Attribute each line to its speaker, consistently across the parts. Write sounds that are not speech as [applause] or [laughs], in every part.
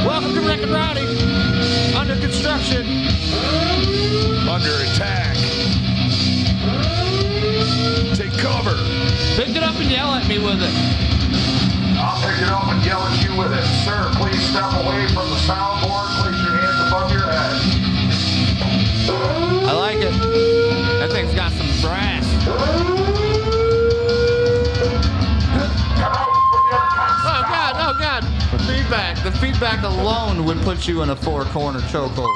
Speaker 1: and Rowdy under construction.
Speaker 2: Under attack. Take cover.
Speaker 3: Pick it up and yell at me with it.
Speaker 4: I'll pick it up and yell at you with it. Sir, please step away from the soundboard. Place your hands above your head.
Speaker 3: I like it. That thing's got some brass.
Speaker 4: Come out from your
Speaker 3: Oh
Speaker 4: cuts.
Speaker 3: god, oh god. Feedback. The feedback alone would put you in a four corner chokehold.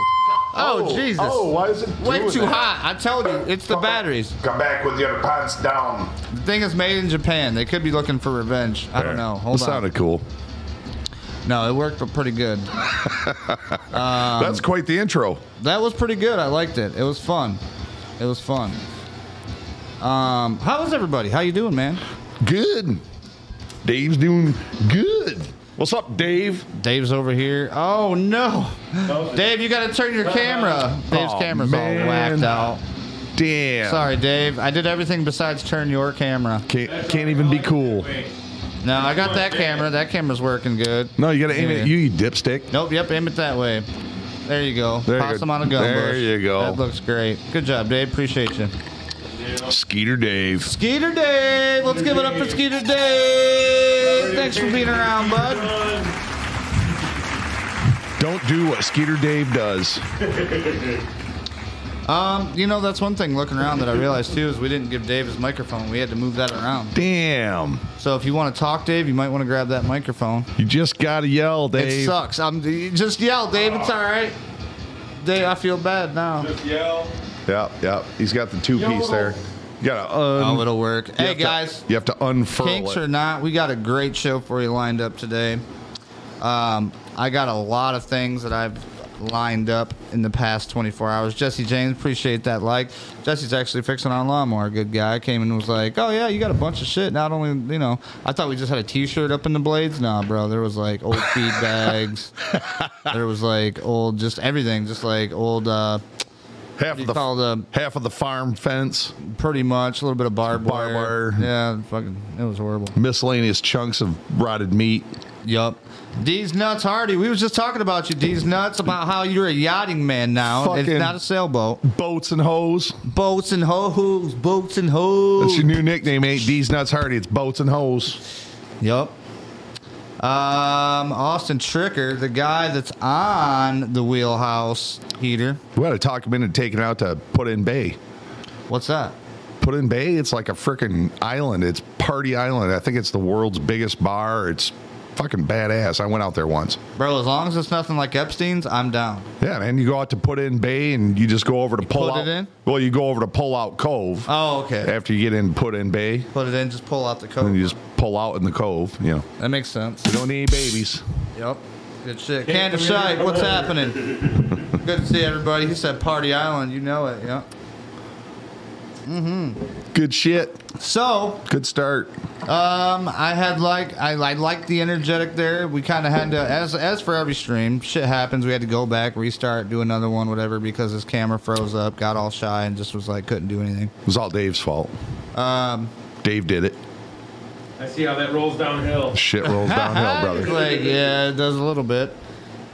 Speaker 3: Oh, Jesus.
Speaker 4: Oh, why is it
Speaker 3: Way
Speaker 4: doing
Speaker 3: too
Speaker 4: that?
Speaker 3: hot. I told you, it's the batteries.
Speaker 4: Come back with your pants down.
Speaker 3: The thing is made in Japan. They could be looking for revenge. I don't know. Hold
Speaker 2: that
Speaker 3: on.
Speaker 2: sounded cool.
Speaker 3: No, it worked pretty good. Um,
Speaker 2: That's quite the intro.
Speaker 3: That was pretty good. I liked it. It was fun. It was fun. Um, how is everybody? How you doing, man?
Speaker 2: Good. Dave's doing good. What's up, Dave?
Speaker 3: Dave's over here. Oh no, Dave, you got to turn your camera. Dave's
Speaker 2: Aw,
Speaker 3: camera's all
Speaker 2: man.
Speaker 3: whacked out.
Speaker 2: Damn.
Speaker 3: Sorry, Dave. I did everything besides turn your camera.
Speaker 2: Can't, can't even be cool.
Speaker 3: No, I got that camera. That camera's working good.
Speaker 2: No, you gotta aim it
Speaker 3: Yeah.
Speaker 2: at you, you dipstick.
Speaker 3: Nope. Yep. Aim it that way. There you go.
Speaker 2: There you
Speaker 3: Possum
Speaker 2: go.
Speaker 3: on a gum
Speaker 2: There
Speaker 3: bush.
Speaker 2: you go.
Speaker 3: That looks great. Good job, Dave. Appreciate you.
Speaker 2: Skeeter Dave.
Speaker 3: Skeeter Dave. Let's give it up for Skeeter Dave. Thanks for being around, bud.
Speaker 2: Don't do what Skeeter Dave does.
Speaker 3: Um, you know, that's one thing looking around that I realized too is we didn't give Dave his microphone. We had to move that around.
Speaker 2: Damn.
Speaker 3: So if you want to talk, Dave, you might want to grab that microphone.
Speaker 2: You just gotta yell,
Speaker 3: It
Speaker 2: Dave.
Speaker 3: sucks. I'm you just yell, Dave. It's all right. Dave, I feel bad now.
Speaker 2: Yep, yep. He's got the two piece there. You gotta un-
Speaker 3: Oh, it'll work.
Speaker 2: you
Speaker 3: Hey
Speaker 2: have to-
Speaker 3: guys,
Speaker 2: you have to unfurl
Speaker 3: kinks
Speaker 2: it.
Speaker 3: or not, we got a great show for you lined up today. Um, I got a lot of things that I've lined up in the past 24 hours. Jesse James, appreciate that like. Jesse's actually fixing our lawnmower. Good guy. Came in and was like, "Oh yeah, you got a bunch of shit." Not only you know, I thought we just had a T-shirt up in the blades. Nah, bro, there was like old feed bags. there was like old just everything, just like old. Uh,
Speaker 2: half
Speaker 3: you
Speaker 2: of the
Speaker 3: call the
Speaker 2: half of the farm fence,
Speaker 3: pretty much a little bit of barbed
Speaker 2: Barbed
Speaker 3: wire.
Speaker 2: wire.
Speaker 3: Yeah, fucking, it was horrible.
Speaker 2: miscellaneous chunks of rotted meat.
Speaker 3: Yup. D's nuts, Hardy. We was just talking about you, D's nuts, about how you're a yachting man now. it's
Speaker 2: Fucking-
Speaker 3: not a sailboat.
Speaker 2: Boats and hoes.
Speaker 3: Boats and hoes, boats and hoes.
Speaker 2: That's your new nickname, ain't D's Nuts Hardy. It's boats and hoes.
Speaker 3: Yep. Um, Austin Tricker, the guy that's on the wheelhouse heater.
Speaker 2: We gotta talk him into taking out to put in bay.
Speaker 3: What's that?
Speaker 2: Put in Bay, it's like a freaking island. It's Party Island. I think it's the world's biggest bar. It's fucking badass. I went out there once.
Speaker 3: Bro, as long as it's nothing like Epstein's, I'm down.
Speaker 2: Yeah, man. You go out to Put in Bay and you just go over to pull
Speaker 3: put
Speaker 2: out.
Speaker 3: it in?
Speaker 2: Well, you go over to Pull Out Cove
Speaker 3: Oh, okay.
Speaker 2: after you get in Put in Bay.
Speaker 3: Put it in, just pull out the
Speaker 2: And you
Speaker 3: code.
Speaker 2: just pull out in the cove. You know,
Speaker 3: That makes sense.
Speaker 2: you don't need any babies.
Speaker 3: Yep. Good shit. Candace Shite, what's happening? Good to see everybody. He said Party Island. You know it. Yep.
Speaker 2: Good shit.
Speaker 3: So,
Speaker 2: Good start.
Speaker 3: um, I had like I, I liked the energetic there. We kind of had to, as as for every stream, shit happens. We had to go back, restart, do another one, whatever, because his camera froze up, got all shy, and just was like couldn't do anything.
Speaker 2: It was all Dave's fault. Um, Dave did it.
Speaker 5: I see how that rolls downhill.
Speaker 2: Shit rolls downhill, [laughs]
Speaker 3: He's
Speaker 2: brother.
Speaker 3: like, yeah, it does a little bit.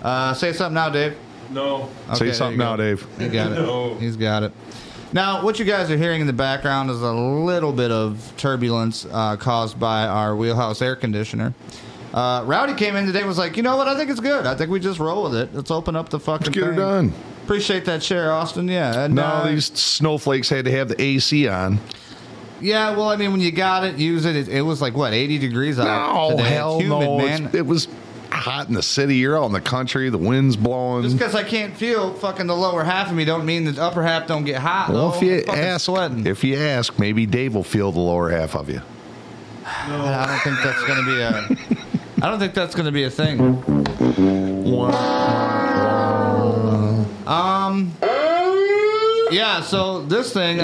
Speaker 3: Uh, say something now, Dave.
Speaker 5: No.
Speaker 3: Okay, there
Speaker 2: Say
Speaker 3: you
Speaker 2: something
Speaker 3: go.
Speaker 2: now, Dave. [laughs]
Speaker 3: He got it.
Speaker 5: No.
Speaker 3: He's got it. Now, what you guys are hearing in the background is a little bit of turbulence uh, caused by our wheelhouse air conditioner. Uh, Rowdy came in today and was like, you know what? I think it's good. I think we just roll with it. Let's open up the fucking
Speaker 2: get her
Speaker 3: thing."
Speaker 2: done.
Speaker 3: Appreciate that share, Austin. Yeah. And,
Speaker 2: Now
Speaker 3: uh,
Speaker 2: these snowflakes had to have the AC on.
Speaker 3: Yeah, well, I mean, when you got it, use it. It, it was like, what, 80 degrees out
Speaker 2: No,
Speaker 3: today. It's
Speaker 2: Uh, hell
Speaker 3: humid,
Speaker 2: no. It's-
Speaker 3: man.
Speaker 2: It was hot in the city. You're out in the country. The wind's blowing.
Speaker 3: Just because I can't feel fucking the lower half of me don't mean the upper half don't get hot.
Speaker 2: well,
Speaker 3: though.
Speaker 2: if you
Speaker 3: I'm fucking
Speaker 2: ask,
Speaker 3: sweating.
Speaker 2: if you ask, maybe Dave will feel the lower half of you.
Speaker 3: I don't think that's gonna be a. I don't think that's gonna be a thing. Um. Um, Yeah. So this thing, [laughs]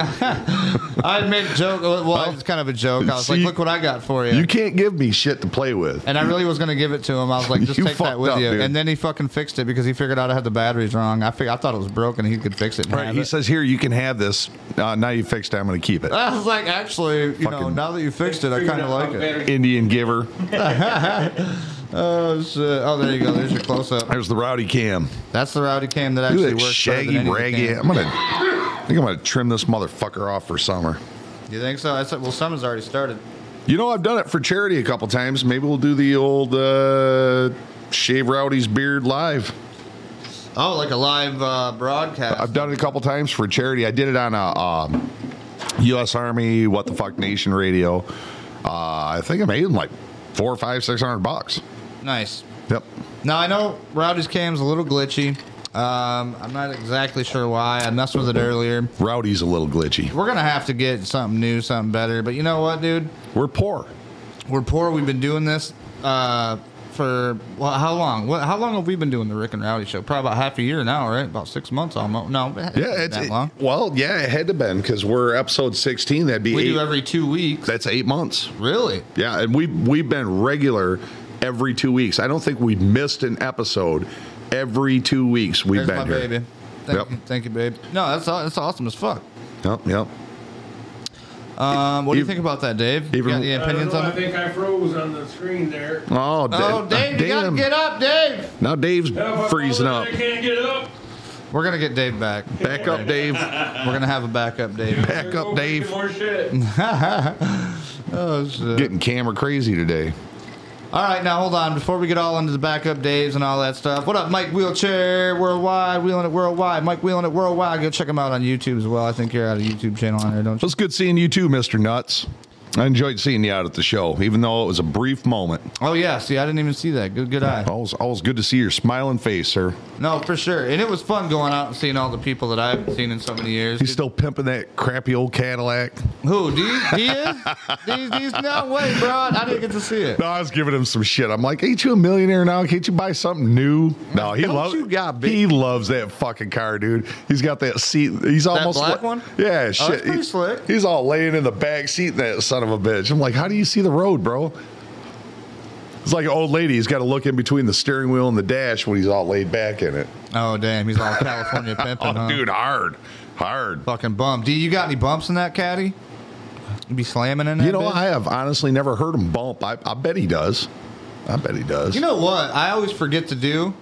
Speaker 3: I made a joke. Well, it's kind of a joke. I was like,
Speaker 2: See,
Speaker 3: "Look what I got for you."
Speaker 2: You can't give me shit to play with.
Speaker 3: and I really was gonna give it to him. I was like, "Just
Speaker 2: You
Speaker 3: take that
Speaker 2: fucked
Speaker 3: with
Speaker 2: up,
Speaker 3: you."
Speaker 2: dude.
Speaker 3: And then he fucking fixed it because he figured out I had the batteries wrong. I fig- I thought it was broken. He could fix it. and
Speaker 2: Right?
Speaker 3: have
Speaker 2: He
Speaker 3: it. Ah.
Speaker 2: says, "Here, you can have this. Uh, now you fixed it. I'm going to keep it."
Speaker 3: [laughs] I was like, actually, you know,
Speaker 2: Fucking-
Speaker 3: now that you fixed it, I kind of like it.
Speaker 2: Indian giver.
Speaker 3: Oh shit! Oh, there you go. There's your close up.
Speaker 2: There's the rowdy cam.
Speaker 3: That's the rowdy cam that
Speaker 2: Look
Speaker 3: actually
Speaker 2: at that
Speaker 3: works.
Speaker 2: shaggy,
Speaker 3: better than any
Speaker 2: braggy.
Speaker 3: cam.
Speaker 2: I'm gonna. I think I'm gonna trim this motherfucker off for summer.
Speaker 3: You think so? I said, well, summer's already started.
Speaker 2: You know, I've done it for charity a couple times. Maybe we'll do the old uh, shave rowdy's beard live.
Speaker 3: Oh, like a live uh, broadcast.
Speaker 2: I've done it a couple times for charity. I did it on a um, U.S. Army What the Fuck Nation radio. Uh, I think I made like four or five, six hundred bucks.
Speaker 3: nice.
Speaker 2: Yep.
Speaker 3: Now I know Rowdy's cam's a little glitchy. Um, I'm not exactly sure why. I messed with it earlier.
Speaker 2: Rowdy's a little glitchy.
Speaker 3: We're gonna have to get something new, something better. But you know what, dude?
Speaker 2: We're poor.
Speaker 3: We're poor. We've been doing this uh, for well, how long? What, how long have we been doing the Rick and Rowdy show? Probably about half a year now, right? About six months almost. No, it hasn't been
Speaker 2: Yeah, it's
Speaker 3: that long.
Speaker 2: well, yeah, it had to been because we're episode sixteen. That'd be
Speaker 3: we
Speaker 2: eight,
Speaker 3: do every two weeks.
Speaker 2: that's eight months.
Speaker 3: Really?
Speaker 2: Yeah, and we we've been regular every two weeks. I don't think we missed an episode every two weeks. We've
Speaker 3: There's
Speaker 2: been
Speaker 3: my
Speaker 2: here.
Speaker 3: baby. Thank
Speaker 2: Yep.
Speaker 3: you, thank you, babe. No, that's aw- that's awesome as fuck.
Speaker 2: Yep, yep.
Speaker 3: Um, what do you
Speaker 2: Even-
Speaker 3: think about that, Dave? You
Speaker 2: even-
Speaker 3: got any
Speaker 5: I, don't
Speaker 3: opinions
Speaker 5: know, I
Speaker 3: on it?
Speaker 5: think I froze on the screen there.
Speaker 2: Oh,
Speaker 3: Oh, Dave, you gotta
Speaker 2: damn.
Speaker 3: get up, Dave.
Speaker 2: Now Dave's
Speaker 5: If I
Speaker 2: freezing
Speaker 5: froze
Speaker 2: up.
Speaker 5: it, I can't get up.
Speaker 3: We're gonna get Dave back.
Speaker 2: Back up, Dave.
Speaker 3: We're gonna have a backup, Dave.
Speaker 2: [laughs]
Speaker 3: [laughs]
Speaker 2: Back
Speaker 5: Go
Speaker 2: up,
Speaker 5: making
Speaker 2: Dave.
Speaker 5: More shit.
Speaker 3: Oh shit.
Speaker 2: Getting camera crazy today.
Speaker 3: All right, now hold on. Before we get all into the backup Daves and all that stuff, what up, Mike Wheelchair Worldwide, Wheeling It Worldwide, Mike Wheeling It Worldwide. Go check him out on YouTube as well. I think you're out of YouTube channel on there, don't you?
Speaker 2: It's good seeing you too, Mr. Nuts. I enjoyed seeing you out at the show, even though it was a brief moment.
Speaker 3: Oh yeah, see, I didn't even see that. Good, good eye.
Speaker 2: Always, always good to see your smiling face, sir.
Speaker 3: No, for sure. And it was fun going out and seeing all the people that I haven't seen in so many years.
Speaker 2: He's still pimping that crappy old Cadillac.
Speaker 3: Who? These?
Speaker 2: [laughs]
Speaker 3: These? these? These? No way, bro. I didn't get to see it.
Speaker 2: No, I was giving him some shit. I'm like, ain't you a millionaire now? Can't you buy something new? No, he
Speaker 3: Don't
Speaker 2: loves.
Speaker 3: you got big-
Speaker 2: he loves that fucking car, dude. He's got that seat. He's almost
Speaker 3: black one? Oh,
Speaker 2: Yeah, shit.
Speaker 3: pretty
Speaker 2: He-
Speaker 3: slick.
Speaker 2: He's all laying in the back seat. That son of a bitch. I'm like, how do you see the road, bro? It's like an old lady. He's got to look in between the steering wheel and the dash when he's all laid back in it.
Speaker 3: Oh damn, he's all
Speaker 2: [laughs]
Speaker 3: California pimping,
Speaker 2: Oh,
Speaker 3: huh?
Speaker 2: dude, hard, hard.
Speaker 3: Fucking bum. D, you got any bumps in that caddy? You be slamming in that.
Speaker 2: You know,
Speaker 3: bitch?
Speaker 2: I have honestly never heard him bump. I, I bet he does. I bet he does.
Speaker 3: You know what? I always forget to do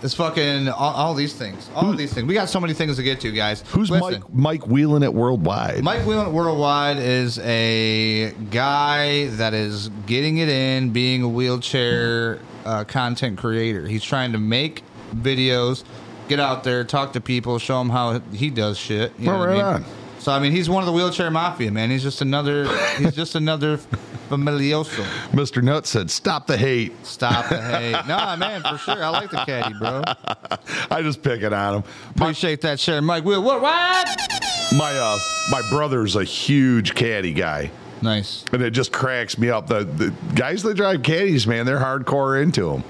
Speaker 3: is fucking all, all these things. All these things. We got so many things to get to, guys.
Speaker 2: who's
Speaker 3: Listen,
Speaker 2: Mike? Mike Wheeling at Worldwide.
Speaker 3: Mike Wheelan Worldwide is a guy that is getting it in, being a wheelchair uh, content creator. He's trying to make videos, get out there, talk to people, show them how he does shit. You know
Speaker 2: Oh,
Speaker 3: what I
Speaker 2: right on.
Speaker 3: mean? So I mean, he's one of the wheelchair mafia, man. He's just another. he's just another familioso.
Speaker 2: Mr. Nut said, "Stop the hate."
Speaker 3: Stop the hate. No, man, for sure. I like the caddy, bro.
Speaker 2: I just pick it on him. My
Speaker 3: Appreciate that share, Mike. Will what? What?
Speaker 2: my uh, my brother's a huge caddy guy,
Speaker 3: Nice.
Speaker 2: and it just cracks me up. The, the guys that drive caddies, man, they're hardcore into them.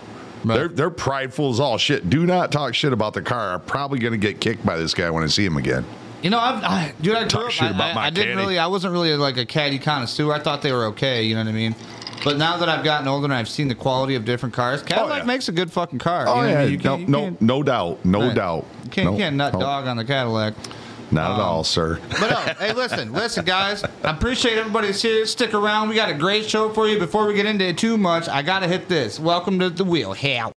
Speaker 3: Right.
Speaker 2: They're they're prideful as all shit. Do not talk shit about the car. I'm probably gonna get kicked by this guy when I see him again.
Speaker 3: You know, I've, I dude, I grew
Speaker 2: Talk
Speaker 3: up.
Speaker 2: shit
Speaker 3: I,
Speaker 2: about
Speaker 3: I-
Speaker 2: my
Speaker 3: I didn't
Speaker 2: caddy.
Speaker 3: really. I wasn't really like a caddy connoisseur. I thought they were okay. You know what I mean? But now that I've gotten older and I've seen the quality of different cars, Cadillac
Speaker 2: Oh, yeah.
Speaker 3: makes a good fucking car.
Speaker 2: Oh
Speaker 3: you know what I
Speaker 2: yeah,
Speaker 3: mean? You
Speaker 2: no,
Speaker 3: can't- you
Speaker 2: no,
Speaker 3: can't-
Speaker 2: no doubt, no
Speaker 3: right.
Speaker 2: doubt.
Speaker 3: You can't,
Speaker 2: no,
Speaker 3: you can't nut
Speaker 2: no,
Speaker 3: dog Um, on the Cadillac.
Speaker 2: Not at all, sir.
Speaker 3: But no, hey, listen, listen, guys. I appreciate everybody that's here. Stick around. We got a great show for you. Before we get into it too much, I gotta hit this. Welcome to the wheel. Hell.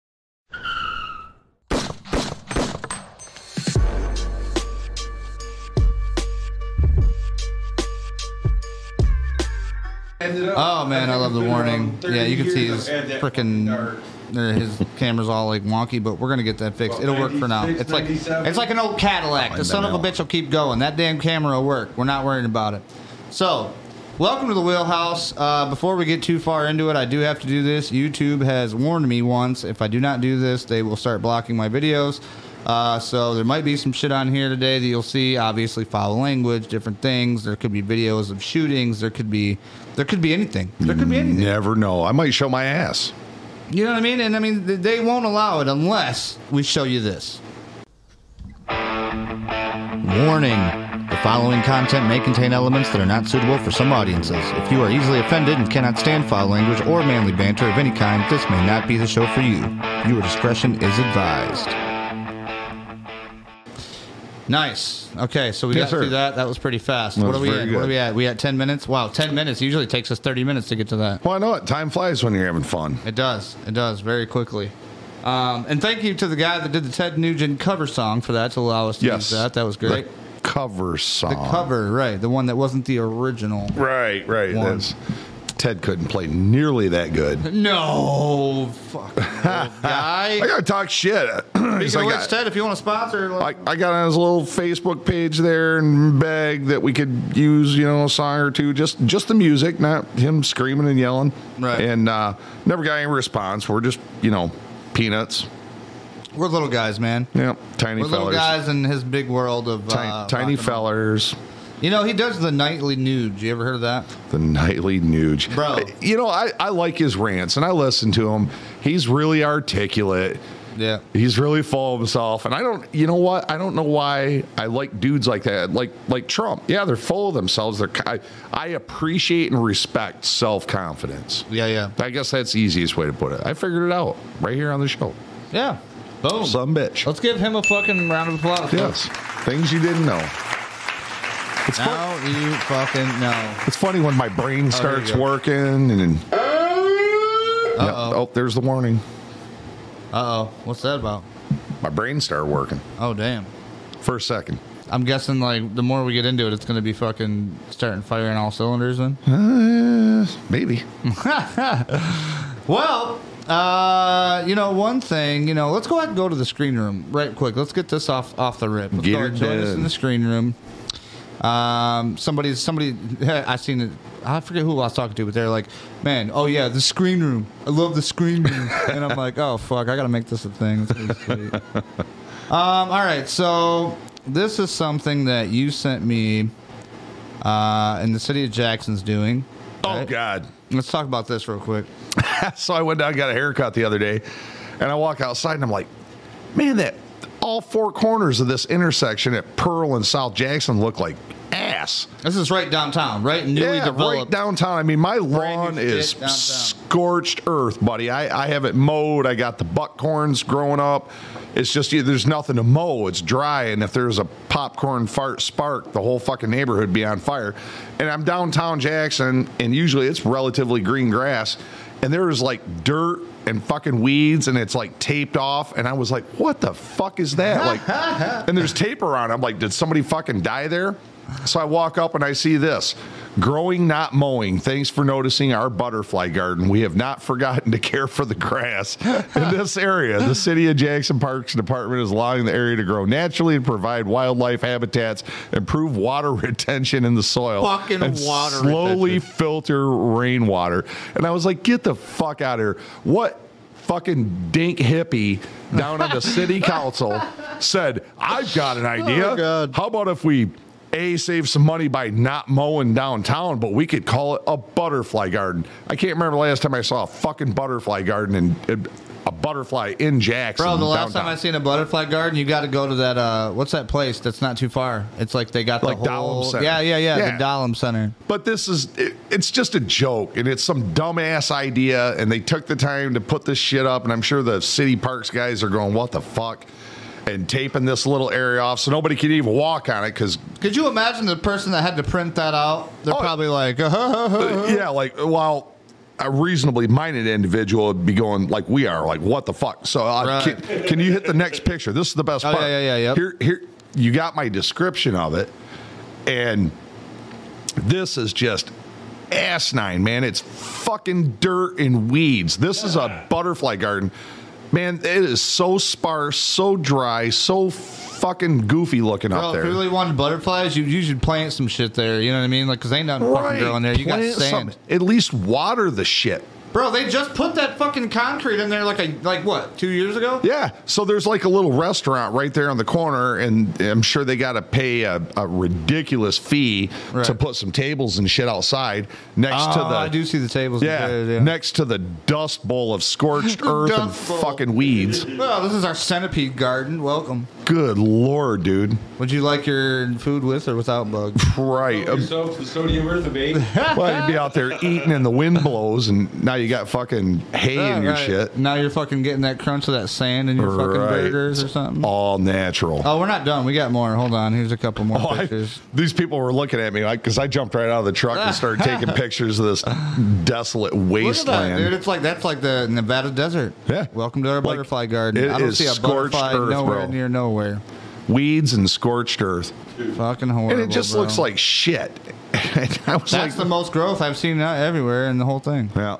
Speaker 5: Ended up-
Speaker 3: Oh man, I
Speaker 5: think
Speaker 3: love
Speaker 5: it's
Speaker 3: the
Speaker 5: been
Speaker 3: warning.
Speaker 5: around 30
Speaker 3: Yeah, you can see
Speaker 5: years
Speaker 3: his
Speaker 5: I've had that
Speaker 3: freaking
Speaker 5: dark.
Speaker 3: uh, his camera's all like wonky, but we're gonna get that fixed.
Speaker 5: About
Speaker 3: It'll work for now.
Speaker 5: 96,
Speaker 3: It's like
Speaker 5: 97.
Speaker 3: it's like an old Cadillac.
Speaker 2: Oh,
Speaker 3: The son of a
Speaker 2: no.
Speaker 3: bitch will keep going. That damn camera will work. We're not worrying about it. So, welcome to the wheelhouse. Uh, before we get too far into it, I do have to do this. YouTube has warned me once. If I do not do this, they will start blocking my videos. Uh, so there might be some shit on here today that you'll see. Obviously, foul language, different things. There could be videos of shootings. There could be, there could be anything. There could be anything.
Speaker 2: Never know. I might show my ass.
Speaker 3: You know what I mean? And I mean, th- they won't allow it unless we show you this. Warning The following content may contain elements that are not suitable for some audiences. If you are easily offended and cannot stand foul language or manly banter of any kind, this may not be the show for you. Your discretion is advised. Nice. Okay, so we
Speaker 2: Yes,
Speaker 3: got
Speaker 2: sir.
Speaker 3: through that. That was pretty fast.
Speaker 2: That
Speaker 3: what
Speaker 2: was
Speaker 3: are we
Speaker 2: very
Speaker 3: at?
Speaker 2: good.
Speaker 3: What are we at? We at ten minutes. Wow, ten minutes. Usually takes us thirty minutes to get to that.
Speaker 2: Why not? Time flies when you're having fun.
Speaker 3: It does. It does very quickly. Um, and thank you to the guy that did the Ted Nugent cover song for that to allow us to
Speaker 2: Yes,
Speaker 3: use that. That was
Speaker 2: The
Speaker 3: great.
Speaker 2: cover song.
Speaker 3: The, cover, right? The one that wasn't the original.
Speaker 2: Right, right.
Speaker 3: One.
Speaker 2: That's, Ted couldn't play nearly that good.
Speaker 3: No, fuck,
Speaker 2: [laughs]
Speaker 3: guy.
Speaker 2: I gotta talk shit. [clears throat] He's
Speaker 3: Speaking of
Speaker 2: like,
Speaker 3: which, Ted, if you want to sponsor,
Speaker 2: I, I got on his little Facebook page there and begged that we could use, you know, a song or two, just just the music, not him screaming and yelling.
Speaker 3: Right.
Speaker 2: And uh, never got any response. We're just, you know, peanuts.
Speaker 3: we're little guys, man.
Speaker 2: Yeah, tiny
Speaker 3: We're little
Speaker 2: fellers.
Speaker 3: guys in his big world of
Speaker 2: Ti-
Speaker 3: uh,
Speaker 2: tiny
Speaker 3: rock and roll.
Speaker 2: fellers.
Speaker 3: You know, he does the nightly nude. You ever heard of that?
Speaker 2: The nightly nuge.
Speaker 3: Bro.
Speaker 2: You know, I, I like his rants and I listen to him. He's really articulate.
Speaker 3: Yeah.
Speaker 2: He's really full of himself, and I don't. You know what? I don't know why I like dudes like that, like like Trump. Yeah, they're full of themselves. They're. I, I appreciate and respect self confidence.
Speaker 3: Yeah, yeah.
Speaker 2: I guess that's the easiest way to put it. I figured it out right here on the show.
Speaker 3: Yeah. Boom.
Speaker 2: Some bitch.
Speaker 3: Let's give him a fucking round of applause.
Speaker 2: yes, things you didn't know. It's fun,
Speaker 3: Now you fucking know.
Speaker 2: It's funny when my brain starts
Speaker 3: go.
Speaker 2: working and. and Yep.
Speaker 3: Uh-oh.
Speaker 2: Oh, there's the warning.
Speaker 3: Uh oh. What's that about?
Speaker 2: My brain started working
Speaker 3: Oh, damn.
Speaker 2: for a second.
Speaker 3: I'm guessing, like, the more we get into it, it's going to be fucking starting firing all cylinders then. Uh-huh.
Speaker 2: Uh, maybe.
Speaker 3: [laughs] Well, uh, you know, one thing, you know, let's go ahead and go to the screen room right quick. Let's get this off off the rip. Let's
Speaker 2: Get
Speaker 3: go
Speaker 2: her
Speaker 3: ahead and join us
Speaker 2: done.
Speaker 3: in the screen room. Um, somebody's somebody [laughs] I seen it. I forget who I was talking to, but they're like, "Man, oh yeah, the screen room. I love the screen room." [laughs] and I'm like, "Oh fuck, I gotta make this a thing." It's
Speaker 2: [laughs]
Speaker 3: pretty sweet. um, all right, so this is something that you sent me, uh, and the city of Jackson's doing.
Speaker 2: Oh
Speaker 3: Right?
Speaker 2: God.
Speaker 3: Let's talk about this real quick.
Speaker 2: [laughs] so I went down and got a haircut the other day, and I walk outside and I'm like, man, that all four corners of this intersection at Pearl and South Jackson look like ass.
Speaker 3: This is right downtown, right? Newly
Speaker 2: yeah, right
Speaker 3: developed.
Speaker 2: downtown. I mean, my
Speaker 3: Brand new
Speaker 2: lawn
Speaker 3: shit
Speaker 2: is
Speaker 3: downtown.
Speaker 2: scorched earth, buddy. I, I have it mowed. I got the buckhorns growing up. It's just yeah, there's nothing to mow. It's dry, and if there's a popcorn fart spark, the whole fucking neighborhood would be on fire. And I'm downtown Jackson, and usually it's relatively green grass, and there is like dirt and fucking weeds, and it's like taped off. And I was like, what the fuck is that? Like, and there's tape around. I'm like, did somebody fucking die there? So I walk up and I see this growing, not mowing. Thanks for noticing our butterfly garden. We have not forgotten to care for the
Speaker 3: [laughs]
Speaker 2: grass in this area. The city of Jackson Parks Department is allowing the area to grow naturally and provide wildlife habitats, improve water [laughs] retention in the soil,
Speaker 3: Fucking
Speaker 2: and
Speaker 3: water
Speaker 2: slowly
Speaker 3: retention.
Speaker 2: filter rainwater. And I was like, get the fuck out of here. What? Fucking dink hippie down on the
Speaker 3: [laughs]
Speaker 2: city council said, I've got an idea.
Speaker 3: Oh, God.
Speaker 2: How about if we a save some money by not mowing downtown, but we could call it a butterfly garden. I can't remember the last time I saw a fucking butterfly garden and a butterfly in Jackson.
Speaker 3: Bro, the last
Speaker 2: downtown.
Speaker 3: time I seen a butterfly garden, you got to go to that. Uh, what's that place that's not too far? It's like they got
Speaker 2: Like
Speaker 3: the
Speaker 2: Dahlem
Speaker 3: whole.
Speaker 2: Center.
Speaker 3: Yeah, yeah, yeah,
Speaker 2: Yeah.
Speaker 3: The Dahlem Center.
Speaker 2: But this is, it, it's just a joke and it's some dumbass idea. And they took the time to put this shit up. And I'm sure the city parks guys are going, what the fuck? And taping this little area off so nobody can even walk on it because
Speaker 3: Could you imagine the person that had to print that out? They're
Speaker 2: Oh,
Speaker 3: probably like, [laughs] "Uh, huh, huh, huh."
Speaker 2: yeah, like well, a reasonably minded individual would be going like we are, like what the fuck. So uh,
Speaker 3: Right.
Speaker 2: can, can you hit the next picture? This is the best
Speaker 3: Oh,
Speaker 2: part.
Speaker 3: yeah, yeah, yeah, yep.
Speaker 2: Here, here, you got my description of it, and this is just asinine, man. It's fucking dirt and weeds. This is a butterfly garden. Man, it is so sparse, so dry, so fucking goofy looking
Speaker 3: Bro,
Speaker 2: up
Speaker 3: if
Speaker 2: there.
Speaker 3: you really wanted butterflies, you, you should plant some shit there. You know what I mean? Like, cause ain't nothing fucking growing there. You
Speaker 2: Plant
Speaker 3: got sand,
Speaker 2: something. At least water the shit.
Speaker 3: bro. They just put that fucking concrete in there, like a like what two years ago?
Speaker 2: Yeah. So there's like a little restaurant right there on the corner, and I'm sure they got to pay a, a ridiculous fee to
Speaker 3: Right.
Speaker 2: put some tables and shit outside next
Speaker 3: Oh,
Speaker 2: to the.
Speaker 3: I do see the tables.
Speaker 2: yeah,
Speaker 3: there, yeah.
Speaker 2: next to the dust bowl of scorched earth and
Speaker 3: [laughs] Dust bowl.
Speaker 2: fucking weeds.
Speaker 3: Well, this is our centipede garden. Welcome.
Speaker 2: Good lord, dude!
Speaker 3: Would you like your food with or
Speaker 2: [laughs]
Speaker 3: without bug?
Speaker 2: Right,
Speaker 6: Help yourself to sodium earthibate.
Speaker 2: well, you'd be out there eating, and the wind blows, and now you got fucking hay in your
Speaker 3: Right.
Speaker 2: shit.
Speaker 3: Now you're fucking getting that crunch of that sand in your fucking
Speaker 2: Right.
Speaker 3: burgers or something.
Speaker 2: All natural.
Speaker 3: Oh, we're not done. We got more. Hold on. Here's a couple more
Speaker 2: Oh, I-
Speaker 3: pictures.
Speaker 2: these people were looking at me like because I jumped right out of the truck and
Speaker 3: [laughs]
Speaker 2: started taking pictures of this desolate
Speaker 3: Look at that, dude.
Speaker 2: wasteland.
Speaker 3: It's like that's like the Nevada desert.
Speaker 2: Yeah.
Speaker 3: Welcome to our
Speaker 2: Like,
Speaker 3: butterfly garden.
Speaker 2: it
Speaker 3: I don't
Speaker 2: is
Speaker 3: see a
Speaker 2: scorched
Speaker 3: butterfly
Speaker 2: earth,
Speaker 3: nowhere
Speaker 2: bro.
Speaker 3: near nowhere.
Speaker 2: Weeds and scorched earth,
Speaker 3: Fucking horrible.
Speaker 2: and it just
Speaker 3: bro.
Speaker 2: looks like shit. [laughs] and I was
Speaker 3: that's the
Speaker 2: like,
Speaker 3: most growth I've seen out everywhere in the whole thing.
Speaker 2: yeah,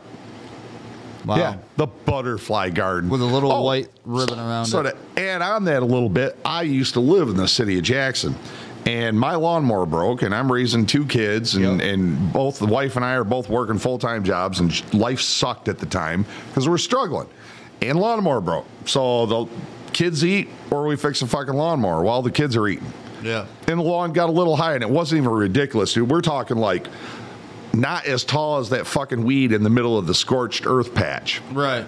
Speaker 3: Wow.
Speaker 2: yeah, Um, the butterfly garden
Speaker 3: With a little
Speaker 2: Oh,
Speaker 3: white ribbon around
Speaker 2: So
Speaker 3: it.
Speaker 2: to add on that a little bit, I used to live in the city of Jackson, and my lawnmower broke, and I'm raising two kids, and, and both the wife and I are both working full time jobs, and sh- life sucked at the time because we are struggling, and lawnmower broke. So the kids eat, or we fix a fucking lawnmower while the kids are eating.
Speaker 3: yeah.
Speaker 2: And the lawn got a little high, and it wasn't even ridiculous, dude. We're talking like not as tall as that fucking weed in the middle of the scorched earth patch.
Speaker 3: Right.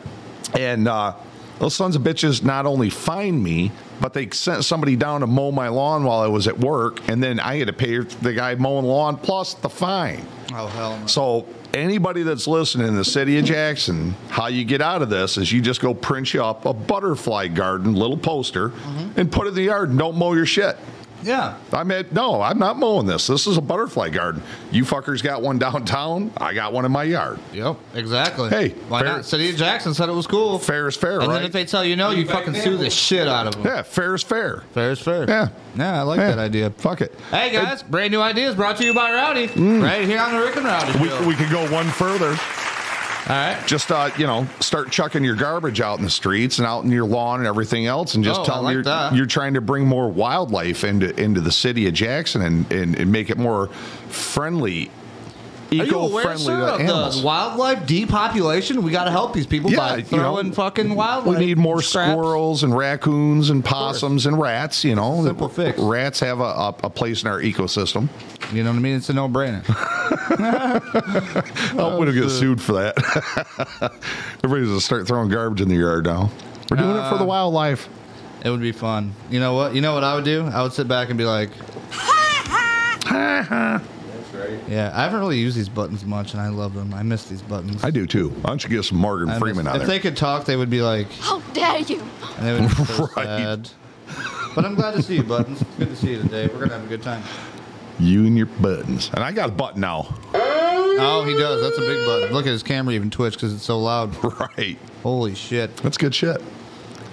Speaker 2: And uh, those sons of bitches not only fined me, but they sent somebody down to mow my lawn while I was at work, and then I had to pay the guy mowing the lawn plus the fine.
Speaker 3: Oh hell no.
Speaker 2: So anybody that's listening in the city of Jackson, how you get out of this is you just go print you up a butterfly garden little poster
Speaker 3: Mm-hmm.
Speaker 2: and put it in the yard and don't mow your shit.
Speaker 3: Yeah.
Speaker 2: I'm at no, I'm not mowing this. This is a butterfly garden. You fuckers got one downtown. I got one in my yard.
Speaker 3: Yep. Exactly.
Speaker 2: Hey,
Speaker 3: Why
Speaker 2: fair-
Speaker 3: not? City of Jackson said it was cool.
Speaker 2: Fair is fair,
Speaker 3: and
Speaker 2: right?
Speaker 3: then if they tell you no, you
Speaker 6: Back
Speaker 3: fucking
Speaker 6: then.
Speaker 3: sue the shit out of them.
Speaker 2: yeah, fair is fair.
Speaker 3: Fair is fair.
Speaker 2: Yeah.
Speaker 3: Yeah, I like
Speaker 2: Yeah.
Speaker 3: that idea.
Speaker 2: Fuck it.
Speaker 3: Hey guys, brand new ideas brought to you by Rowdy, right here on the Rick and Rowdy
Speaker 2: We,
Speaker 3: Show.
Speaker 2: we could go one further.
Speaker 3: All right,
Speaker 2: Just uh, you know, start chucking your garbage out in the streets and out in your lawn and everything else, and just
Speaker 3: Oh, I
Speaker 2: tell them
Speaker 3: like
Speaker 2: you're,
Speaker 3: that.
Speaker 2: you're trying to bring more wildlife into into the city of Jackson and and, and make it more friendly,
Speaker 3: are you aware,
Speaker 2: eco-friendly
Speaker 3: sir,
Speaker 2: to
Speaker 3: of
Speaker 2: animals.
Speaker 3: the wildlife depopulation? We got to help these people
Speaker 2: Yeah,
Speaker 3: by
Speaker 2: you
Speaker 3: throwing
Speaker 2: know,
Speaker 3: fucking
Speaker 2: we
Speaker 3: wildlife.
Speaker 2: need more
Speaker 3: scraps.
Speaker 2: squirrels and raccoons and possums and rats. You know,
Speaker 3: Simple fix.
Speaker 2: Rats have a, a, a place in our ecosystem.
Speaker 3: You know what I mean? It's a no-brainer.
Speaker 2: I'm gonna Oh, get sued for that. [laughs] Everybody's gonna start throwing garbage in the yard now. Uh, We're doing it for the [laughs] wildlife.
Speaker 3: it would be fun. You know what? You know what I would do? I would sit back and be like,
Speaker 6: That's right.
Speaker 3: yeah, I haven't really used these buttons much, and I love them. I miss these buttons.
Speaker 2: I do too. Why don't you get some Morgan
Speaker 3: I miss-
Speaker 2: Freeman out
Speaker 3: if
Speaker 2: there?
Speaker 3: they could talk, they would be like,
Speaker 7: How dare you?
Speaker 3: and they would be so
Speaker 2: Right.
Speaker 3: sad. But I'm glad to see you, buttons. Good to see you today. We're gonna have a good time.
Speaker 2: you and your buttons. And I got a button now. [laughs]
Speaker 3: Oh, he does. That's a big button. Look at his camera even twitch because it's so loud.
Speaker 2: Right.
Speaker 3: Holy shit.
Speaker 2: That's good shit.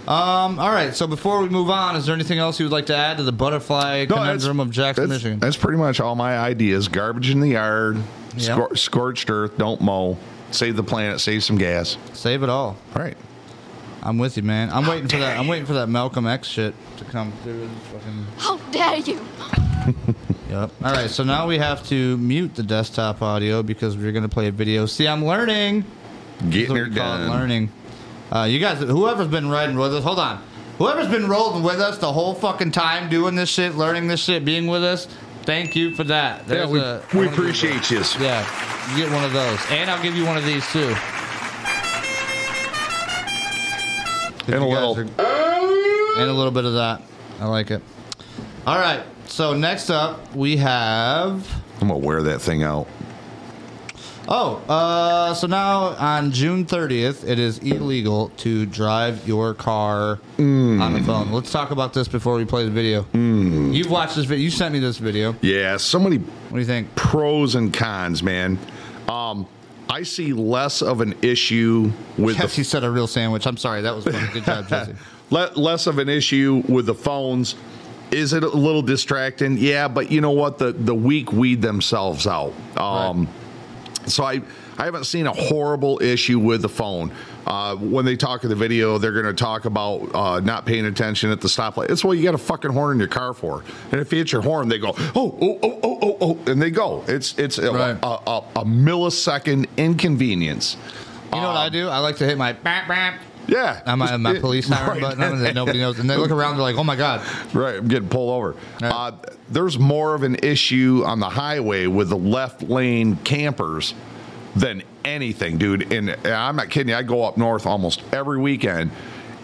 Speaker 3: Um, all right. So before we move on, is there anything else you would like to add to the butterfly conundrum of Jackson,
Speaker 2: that's,
Speaker 3: Michigan?
Speaker 2: that's pretty much all my ideas. Garbage in the yard,
Speaker 3: Yeah.
Speaker 2: scor- scorched earth, don't mow, save the planet, save some gas.
Speaker 3: Save it all.
Speaker 2: All right.
Speaker 3: I'm with you, man. I'm waiting for that. I'm waiting for that Malcolm X shit to come through. and Fucking,
Speaker 7: How dare you?
Speaker 3: yep. All right. So now we have to mute the desktop audio because we're gonna play a video. See, I'm learning. That's
Speaker 2: Getting
Speaker 3: what
Speaker 2: her
Speaker 3: we call it,
Speaker 2: done.
Speaker 3: learning. Uh, you guys, whoever's been riding with us, hold on. Whoever's been rolling with us the whole fucking time, doing this shit, learning this shit, being with us, thank you for that.
Speaker 2: Yeah,
Speaker 3: There's
Speaker 2: we,
Speaker 3: a-
Speaker 2: we appreciate you.
Speaker 3: Yeah, you get one of those, and I'll give you one of these too.
Speaker 2: And a
Speaker 3: You guys
Speaker 2: little.
Speaker 3: are- and a little bit of that. I like it. All right. So next up, we have.
Speaker 2: I'm going to wear that thing out.
Speaker 3: Oh, uh, so now on June 30th, it is illegal to drive your car
Speaker 2: Mm.
Speaker 3: on the phone. Let's talk about this before we play the video. You've watched this video. You sent me this video. What
Speaker 2: Yeah, so many
Speaker 3: do you think?
Speaker 2: pros and cons, man. Um, I see less of an issue with the
Speaker 3: Jesse said a real sandwich. I'm sorry. That was funny. Good
Speaker 2: [laughs]
Speaker 3: job, Jesse.
Speaker 2: le- less of an issue with the phones. Is it a little distracting? Yeah, but you know what? The the weak weed themselves out. Um, So I I haven't seen a horrible issue with the phone. Uh, when they talk in the video, they're going to talk about uh, not paying attention at the stoplight. That's what you got a fucking horn in your car for. And if you hit your horn, they go oh oh oh oh oh oh, and they go. It's it's a-
Speaker 3: Right.
Speaker 2: a, a, a millisecond inconvenience.
Speaker 3: You know what I do? I like to hit my bam, bam.
Speaker 2: Yeah,
Speaker 3: on my, my
Speaker 2: It-
Speaker 3: police
Speaker 2: [laughs]
Speaker 3: siren
Speaker 2: right.
Speaker 3: button and then nobody knows. And they look around, they're like, oh my God.
Speaker 2: Right, I'm getting pulled over.
Speaker 3: Yeah.
Speaker 2: Uh, there's more of an issue on the highway with the left lane campers than anything, dude. And, and I'm not kidding you. I go up north almost every weekend,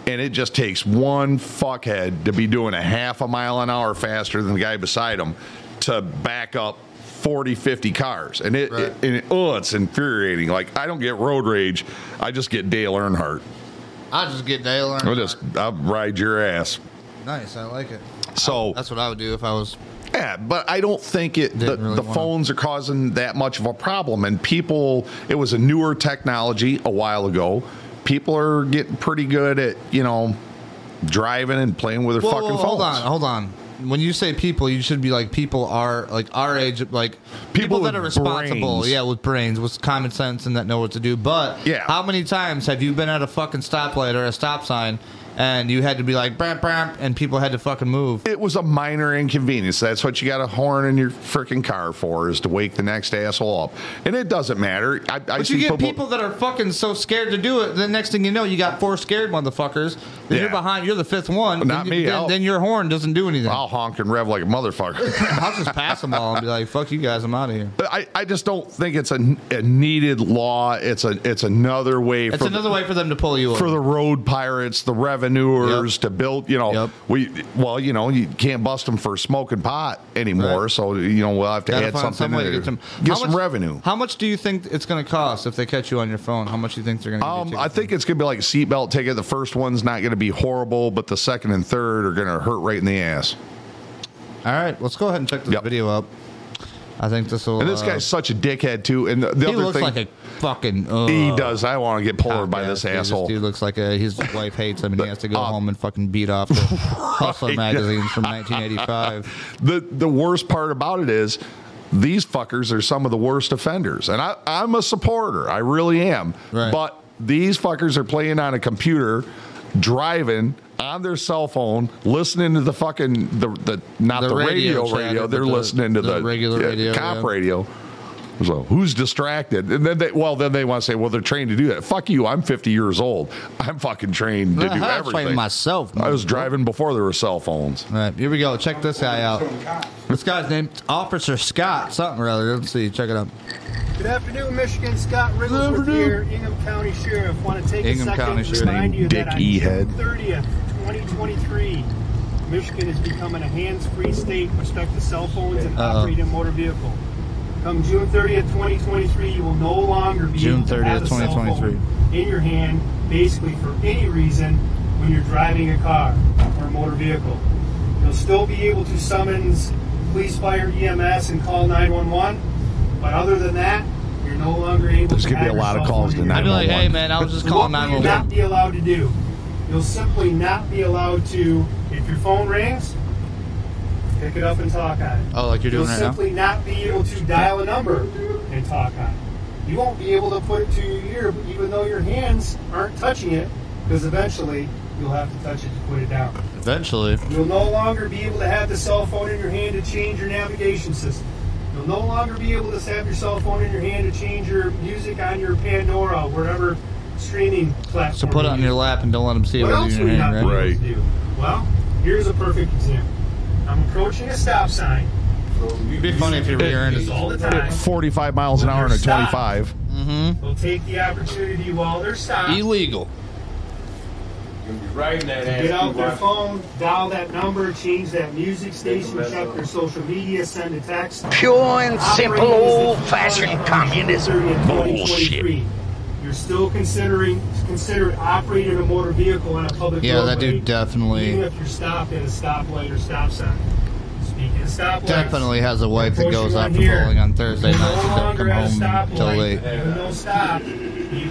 Speaker 2: and it just takes one fuckhead to be doing a half a mile an hour faster than the guy beside him to back up 40 50 cars and it,
Speaker 3: Right.
Speaker 2: it and it, oh it's infuriating like i don't get road rage i just get dale earnhardt
Speaker 3: I just get Dale Earnhardt.
Speaker 2: i'll just i'll ride your ass
Speaker 3: nice. I like it.
Speaker 2: so
Speaker 3: That's what I would do if I was.
Speaker 2: yeah, but I don't think it. The,
Speaker 3: Didn't really
Speaker 2: the
Speaker 3: wanna-
Speaker 2: phones are causing that much of a problem, and people. It was a newer technology a while ago. People are getting pretty good at you know driving and playing with their
Speaker 3: Whoa,
Speaker 2: fucking
Speaker 3: whoa,
Speaker 2: phones.
Speaker 3: hold on, hold on. When you say people, you should be like people are like our age, like people,
Speaker 2: with
Speaker 3: that are responsible.
Speaker 2: brains.
Speaker 3: Yeah, with brains, with common sense, and that know what to do. But
Speaker 2: Yeah.
Speaker 3: how many times have you been at a fucking stoplight or a stop sign, and you had to be like bram bram, and people had to fucking move?
Speaker 2: It was a minor inconvenience. That's what you got a horn in your freaking car for, is to wake the next asshole up. And it doesn't matter. I, I
Speaker 3: But
Speaker 2: see
Speaker 3: you get
Speaker 2: people.
Speaker 3: people that are fucking so scared to do it. The next thing you know, you got four scared motherfuckers. Then
Speaker 2: Yeah.
Speaker 3: You're behind. You're the fifth one.
Speaker 2: Not
Speaker 3: then you-
Speaker 2: me,
Speaker 3: Then,
Speaker 2: I'll-
Speaker 3: then your horn doesn't do anything.
Speaker 2: I'll honk and rev like a motherfucker.
Speaker 3: [laughs] I'll just pass them all and be like, "Fuck you guys, I'm out of here."
Speaker 2: I, I just don't think it's a, a needed law. It's a it's another way
Speaker 3: It's
Speaker 2: for
Speaker 3: another way for them to pull you.
Speaker 2: for
Speaker 3: over.
Speaker 2: the road pirates, the revenuers
Speaker 3: Yep.
Speaker 2: to build. You know,
Speaker 3: Yep.
Speaker 2: we well, you know, you can't bust them for smoking pot anymore.
Speaker 3: Right.
Speaker 2: So you know, we'll have to
Speaker 3: Gotta
Speaker 2: add
Speaker 3: find
Speaker 2: something
Speaker 3: some way to
Speaker 2: there.
Speaker 3: get some,
Speaker 2: get
Speaker 3: How
Speaker 2: some
Speaker 3: much-
Speaker 2: revenue.
Speaker 3: How much do you think it's going to cost if they catch you on your phone? How much do you think they're going to?
Speaker 2: Um, I think it's gonna be like a seatbelt ticket. The first one's not gonna be horrible, but the second and third are gonna hurt right in the ass.
Speaker 3: All right, let's go ahead and check this
Speaker 2: Yep.
Speaker 3: video up. I think this will.
Speaker 2: And this
Speaker 3: uh,
Speaker 2: guy's such a dickhead too. And the, the
Speaker 3: he
Speaker 2: other
Speaker 3: looks
Speaker 2: thing
Speaker 3: like a fucking. Uh,
Speaker 2: he does, I want to get pulled
Speaker 3: cock
Speaker 2: over by
Speaker 3: ass
Speaker 2: this
Speaker 3: dude.
Speaker 2: asshole.
Speaker 3: dude looks like a, his wife hates him, and he has to go
Speaker 2: uh,
Speaker 3: home and fucking
Speaker 2: [laughs]
Speaker 3: beat off the Hustler magazines from 1985.
Speaker 2: the the worst part about it is these fuckers are some of the worst offenders and I, i'm a supporter i really am
Speaker 3: Right.
Speaker 2: but these fuckers are playing on a computer driving on their cell phone listening to the fucking the, the not
Speaker 3: The
Speaker 2: the, radio
Speaker 3: radio
Speaker 2: radio,
Speaker 3: chatter, but
Speaker 2: they're
Speaker 3: the-
Speaker 2: listening to the,
Speaker 3: the regular radio,
Speaker 2: cop
Speaker 3: yeah.
Speaker 2: radio so who's distracted and then they well then they want to say well they're trained to do that fuck you i'm 50 years old i'm fucking trained
Speaker 3: [laughs]
Speaker 2: to do
Speaker 3: I was
Speaker 2: everything
Speaker 3: training myself.
Speaker 2: i was driving before there were cell phones
Speaker 3: All right, here we go. Check this guy out. This guy's named Officer Scott something or other. Let's see. Check it out.
Speaker 7: Good afternoon, Michigan. Scott Rigglesworth here, Ingham County Sheriff. Want to take
Speaker 3: Ingham
Speaker 7: a second
Speaker 3: County
Speaker 7: to
Speaker 3: Sheriff.
Speaker 7: remind you
Speaker 2: Dick
Speaker 7: that on
Speaker 2: E. head.
Speaker 7: June 30th, 2023, Michigan is becoming a hands-free state with respect to cell phones and operating motor vehicle. Come June 30th, 2023, you will no longer be
Speaker 3: June
Speaker 7: able to have
Speaker 3: 30th,
Speaker 7: a cell
Speaker 3: 2023.
Speaker 7: phone in your hand, basically for any reason, when you're driving a car or a motor vehicle. You'll still be able to summons police, fire, EMS, and call 911. But other than that, you're no longer able
Speaker 2: There's
Speaker 7: to
Speaker 2: gonna be
Speaker 7: have
Speaker 2: a
Speaker 7: your
Speaker 2: lot of
Speaker 7: cell
Speaker 2: calls
Speaker 7: phone in your
Speaker 2: tonight.
Speaker 3: I'd be like,
Speaker 2: 911.
Speaker 3: hey, man, I was just
Speaker 7: what
Speaker 3: calling
Speaker 7: will you not
Speaker 3: 911.
Speaker 7: be allowed to do? You'll simply not be allowed to, if your phone rings, pick it up and talk on it.
Speaker 3: Oh, like you're doing
Speaker 7: You'll
Speaker 3: right now?
Speaker 7: simply not be able to dial a number and talk on it. You won't be able to put it to your ear, even though your hands aren't touching it, because eventually you'll have to touch it to put it down.
Speaker 3: Eventually.
Speaker 7: You'll no longer be able to have the cell phone in your hand to change your navigation system. You'll no longer be able to have your cell phone in your hand to change your music on your Pandora, whatever streaming platform.
Speaker 3: So put it
Speaker 7: you
Speaker 3: on your
Speaker 7: use.
Speaker 3: lap and don't let them see it
Speaker 7: What
Speaker 3: with
Speaker 7: else
Speaker 3: your
Speaker 7: would you not
Speaker 3: hand,
Speaker 7: be
Speaker 3: right?
Speaker 2: right?
Speaker 7: able to do? Well, here's a perfect example. I'm approaching a stop sign
Speaker 3: [laughs] It'd be funny if your rear end is.
Speaker 7: all the time.
Speaker 2: 45 miles an hour and a 25.
Speaker 7: They'll take the opportunity while they're stopped.
Speaker 3: Illegal.
Speaker 6: You're riding that ass.
Speaker 7: Get out
Speaker 6: too
Speaker 7: their
Speaker 6: much.
Speaker 7: phone, dial that number, change that music station, check their social media, send a text.
Speaker 8: pure and simple old-fashioned communism.
Speaker 7: Bullshit. You're still considering considered operating a motor vehicle on a public
Speaker 3: Yeah, that
Speaker 7: roadway,
Speaker 3: dude definitely-
Speaker 7: Even if you're stopped at a stoplight or stop sign. Speaking of stoplights,
Speaker 3: Definitely has a wife that goes
Speaker 7: Approaching
Speaker 3: out
Speaker 7: on
Speaker 3: to
Speaker 7: here.
Speaker 3: bowling on Thursday
Speaker 7: you're
Speaker 3: nights
Speaker 7: no
Speaker 3: and
Speaker 7: longer at a
Speaker 3: don't [laughs] come home
Speaker 7: stoplight.
Speaker 3: till late.
Speaker 7: with No stop. You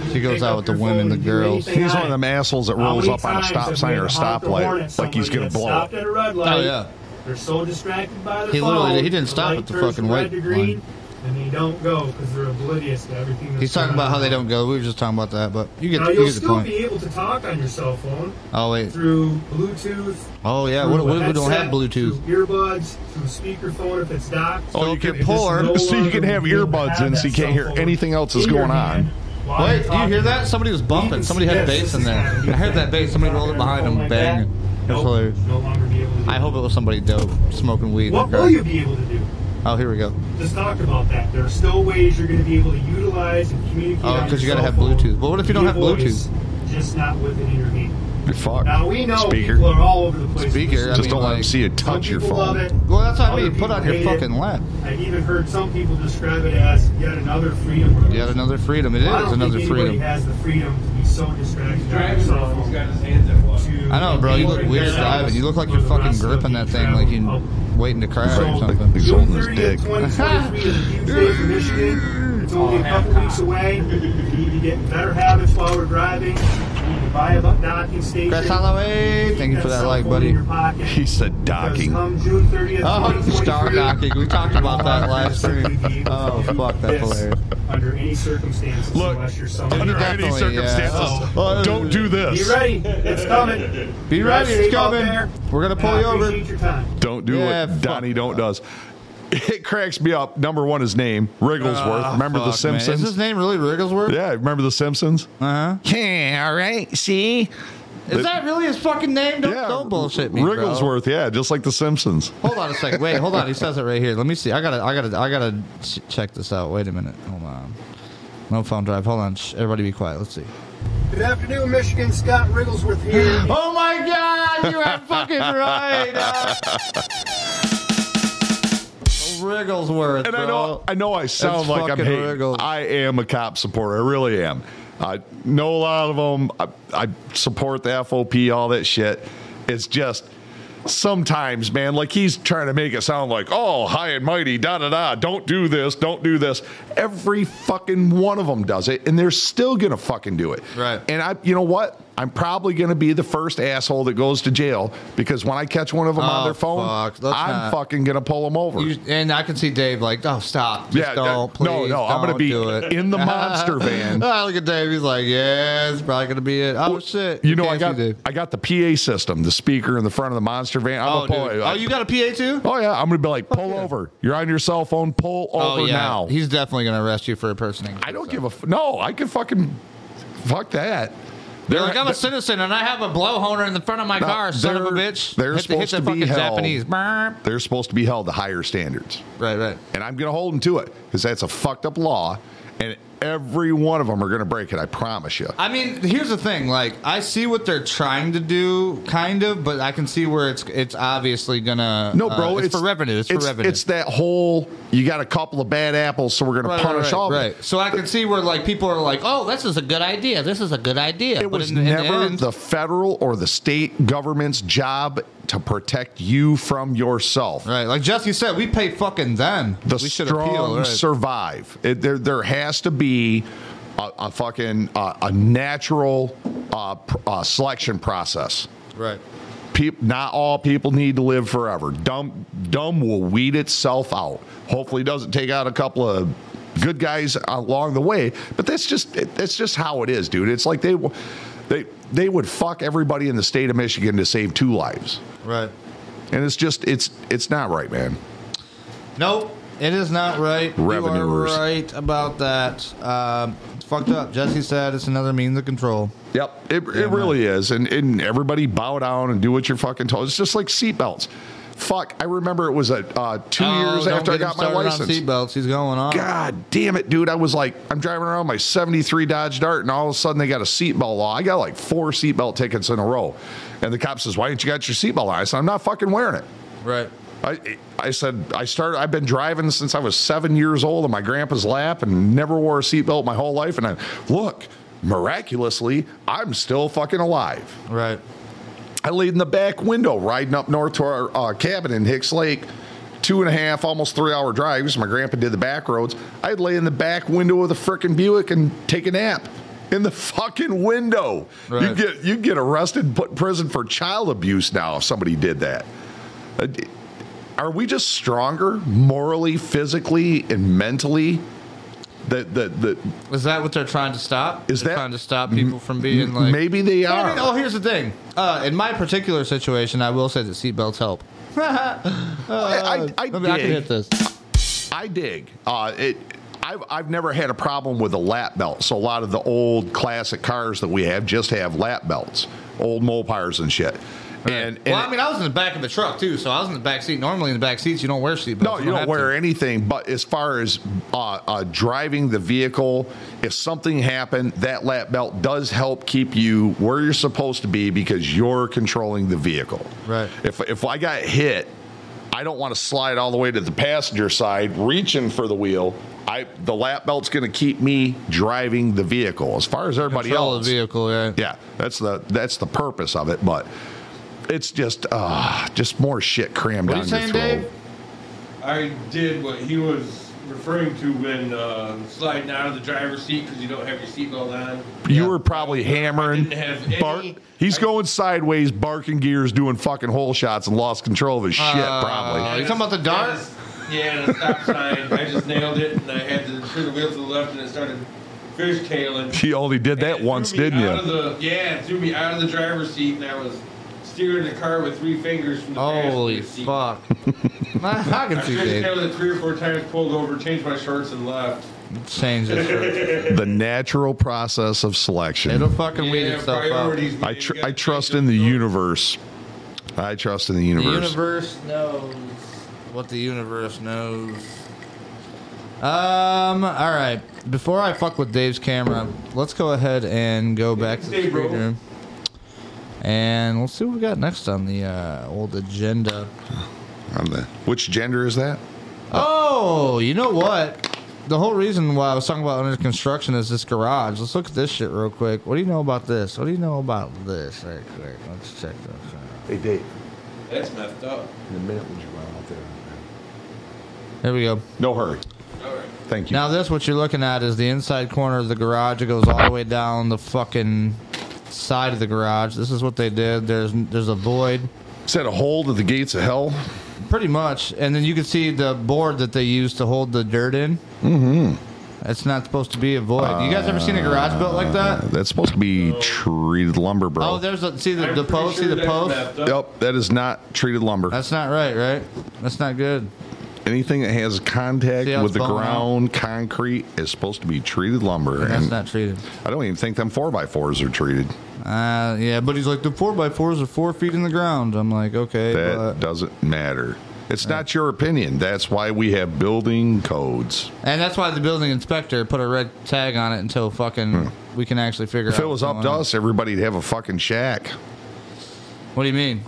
Speaker 7: can
Speaker 3: She goes
Speaker 7: pick
Speaker 3: out
Speaker 7: up
Speaker 3: with the
Speaker 7: your
Speaker 3: women,
Speaker 7: phone
Speaker 3: the
Speaker 7: and do
Speaker 3: girls.
Speaker 7: anything
Speaker 2: He's
Speaker 7: on
Speaker 2: one of
Speaker 7: it.
Speaker 2: them assholes that rolls
Speaker 7: How
Speaker 2: up on a
Speaker 7: many
Speaker 2: stop
Speaker 7: times
Speaker 2: sign
Speaker 7: have
Speaker 2: or a
Speaker 7: we honked the horn at
Speaker 2: stoplight like he's
Speaker 7: somebody
Speaker 2: going to
Speaker 7: that
Speaker 2: blow.
Speaker 7: Stopped
Speaker 2: it.
Speaker 7: at a red light.
Speaker 3: Oh, yeah.
Speaker 7: They're so distracted by the
Speaker 3: He
Speaker 7: phone.
Speaker 3: literally- he didn't
Speaker 7: the
Speaker 3: stop
Speaker 7: light
Speaker 3: at the
Speaker 7: turns
Speaker 3: fucking
Speaker 7: from
Speaker 3: white
Speaker 7: red to green,
Speaker 3: line.
Speaker 7: and they don't go because they're oblivious to everything. That's
Speaker 3: He's talking
Speaker 7: going
Speaker 3: about how
Speaker 7: on.
Speaker 3: they don't go. We were just talking about that, but you get,
Speaker 7: Now
Speaker 3: you
Speaker 7: you'll
Speaker 3: get the
Speaker 7: still
Speaker 3: point.
Speaker 7: be able to talk on your cell phone
Speaker 3: Oh wait.
Speaker 7: through Bluetooth.
Speaker 3: Oh yeah. What,
Speaker 7: through
Speaker 3: what
Speaker 7: a
Speaker 3: if we don't have
Speaker 7: headset,
Speaker 3: Bluetooth?
Speaker 7: Through earbuds, through speakerphone if it's docked.
Speaker 2: Oh, you
Speaker 7: if
Speaker 2: can-
Speaker 7: you're just
Speaker 3: poor.
Speaker 7: no
Speaker 2: So you
Speaker 7: longer
Speaker 2: can have
Speaker 7: able to
Speaker 2: earbuds
Speaker 7: have
Speaker 2: in so
Speaker 7: that
Speaker 2: you can't
Speaker 7: cell
Speaker 2: hear
Speaker 7: phone
Speaker 2: anything else that's
Speaker 7: in your
Speaker 2: going on.
Speaker 7: hand while
Speaker 3: Wait,
Speaker 7: you're
Speaker 3: do you hear
Speaker 7: talking.
Speaker 3: that? Somebody was bumping. Somebody had bass in there. I heard that bass. Somebody rolled it behind him. Bang. That's hilarious.
Speaker 7: No longer be able to do
Speaker 3: I hope it was somebody dope smoking weed. in
Speaker 7: What
Speaker 3: their
Speaker 7: will
Speaker 3: garage.
Speaker 7: you be able to do?
Speaker 3: Oh, here we go.
Speaker 7: Just talked about that. There are still ways you're going to be able to utilize and communicate.
Speaker 3: Oh,
Speaker 7: on
Speaker 3: 'cause
Speaker 7: your
Speaker 3: you gotta
Speaker 7: cell
Speaker 3: have
Speaker 7: phone
Speaker 3: Bluetooth. But what if you don't
Speaker 7: via
Speaker 3: have Bluetooth?
Speaker 7: voice, Just not with it in your hand.
Speaker 2: You're fucked.
Speaker 7: Now we know
Speaker 2: Speaker.
Speaker 7: people are all over the place.
Speaker 3: Speaker. I
Speaker 2: Just
Speaker 3: mean,
Speaker 2: don't let them
Speaker 3: like,
Speaker 2: see you
Speaker 7: Some
Speaker 2: touch your
Speaker 7: people
Speaker 2: phone.
Speaker 7: love it.
Speaker 3: Well, that's what I
Speaker 7: Other
Speaker 3: mean. Put
Speaker 7: people
Speaker 3: on your
Speaker 7: hate
Speaker 3: fucking
Speaker 7: it.
Speaker 3: lap.
Speaker 7: I've even heard some people describe it as yet another freedom.
Speaker 3: Yet another freedom. It is
Speaker 7: I don't
Speaker 3: another
Speaker 7: think anybody
Speaker 3: freedom.
Speaker 7: has the freedom to be so distracted.
Speaker 6: He's
Speaker 7: by their
Speaker 6: driving
Speaker 7: cell
Speaker 6: wrong. He's
Speaker 7: phone.
Speaker 6: got his hands up. What?
Speaker 7: to-
Speaker 3: I know, bro. You look weird driving. You look like you're
Speaker 7: For the
Speaker 3: fucking
Speaker 7: rest of
Speaker 3: gripping
Speaker 7: the
Speaker 3: that thing like you
Speaker 7: travel
Speaker 3: waiting to crash
Speaker 7: So,
Speaker 3: or something.
Speaker 2: He's holding his
Speaker 7: June 30th,
Speaker 2: dick.
Speaker 7: 2023 is a huge day for Michigan. It's only a couple weeks away. You need to get better habits while we're driving. You need to buy a bu- docking station.
Speaker 3: Chris Holloway, thank you for that like, buddy.
Speaker 2: He said docking.
Speaker 7: Come June 30th,
Speaker 3: Oh,
Speaker 7: 2023,
Speaker 3: star knocking. We talked about that last stream. Oh, fuck, that's
Speaker 7: this
Speaker 3: hilarious.
Speaker 7: Under any circumstances,
Speaker 2: Look,
Speaker 7: unless you're
Speaker 2: Under
Speaker 7: somebody.
Speaker 2: any
Speaker 3: Definitely, yeah.
Speaker 2: circumstances, uh, don't do
Speaker 7: Be
Speaker 2: this.
Speaker 7: ready. It's coming.
Speaker 3: Be ready, it's coming. We're gonna pull you over.
Speaker 7: Appreciate your time.
Speaker 2: Don't do
Speaker 3: Yeah,
Speaker 2: what
Speaker 3: fuck.
Speaker 2: Donnie Don't does. It cracks me up. Number one, his name Rigglesworth.
Speaker 3: Ah,
Speaker 2: remember The
Speaker 3: fuck, man.
Speaker 2: Simpsons?
Speaker 3: Is his name really Rigglesworth?
Speaker 2: yeah, remember The Simpsons?
Speaker 3: Uh huh.
Speaker 2: Yeah, all right. See,
Speaker 3: Is that really his fucking name? Don't,
Speaker 2: yeah,
Speaker 3: don't bullshit me, bro.
Speaker 2: Rigglesworth. Yeah, just like The Simpsons.
Speaker 3: Hold on a second. Wait, hold on. He says it right here. Let me see. I gotta, I gotta, I gotta ch- check this out. Wait a minute. Hold on. No phone drive. Hold on. Shh, Everybody, be quiet. Let's see.
Speaker 7: Good afternoon, Michigan. Scott Rigglesworth
Speaker 2: [gasps]
Speaker 7: here.
Speaker 3: Oh my God! You are
Speaker 2: [laughs]
Speaker 3: fucking right. uh. Rigglesworth,
Speaker 2: And
Speaker 3: bro.
Speaker 2: I know, I know, I sound
Speaker 3: It's
Speaker 2: like I'm
Speaker 3: fucking
Speaker 2: hating.
Speaker 3: Riggles.
Speaker 2: I am a cop supporter. I really am. I know a lot of them. I, I support the FOP, all that shit. It's just sometimes, man. Like he's trying to make it sound like, oh, high and mighty, da da da. Don't do this. Don't do this. Every fucking one of them does it, and they're still gonna fucking do it.
Speaker 3: Right.
Speaker 2: And I, you know what? I'm probably gonna be the first asshole that goes to jail because when I catch one of them
Speaker 3: Oh,
Speaker 2: on their phone,
Speaker 3: fuck. Let's
Speaker 2: I'm
Speaker 3: not-
Speaker 2: fucking gonna pull them over.
Speaker 3: You- and I can see Dave like, oh, stop. Just
Speaker 2: Yeah,
Speaker 3: don't, please.
Speaker 2: no, no, I'm gonna
Speaker 3: don't
Speaker 2: be
Speaker 3: do it.
Speaker 2: in
Speaker 3: [laughs]
Speaker 2: the monster van.
Speaker 3: Ah, look at Dave. He's like, yeah, it's probably gonna be it. Oh shit.
Speaker 2: You know, I
Speaker 3: Can't
Speaker 2: got
Speaker 3: see Dave.
Speaker 2: I got the PA system, the speaker in the front of the monster van. I'm
Speaker 3: Oh,
Speaker 2: a
Speaker 3: dude.
Speaker 2: boy.
Speaker 3: oh, you got a PA too?
Speaker 2: Oh yeah, I'm gonna be like, pull over. You're on your cell phone. Pull
Speaker 3: Oh,
Speaker 2: over now.
Speaker 3: He's definitely gonna arrest you for impersonating.
Speaker 2: I don't give a f- no. I can fucking fuck that.
Speaker 3: They're like, I'm a citizen and I have a blowhorn in the front of my
Speaker 2: No,
Speaker 3: car, son of a
Speaker 2: they're-
Speaker 3: bitch.
Speaker 2: they're
Speaker 3: hit the, hit
Speaker 2: supposed
Speaker 3: the
Speaker 2: to
Speaker 3: fucking
Speaker 2: be held.
Speaker 3: Japanese. Burp.
Speaker 2: they're supposed to be held to higher standards,
Speaker 3: Right, right.
Speaker 2: and I'm gonna hold them to it because that's a fucked up law, and every one of them are gonna break it. I promise you.
Speaker 3: I mean, here's the thing. Like, I see what they're trying to do, kind of, but I can see where it's it's obviously gonna.
Speaker 2: No,
Speaker 3: uh,
Speaker 2: bro,
Speaker 3: it's, for revenue. It's, for revenue.
Speaker 2: It's that whole you got a couple of bad apples, so we're gonna
Speaker 3: Right,
Speaker 2: punish
Speaker 3: right,
Speaker 2: all of them.
Speaker 3: right. So I can see where like people are like, "Oh, this is a good idea. This is a good idea."
Speaker 2: It was
Speaker 3: in, in
Speaker 2: never
Speaker 3: end-
Speaker 2: the federal or the state government's job to protect you from yourself.
Speaker 3: right. Like Jesse said, we pay fucking them.
Speaker 2: The
Speaker 3: we should
Speaker 2: strong
Speaker 3: appeal. Right.
Speaker 2: survive. It, there, there has to be a, a fucking uh, a natural uh, pr- uh, selection process.
Speaker 3: right.
Speaker 2: Peop, not all people need to live forever. Dumb, dumb will weed itself out. Hopefully, doesn't take out a couple of good guys along the way. But that's just that's just how it is, dude. It's like they w- they they would fuck everybody in the state of Michigan to save two lives,
Speaker 3: Right.
Speaker 2: and it's just it's it's not right, man.
Speaker 3: Nope. It is not right. You are
Speaker 2: Revenuers.
Speaker 3: right about that. Um, it's fucked up. Jesse said it's another means of control.
Speaker 2: Yep, it, it really is, and and everybody bow down and do what you're fucking told. It's just like seatbelts. Fuck, I remember it was a uh, two
Speaker 3: Oh,
Speaker 2: years after I got my license.
Speaker 3: Seatbelts. He's going on.
Speaker 2: God damn it, dude. I was like, I'm driving around my 73 Dodge Dart, and all of a sudden they got a seatbelt law. I got like four seatbelt tickets in a row. And the cop says, Why didn't you got your seatbelt on? I said, I'm not fucking wearing it.
Speaker 3: Right.
Speaker 2: I, I said, I started, I've been driving since I was seven years old on my grandpa's lap and never wore a seatbelt my whole life. And I, look, miraculously, I'm still fucking alive.
Speaker 3: Right.
Speaker 2: I laid in the back window riding up north to our uh, cabin in Hicks Lake. Two and a half, almost three hour drives. My grandpa did the back roads. I'd lay in the back window of the frickin' Buick and take a nap in the fucking window. You
Speaker 3: Right.
Speaker 2: get you get arrested and put in prison for child abuse now if somebody did that. Uh, d- Are we just stronger morally, physically, and mentally? That that that
Speaker 3: Is that what they're trying to stop?
Speaker 2: Is
Speaker 3: They're
Speaker 2: that-
Speaker 3: trying to stop people from being like
Speaker 2: maybe they
Speaker 3: Well, I
Speaker 2: are.
Speaker 3: mean, oh, here's the thing. Uh, in my particular situation, I will say that seatbelts help. [laughs] Uh,
Speaker 2: I, I, I,
Speaker 3: Let me- I can
Speaker 2: dig.
Speaker 3: hit this.
Speaker 2: I dig. Uh, it. I've, I've never had a problem with a lap belt. So a lot of the old classic cars that we have just have lap belts, old Mopars and shit. And, and
Speaker 3: well, I mean, I was in the back of the truck too, so I was in the back seat. Normally, in the back seats, you don't wear seatbelts.
Speaker 2: No, you don't,
Speaker 3: have
Speaker 2: wear
Speaker 3: to.
Speaker 2: anything. But as far as uh, uh, driving the vehicle, if something happened, that lap belt does help keep you where you're supposed to be because you're controlling the vehicle.
Speaker 3: Right.
Speaker 2: If if I got hit, I don't want to slide all the way to the passenger side, reaching for the wheel. I the lap belt's going to keep me driving the vehicle. As far as everybody
Speaker 3: Control
Speaker 2: else,
Speaker 3: the vehicle, yeah.
Speaker 2: yeah, that's the that's the purpose of it. But it's just uh, just more shit crammed
Speaker 3: What
Speaker 2: down
Speaker 3: are you
Speaker 2: your
Speaker 3: saying,
Speaker 2: throat.
Speaker 3: Dave?
Speaker 6: I did what he was referring to when uh, sliding out of the driver's seat because you don't have your seatbelt on.
Speaker 2: You were probably hammering.
Speaker 6: I didn't have any-
Speaker 2: bark. He's going sideways, barking gears, doing fucking hole shots, and lost control of his shit.
Speaker 3: Oh,
Speaker 2: probably.
Speaker 3: you talking about the
Speaker 6: Uh, Yeah,
Speaker 3: dart?
Speaker 6: this- Yeah, the stop sign. I just nailed it, and I had to turn the wheel to the left, and it started fishtailing.
Speaker 2: He only did
Speaker 6: And it
Speaker 2: that
Speaker 6: threw
Speaker 2: once,
Speaker 6: me
Speaker 2: didn't
Speaker 6: out
Speaker 2: you?
Speaker 6: of the- yeah, it threw me out of the driver's seat, and I was steering the car with three fingers from the
Speaker 3: Holy
Speaker 6: passenger seat.
Speaker 3: fuck! I can
Speaker 6: I
Speaker 3: see
Speaker 6: fished
Speaker 3: Dave.
Speaker 6: out of it three or four times, pulled over, changed my shorts, and left.
Speaker 3: Change this. shit.
Speaker 2: The natural process of
Speaker 3: It'll
Speaker 2: selection.
Speaker 3: fucking weed
Speaker 6: Yeah,
Speaker 3: itself out.
Speaker 6: priorities,
Speaker 2: I
Speaker 6: man.
Speaker 2: tr-
Speaker 6: You
Speaker 2: I
Speaker 6: gotta
Speaker 2: trust
Speaker 6: change
Speaker 2: in the
Speaker 6: your-
Speaker 2: universe. I trust in the
Speaker 3: The
Speaker 2: universe.
Speaker 3: universe knows what the universe knows. Um. All right. Before I fuck with Dave's camera, let's go ahead and go back to the
Speaker 6: Dave, bro.
Speaker 3: screen room, and we'll see what we got next on the uh, old agenda.
Speaker 2: I'm the- which gender is that?
Speaker 3: Oh, you know what? The whole reason why I was talking about under construction is this garage. Let's look at this shit real quick. What do you know about this? What do you know about this? Right quick. Let's check this out.
Speaker 2: Hey, Dave.
Speaker 6: That's messed up.
Speaker 2: In a minute, would you run out there?
Speaker 3: Here we go.
Speaker 2: No hurry.
Speaker 6: All right.
Speaker 2: Thank you.
Speaker 3: Now this, what you're looking at is the inside corner of the garage. It goes all the way down the fucking side of the garage. This is what they did. There's there's a void,
Speaker 2: Set a hole to the gates of hell.
Speaker 3: pretty much, and then you can see the board that they used to hold the dirt in. Mm-hmm. It's not supposed to be a void. you guys ever seen a garage built like that?
Speaker 2: That's supposed to be treated lumber, bro.
Speaker 3: Oh, there's a see the,
Speaker 6: I'm
Speaker 3: the
Speaker 6: pretty
Speaker 3: post.
Speaker 6: sure
Speaker 3: see the
Speaker 6: that's
Speaker 3: post.
Speaker 6: messed up.
Speaker 2: Yep, that is not treated lumber.
Speaker 3: That's not right, right? That's not good.
Speaker 2: Anything that has contact
Speaker 3: See how
Speaker 2: with
Speaker 3: it's
Speaker 2: the
Speaker 3: falling out?
Speaker 2: ground, concrete, is supposed to be treated lumber.
Speaker 3: That's
Speaker 2: And
Speaker 3: not treated.
Speaker 2: I don't even think them 4x4s are treated.
Speaker 3: Uh, yeah, but he's like the four by fours are four feet in the ground. I'm like, okay,
Speaker 2: That
Speaker 3: but-
Speaker 2: doesn't matter. It's not your opinion. That's why we have building codes.
Speaker 3: and that's why the building inspector put a red tag on it until fucking we can actually figure out.
Speaker 2: Hmm. If it was
Speaker 3: what's
Speaker 2: up to
Speaker 3: going on.
Speaker 2: us, everybody'd have a fucking shack.
Speaker 3: what do you mean?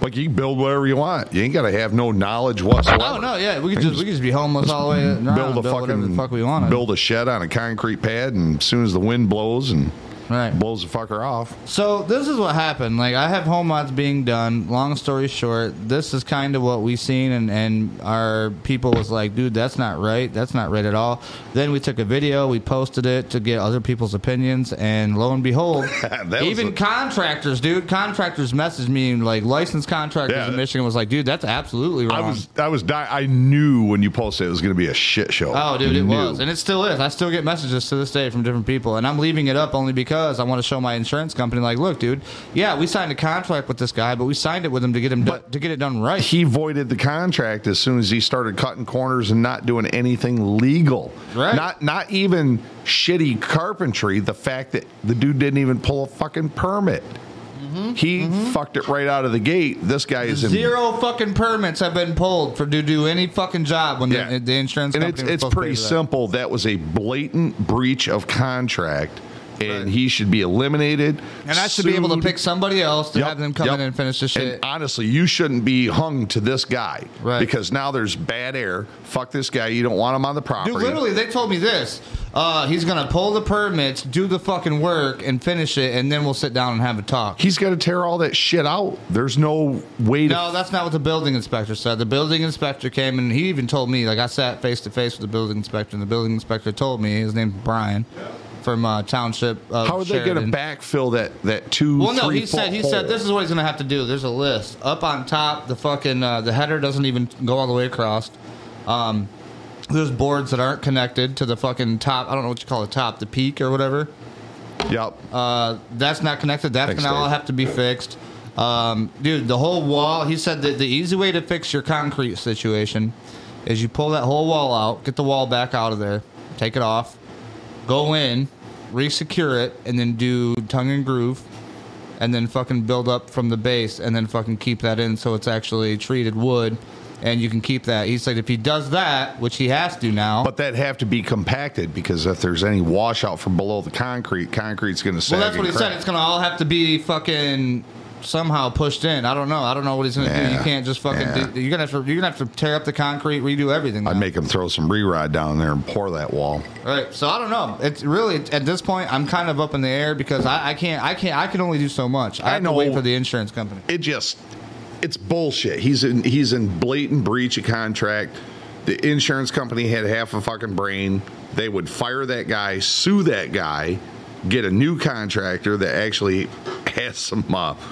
Speaker 2: Like you can build whatever you want. You ain't gotta have no knowledge whatsoever.
Speaker 3: Oh no, yeah, we could just we could just be homeless all the way around.
Speaker 2: Build a
Speaker 3: whatever
Speaker 2: fucking
Speaker 3: the fuck we want.
Speaker 2: build a shed on a concrete pad, and as soon as the wind blows and
Speaker 3: right.
Speaker 2: blows the fucker off,
Speaker 3: So this is what happened. Like I have home mods being done. Long story short, this is kind of what we seen, and and our people was like, dude, that's not right. That's not right at all. Then we took a video, we posted it to get other people's opinions, and lo and behold,
Speaker 2: [laughs] That was
Speaker 3: even
Speaker 2: a-
Speaker 3: contractors, dude, contractors messaged me and like licensed contractors
Speaker 2: Yeah.
Speaker 3: in Michigan was like, dude, that's absolutely
Speaker 2: I
Speaker 3: wrong.
Speaker 2: was I was di- I knew when you posted it was gonna be a shit show.
Speaker 3: Oh, dude, it
Speaker 2: Knew.
Speaker 3: was, and it still is. I still get messages to this day from different people, and I'm leaving it up only because I want to show my insurance company, like, look, dude, yeah, we signed a contract with this guy, but we signed it with him to get him do- to get it done right.
Speaker 2: he voided the contract as soon as he started cutting corners and not doing anything legal.
Speaker 3: Right.
Speaker 2: Not not even shitty carpentry. The fact that the dude didn't even pull a fucking permit. He fucked it right out of the gate. This guy is in
Speaker 3: Mm-hmm. Zero fucking permits have been pulled for to do any fucking job when
Speaker 2: Yeah.
Speaker 3: the, the insurance
Speaker 2: and it's
Speaker 3: company. was
Speaker 2: it's
Speaker 3: supposed to
Speaker 2: pretty
Speaker 3: pay for that.
Speaker 2: simple. That was a blatant breach of contract, and he should be eliminated.
Speaker 3: And I should be able to
Speaker 2: sued.
Speaker 3: pick somebody else to
Speaker 2: Yep,
Speaker 3: have them come
Speaker 2: yep.
Speaker 3: in and finish the shit.
Speaker 2: And honestly, you shouldn't be hung to this guy,
Speaker 3: Right.
Speaker 2: Because now there's bad air. Fuck this guy. You don't want him on the property.
Speaker 3: Dude, literally, they told me this. Uh, he's gonna pull the permits, do the fucking work, and finish it, and then we'll sit down and have a talk.
Speaker 2: He's got to tear all that shit out. There's no way to.
Speaker 3: No, that's not what the building inspector said. The building inspector came and he even told me, like, I sat face to face with the building inspector, and the building inspector told me his name's Brian from uh, Township. Of
Speaker 2: how are they going
Speaker 3: Sheridan.
Speaker 2: to backfill that that two?
Speaker 3: Well, no, he
Speaker 2: three-foot
Speaker 3: said he
Speaker 2: hole?
Speaker 3: said this is what he's gonna have to do. There's a list up on top. The fucking uh, the header doesn't even go all the way across. Um, there's boards that aren't connected to the fucking top. I don't know what you call the top, the peak or whatever.
Speaker 2: Yep.
Speaker 3: Uh, that's not connected. That's
Speaker 2: Thanks,
Speaker 3: gonna all
Speaker 2: Dave.
Speaker 3: have to be fixed. Um, dude, the whole wall. He said that the easy way to fix your concrete situation is you pull that whole wall out, get the wall back out of there, take it off, go in, re-secure it, and then do tongue and groove, and then fucking build up from the base and then fucking keep that in so it's actually treated wood and you can keep that. He said if he does that, which he has to now.
Speaker 2: But that have to be compacted because if there's any washout from below the concrete, concrete's going to sag.
Speaker 3: well, that's what
Speaker 2: and
Speaker 3: he
Speaker 2: crack.
Speaker 3: said. It's gonna all have to be fucking somehow pushed in. I don't know. I don't know what he's gonna do.
Speaker 2: Yeah.
Speaker 3: You can't just fucking.
Speaker 2: Yeah.
Speaker 3: Do, you're gonna have to. You're gonna have to tear up the concrete, redo everything.
Speaker 2: I'd
Speaker 3: now.
Speaker 2: make him throw some re-rod down there and pour that wall.
Speaker 3: Right. So I don't know. It's really at this point I'm kind of up in the air because I, I can't I can't I can only do so much. I,
Speaker 2: I
Speaker 3: have
Speaker 2: know.
Speaker 3: to wait for the insurance company.
Speaker 2: It just, it's bullshit. He's in he's in blatant breach of contract. The insurance company had half a fucking brain. They would fire that guy, sue that guy, get a new contractor that actually has some uh, [laughs]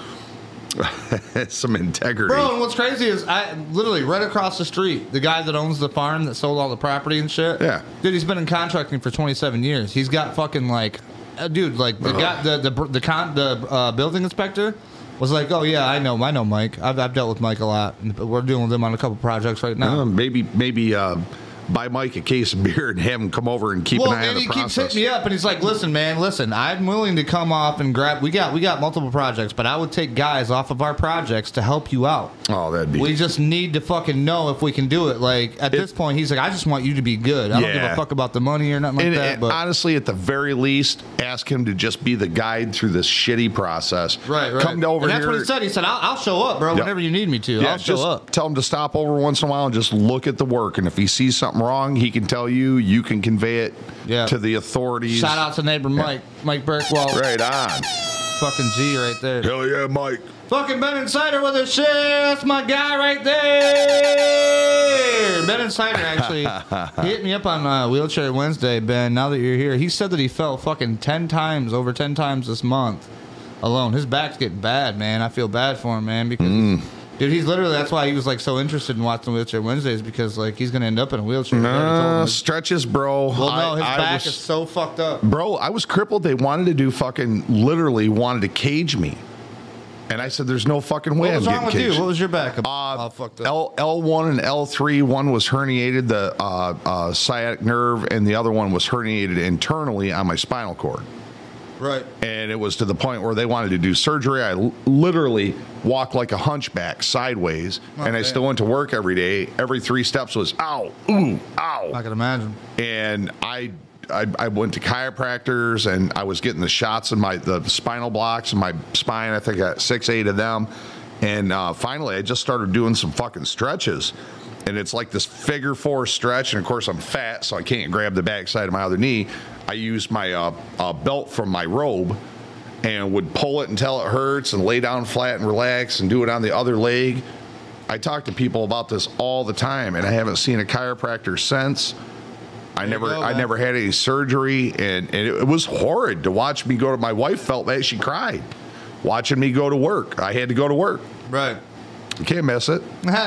Speaker 2: has some integrity.
Speaker 3: Bro, and what's crazy is I literally right across the street, the guy that owns the farm that sold all the property and shit.
Speaker 2: Yeah.
Speaker 3: Dude, he's been in contracting for 27 years. He's got fucking like, uh, dude, like the guy, the the the con, the uh, building inspector was like, oh yeah, I know, I know Mike. I've, I've dealt with Mike a lot. We're dealing with him on a couple projects right now.
Speaker 2: Uh, maybe maybe uh, buy Mike a case of beer and have him come over and keep
Speaker 3: well,
Speaker 2: an eye on
Speaker 3: and
Speaker 2: the
Speaker 3: he keeps
Speaker 2: process.
Speaker 3: hitting me up, and he's like, "Listen, man, listen. I'm willing to come off and grab. We got we got multiple projects, but I would take guys off of our projects to help you out.
Speaker 2: Oh, that'd be
Speaker 3: We just need to fucking know if we can do it. Like at this point, he's like, I just want you to be good. I don't give
Speaker 2: Yeah.
Speaker 3: a fuck about the money or nothing like
Speaker 2: And,
Speaker 3: that.
Speaker 2: and
Speaker 3: But
Speaker 2: honestly, at the very least, ask him to just be the guide through this shitty process.
Speaker 3: right, right.
Speaker 2: Come over
Speaker 3: and
Speaker 2: here.
Speaker 3: That's what he said. He said, I'll, I'll show up, bro.
Speaker 2: Yeah.
Speaker 3: Whenever you need me to,
Speaker 2: Yeah,
Speaker 3: I'll show
Speaker 2: just
Speaker 3: up.
Speaker 2: tell him to stop over once in a while and just look at the work. And if he sees something wrong, he can tell you. You can convey it
Speaker 3: Yeah.
Speaker 2: to the authorities.
Speaker 3: Shout out to neighbor Mike, Mike Burkwell,
Speaker 2: Right on.
Speaker 3: fucking G right there.
Speaker 2: Hell yeah, Mike.
Speaker 3: Fucking Ben Insider with a shit. That's my guy right there. Ben
Speaker 2: [laughs]
Speaker 3: Insider actually he hit me up on uh, Wheelchair Wednesday. Ben, now that you're here, he said that he fell fucking ten times, over ten times this month alone. His back's getting bad, man. I feel bad for him, man, because.
Speaker 2: Mm.
Speaker 3: Dude, he's literally. That's why he was like so interested in watching Wheelchair Wednesdays because like he's gonna end up in a wheelchair. I already told him
Speaker 2: Uh,
Speaker 3: this.
Speaker 2: stretches, bro.
Speaker 3: well, no,
Speaker 2: I-
Speaker 3: his
Speaker 2: I
Speaker 3: back
Speaker 2: was-
Speaker 3: is so fucked up.
Speaker 2: bro, I was crippled. They wanted to do fucking, literally wanted to cage me. And I said, there's no fucking way
Speaker 3: What was
Speaker 2: I'm
Speaker 3: wrong
Speaker 2: getting
Speaker 3: with
Speaker 2: caged.
Speaker 3: you? What was your back?
Speaker 2: Uh,
Speaker 3: all fucked up.
Speaker 2: L L one and L three. One was herniated, the uh, uh, sciatic nerve, and the other one was herniated internally on my spinal cord.
Speaker 3: right.
Speaker 2: And it was to the point where they wanted to do surgery. I l- literally walked like a hunchback sideways, and I
Speaker 3: damn.
Speaker 2: still went to work every day. Every three steps was ow, ooh,
Speaker 3: I
Speaker 2: ow,
Speaker 3: can imagine.
Speaker 2: and I. I, I went to chiropractors and I was getting the shots in my the spinal blocks in my spine. I think I got six eight of them, and uh, finally I just started doing some fucking stretches, and it's like this figure four stretch. And of course I'm fat, so I can't grab the backside of my other knee. I used my uh, uh, belt from my robe and would pull it until it hurts and lay down flat and relax and do it on the other leg. I talk to people about this all the time, and I haven't seen a chiropractor since. I never,
Speaker 3: go,
Speaker 2: I
Speaker 3: man.
Speaker 2: never had any surgery, and, and it, it was horrid to watch me go to. My wife felt that she cried watching me go to work. I had to go to work.
Speaker 3: Right.
Speaker 2: You can't miss it.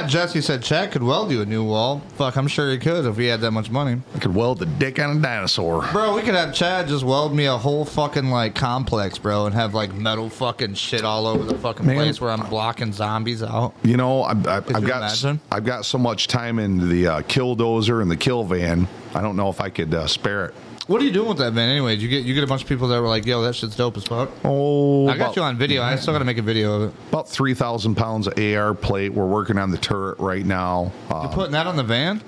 Speaker 3: Jesse said Chad could well do a new wall. Fuck, I'm sure he could if he had that much money.
Speaker 2: I could weld the dick on a dinosaur.
Speaker 3: Bro, we could have Chad just weld me a whole fucking like complex, bro, and have like metal fucking shit all over the fucking
Speaker 2: Man.
Speaker 3: place where I'm blocking zombies out.
Speaker 2: You know, I, I, I've
Speaker 3: you
Speaker 2: got s-
Speaker 3: imagine?
Speaker 2: I've got so much time in the uh, kill dozer and the kill van. I don't know if I could uh, spare it.
Speaker 3: What are you doing with that man? Anyway, did you get you get a bunch of people that were like, "Yo, that shit's dope as fuck."
Speaker 2: Oh,
Speaker 3: I got
Speaker 2: about-
Speaker 3: you on video. I still gotta make a video of it.
Speaker 2: about 3,000 pounds of AR plate. We're working on the turret right now.
Speaker 3: You
Speaker 2: Uh,
Speaker 3: putting that on the van?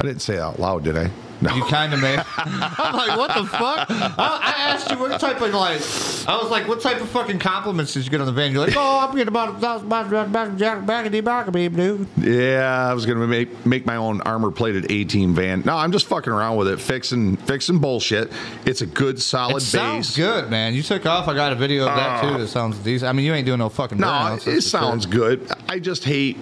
Speaker 2: I didn't say it out loud, did I? No.
Speaker 3: You kind of made. [laughs] I'm like, what the fuck? I, I asked you what type of like. I was like, what type of fucking compliments did you get on the van? You're like, oh, I'm getting about a thousand miles back back back back back back beam, dude.
Speaker 2: Yeah, I was gonna make make my own armor plated A team van. No, I'm just fucking around with it, fixing fixing bullshit. It's a good solid
Speaker 3: It sounds
Speaker 2: base.
Speaker 3: good, man. You took off. I got a video of that too. That sounds decent. I mean, you ain't doing no fucking.
Speaker 2: No,
Speaker 3: burnouts,
Speaker 2: it,
Speaker 3: that's for sure.
Speaker 2: sounds good. I just hate,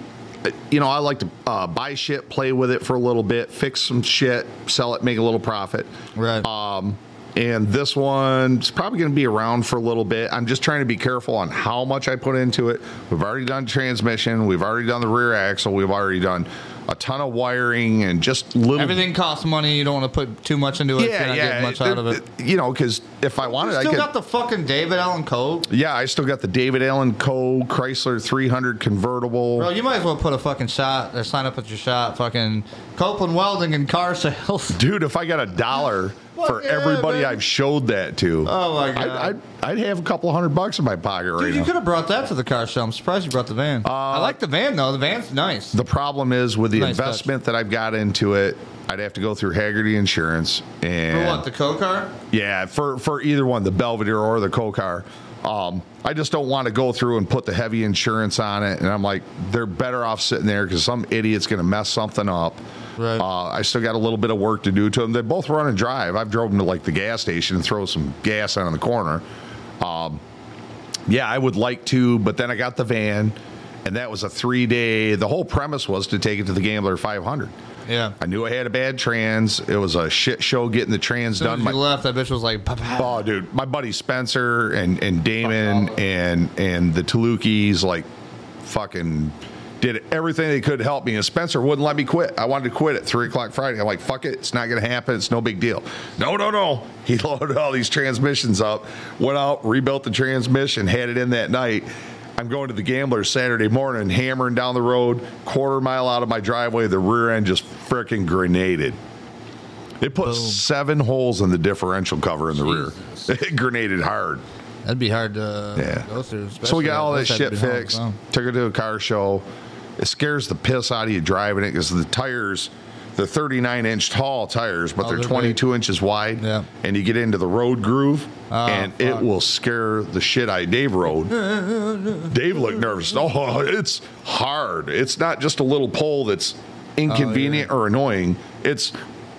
Speaker 2: you know, I like to uh, buy shit, play with it for a little bit, fix some shit, sell it, make a little profit.
Speaker 3: Right.
Speaker 2: Um, and this one's probably going to be around for a little bit. I'm just trying to be careful on how much I put into it. We've already done transmission. We've already done the rear axle. We've already done a ton of wiring and just little
Speaker 3: Everything costs money. You don't want to put too much into it. You're
Speaker 2: Yeah,
Speaker 3: not
Speaker 2: yeah.
Speaker 3: getting much out of it.
Speaker 2: You know, because if I wanted,
Speaker 3: You
Speaker 2: I
Speaker 3: still
Speaker 2: could.
Speaker 3: got the fucking David Allen Coe.
Speaker 2: yeah, I still got the David Allen Co. Chrysler 300 convertible.
Speaker 3: Bro, you might as well put a fucking shot uh, or sign up at your shop. Fucking Copeland Welding and Car Sales.
Speaker 2: Dude, if I got a dollar for
Speaker 3: yeah,
Speaker 2: everybody
Speaker 3: man.
Speaker 2: I've showed that to.
Speaker 3: Oh, my God.
Speaker 2: I'd, I'd, I'd have a couple hundred bucks in my pocket right
Speaker 3: Dude,
Speaker 2: now. Uh,
Speaker 3: you could have brought that to the car show. I'm surprised you brought the van. I like the van though. The van's nice.
Speaker 2: The problem is with the
Speaker 3: Nice
Speaker 2: investment that I've got into it, I'd have to go through Haggerty Insurance
Speaker 3: For
Speaker 2: and
Speaker 3: what? The co car?
Speaker 2: yeah, for for either one, the Belvedere or the Cocar. Um, I just don't want to go through and put the heavy insurance on it, and I'm like, they're better off sitting there because some idiot's going to mess something up.
Speaker 3: Right.
Speaker 2: Uh, I still got a little bit of work to do to them. They both run and drive. I've drove them to like the gas station and throw some gas out in the corner. Um, yeah, I would like to, but then I got the van, and that was a three day. The whole premise was to take it to the Gambler 500.
Speaker 3: Yeah.
Speaker 2: I knew I had a bad trans. It was a shit show getting the trans
Speaker 3: As soon
Speaker 2: done.
Speaker 3: as
Speaker 2: My-
Speaker 3: you left, that bitch was like, "Bah, bah."
Speaker 2: Oh, dude, my buddy Spencer and and Damon and and the Talukis like fucking did everything they could to help me. And Spencer wouldn't let me quit. I wanted to quit at three o'clock Friday. I'm like, fuck it, it's not gonna happen. It's no big deal. No, no, no. [laughs] He loaded all these transmissions up, went out, rebuilt the transmission, had it in that night. I'm going to the gambler Saturday morning, hammering down the road, quarter mile out of my driveway. The rear end just freaking grenaded. It put seven holes in the differential cover in the rear. It [laughs] grenaded hard.
Speaker 3: That'd be hard to
Speaker 2: Yeah.
Speaker 3: go through.
Speaker 2: so we
Speaker 3: especially
Speaker 2: got all that
Speaker 3: unless I'd
Speaker 2: shit
Speaker 3: been home,
Speaker 2: fixed. [laughs]
Speaker 3: so.
Speaker 2: Took it to a car show. It scares the piss out of you driving it because the tires, they're 39 inch tall tires, but
Speaker 3: Oh,
Speaker 2: they're,
Speaker 3: they're big.
Speaker 2: 22 inches wide.
Speaker 3: Yeah.
Speaker 2: And you get into the road groove,
Speaker 3: Oh,
Speaker 2: and it
Speaker 3: fuck.
Speaker 2: will scare the shit out of Dave Road. Dave looked nervous. [laughs] Oh, it's hard. It's not just a little pole that's
Speaker 3: Oh,
Speaker 2: inconvenient or annoying. It's,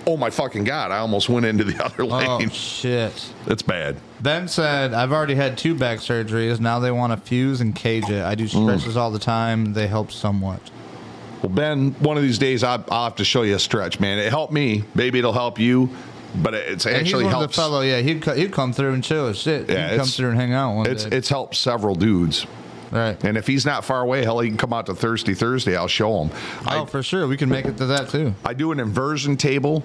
Speaker 2: oh my fucking God, I almost went into the [laughs] other
Speaker 3: Oh
Speaker 2: lane.
Speaker 3: shit.
Speaker 2: It's bad.
Speaker 3: Ben said, I've already had two back surgeries. Now they want to fuse and cage it. I do
Speaker 2: Mm.
Speaker 3: stretches all the time. They help somewhat.
Speaker 2: Well, Ben, one of these days I'll, I'll have to show you a stretch, man. It helped me. Maybe it'll help you, but it's
Speaker 3: And
Speaker 2: actually
Speaker 3: he's one
Speaker 2: helped.
Speaker 3: of the fellow, yeah, he'd, co- he'd come through and chill us. Shit,
Speaker 2: Yeah,
Speaker 3: he'd come
Speaker 2: it's-
Speaker 3: through and hang out one
Speaker 2: It's
Speaker 3: day.
Speaker 2: it's helped several dudes.
Speaker 3: right.
Speaker 2: And if he's not far away, hell, he can come out to Thirsty Thursday. I'll show him.
Speaker 3: Oh, for sure. We can make it to that too.
Speaker 2: I do an inversion table.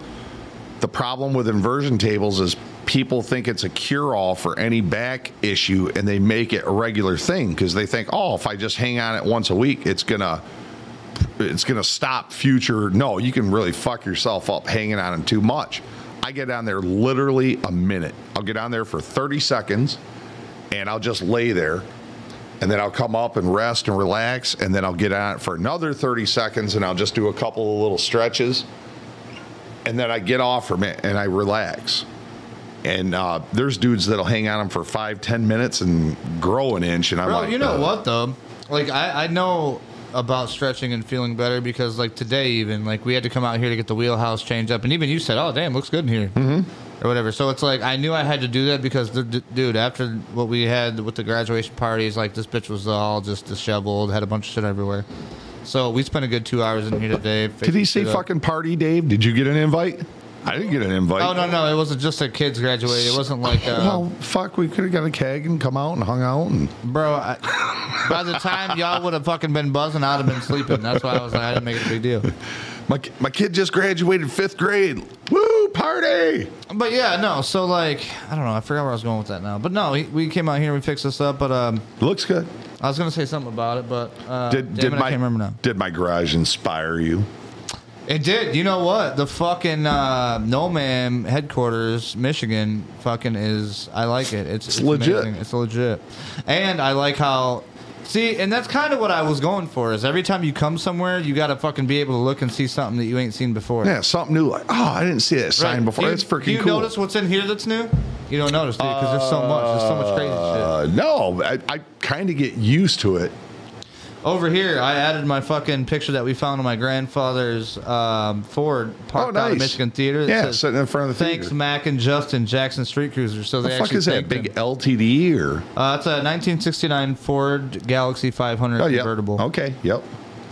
Speaker 2: The problem with inversion tables is people think it's a cure all for any back issue and they make it a regular thing because they think, oh, if I just hang on it once a week, it's going to. It's gonna stop future. No, you can really fuck yourself up hanging on it too much. I get on there literally a minute. I'll get on there for 30 seconds and I'll just lay there and then I'll come up and rest and relax, and then I'll get on it for another 30 seconds, and I'll just do a couple of little stretches, and then I get off from it and I relax. And uh, there's dudes that'll hang on them for five, ten minutes and grow an inch, and I'm
Speaker 3: Bro,
Speaker 2: like,
Speaker 3: you know
Speaker 2: uh,
Speaker 3: what though? Like I, I know about stretching and feeling better because like today even like we had to come out here to get the wheelhouse changed up and even you said oh damn looks good in here mm-hmm. or whatever so it's like i knew i had to do that because the, d- dude after what we had with the graduation parties like this bitch was all just disheveled had a bunch of shit everywhere so we spent a good two hours in here today
Speaker 2: Did he
Speaker 3: fixing
Speaker 2: say
Speaker 3: shit up.
Speaker 2: fucking party, Dave? Did you get an invite? uh, I didn't get an invite.
Speaker 3: oh no no it wasn't just a kids graduate it wasn't like uh,
Speaker 2: Well, fuck, we could have got a keg and come out and hung out. And
Speaker 3: Bro, I, by the time y'all would have fucking been buzzing, I'd have been sleeping. That's why I was like, I didn't make it a big deal.
Speaker 2: my ki- my kid just graduated fifth grade. Woo, party!
Speaker 3: But yeah, no. So like, I don't know. I forgot where I was going with that now. But no, we, we came out here, we fixed this up. But um,
Speaker 2: Looks good.
Speaker 3: I was gonna say something about it, but uh,
Speaker 2: Did
Speaker 3: damn
Speaker 2: did
Speaker 3: it,
Speaker 2: my
Speaker 3: I can't remember now.
Speaker 2: did my garage inspire you?
Speaker 3: It did. You know what? The fucking uh, No Man headquarters, Michigan, fucking is. I like it. It's, it's,
Speaker 2: legit.
Speaker 3: Amazing. It's legit. And I like how. See, and that's kind of what I was going for. Is every time you come somewhere, you got to fucking be able to look and see something that you ain't seen before.
Speaker 2: Yeah, something new. Like, oh, I didn't see that sign
Speaker 3: Right.
Speaker 2: before.
Speaker 3: Do you-
Speaker 2: That's freaking
Speaker 3: Do you
Speaker 2: cool.
Speaker 3: notice what's in here that's new? You don't notice, dude, because there's so much. There's so much crazy
Speaker 2: uh, no, I, I kind of get used to it.
Speaker 3: shit. Over here, I added my fucking picture that we found on my grandfather's um, Ford parked
Speaker 2: oh,
Speaker 3: out
Speaker 2: nice.
Speaker 3: of Michigan Theater. It
Speaker 2: Yeah,
Speaker 3: says,
Speaker 2: sitting in front of the
Speaker 3: Thanks,
Speaker 2: theater.
Speaker 3: Mac and Justin Jackson Street Cruiser. So
Speaker 2: The
Speaker 3: they
Speaker 2: fuck
Speaker 3: actually
Speaker 2: is that
Speaker 3: thanked
Speaker 2: big
Speaker 3: him.
Speaker 2: LTD or?
Speaker 3: Uh, it's a 1969 Ford Galaxy 500
Speaker 2: Oh yeah.
Speaker 3: convertible.
Speaker 2: Okay. Yep.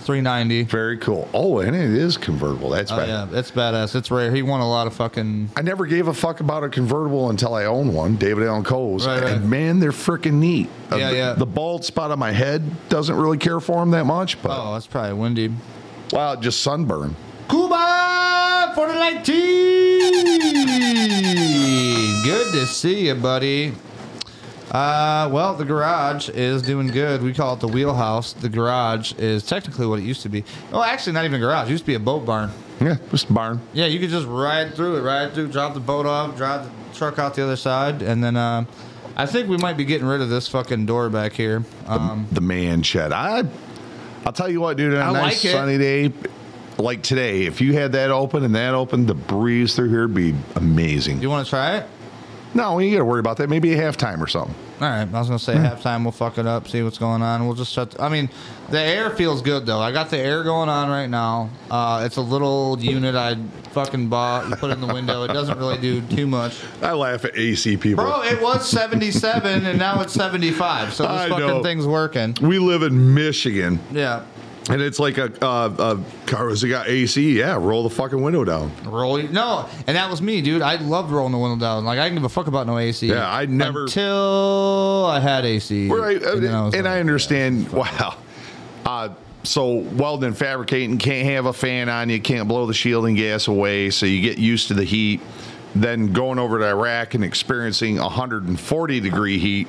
Speaker 3: 390.
Speaker 2: Very cool. Oh, and it is convertible. That's
Speaker 3: Oh,
Speaker 2: bad.
Speaker 3: yeah, it's badass. It's rare. He won a lot of fucking.
Speaker 2: I never gave a fuck about a convertible until I owned one, David Allen Cole's.
Speaker 3: Right, right.
Speaker 2: And man, they're freaking neat. Uh,
Speaker 3: Yeah,
Speaker 2: the,
Speaker 3: yeah.
Speaker 2: the bald spot on my head doesn't really care for them that much, but
Speaker 3: Oh, that's probably windy.
Speaker 2: wow, just sunburn.
Speaker 3: Cuba 4019. Good to see you, buddy. Uh, well, the garage is doing good. We call it the wheelhouse. The garage is technically what it used to be. Oh, actually, not even a garage. It used to be a boat barn.
Speaker 2: Yeah, just barn.
Speaker 3: Yeah, you could just ride through it, ride through, drop the boat off, drive the truck out the other side, and then uh, I think we might be getting rid of this fucking door back here. Um,
Speaker 2: The man shed. I, I'll tell you what, dude. On a
Speaker 3: I
Speaker 2: nice
Speaker 3: like it.
Speaker 2: sunny day like today, if you had that open and that open, the breeze through here would be amazing.
Speaker 3: you want to try it?
Speaker 2: No, you got to worry about that. Maybe a halftime or something.
Speaker 3: All right, I was gonna say halftime. We'll fuck it up, see what's going on. We'll just shut. I mean, the air feels good though. I got the air going on right now. Uh, it's a little unit I fucking bought and put in the window. It doesn't really do too much,
Speaker 2: I laugh at AC people.
Speaker 3: bro. It was seventy seven and now it's seventy five. So
Speaker 2: I
Speaker 3: this fucking
Speaker 2: know.
Speaker 3: thing's working.
Speaker 2: we live in Michigan,
Speaker 3: Yeah,
Speaker 2: and it's like a, uh a car has got AC. Yeah, roll the fucking window down.
Speaker 3: roll. No, and that was me, dude. I loved rolling the window down. Like I didn't give a fuck about no AC.
Speaker 2: Yeah, I never-
Speaker 3: until I had AC.
Speaker 2: Where I, uh, and,
Speaker 3: then was like,
Speaker 2: I understand. wow. Uh, so welding, fabricating, can't have a fan on you, can't blow the shielding gas away, so you get used to the heat. Then going over to Iraq and experiencing 140 degree heat,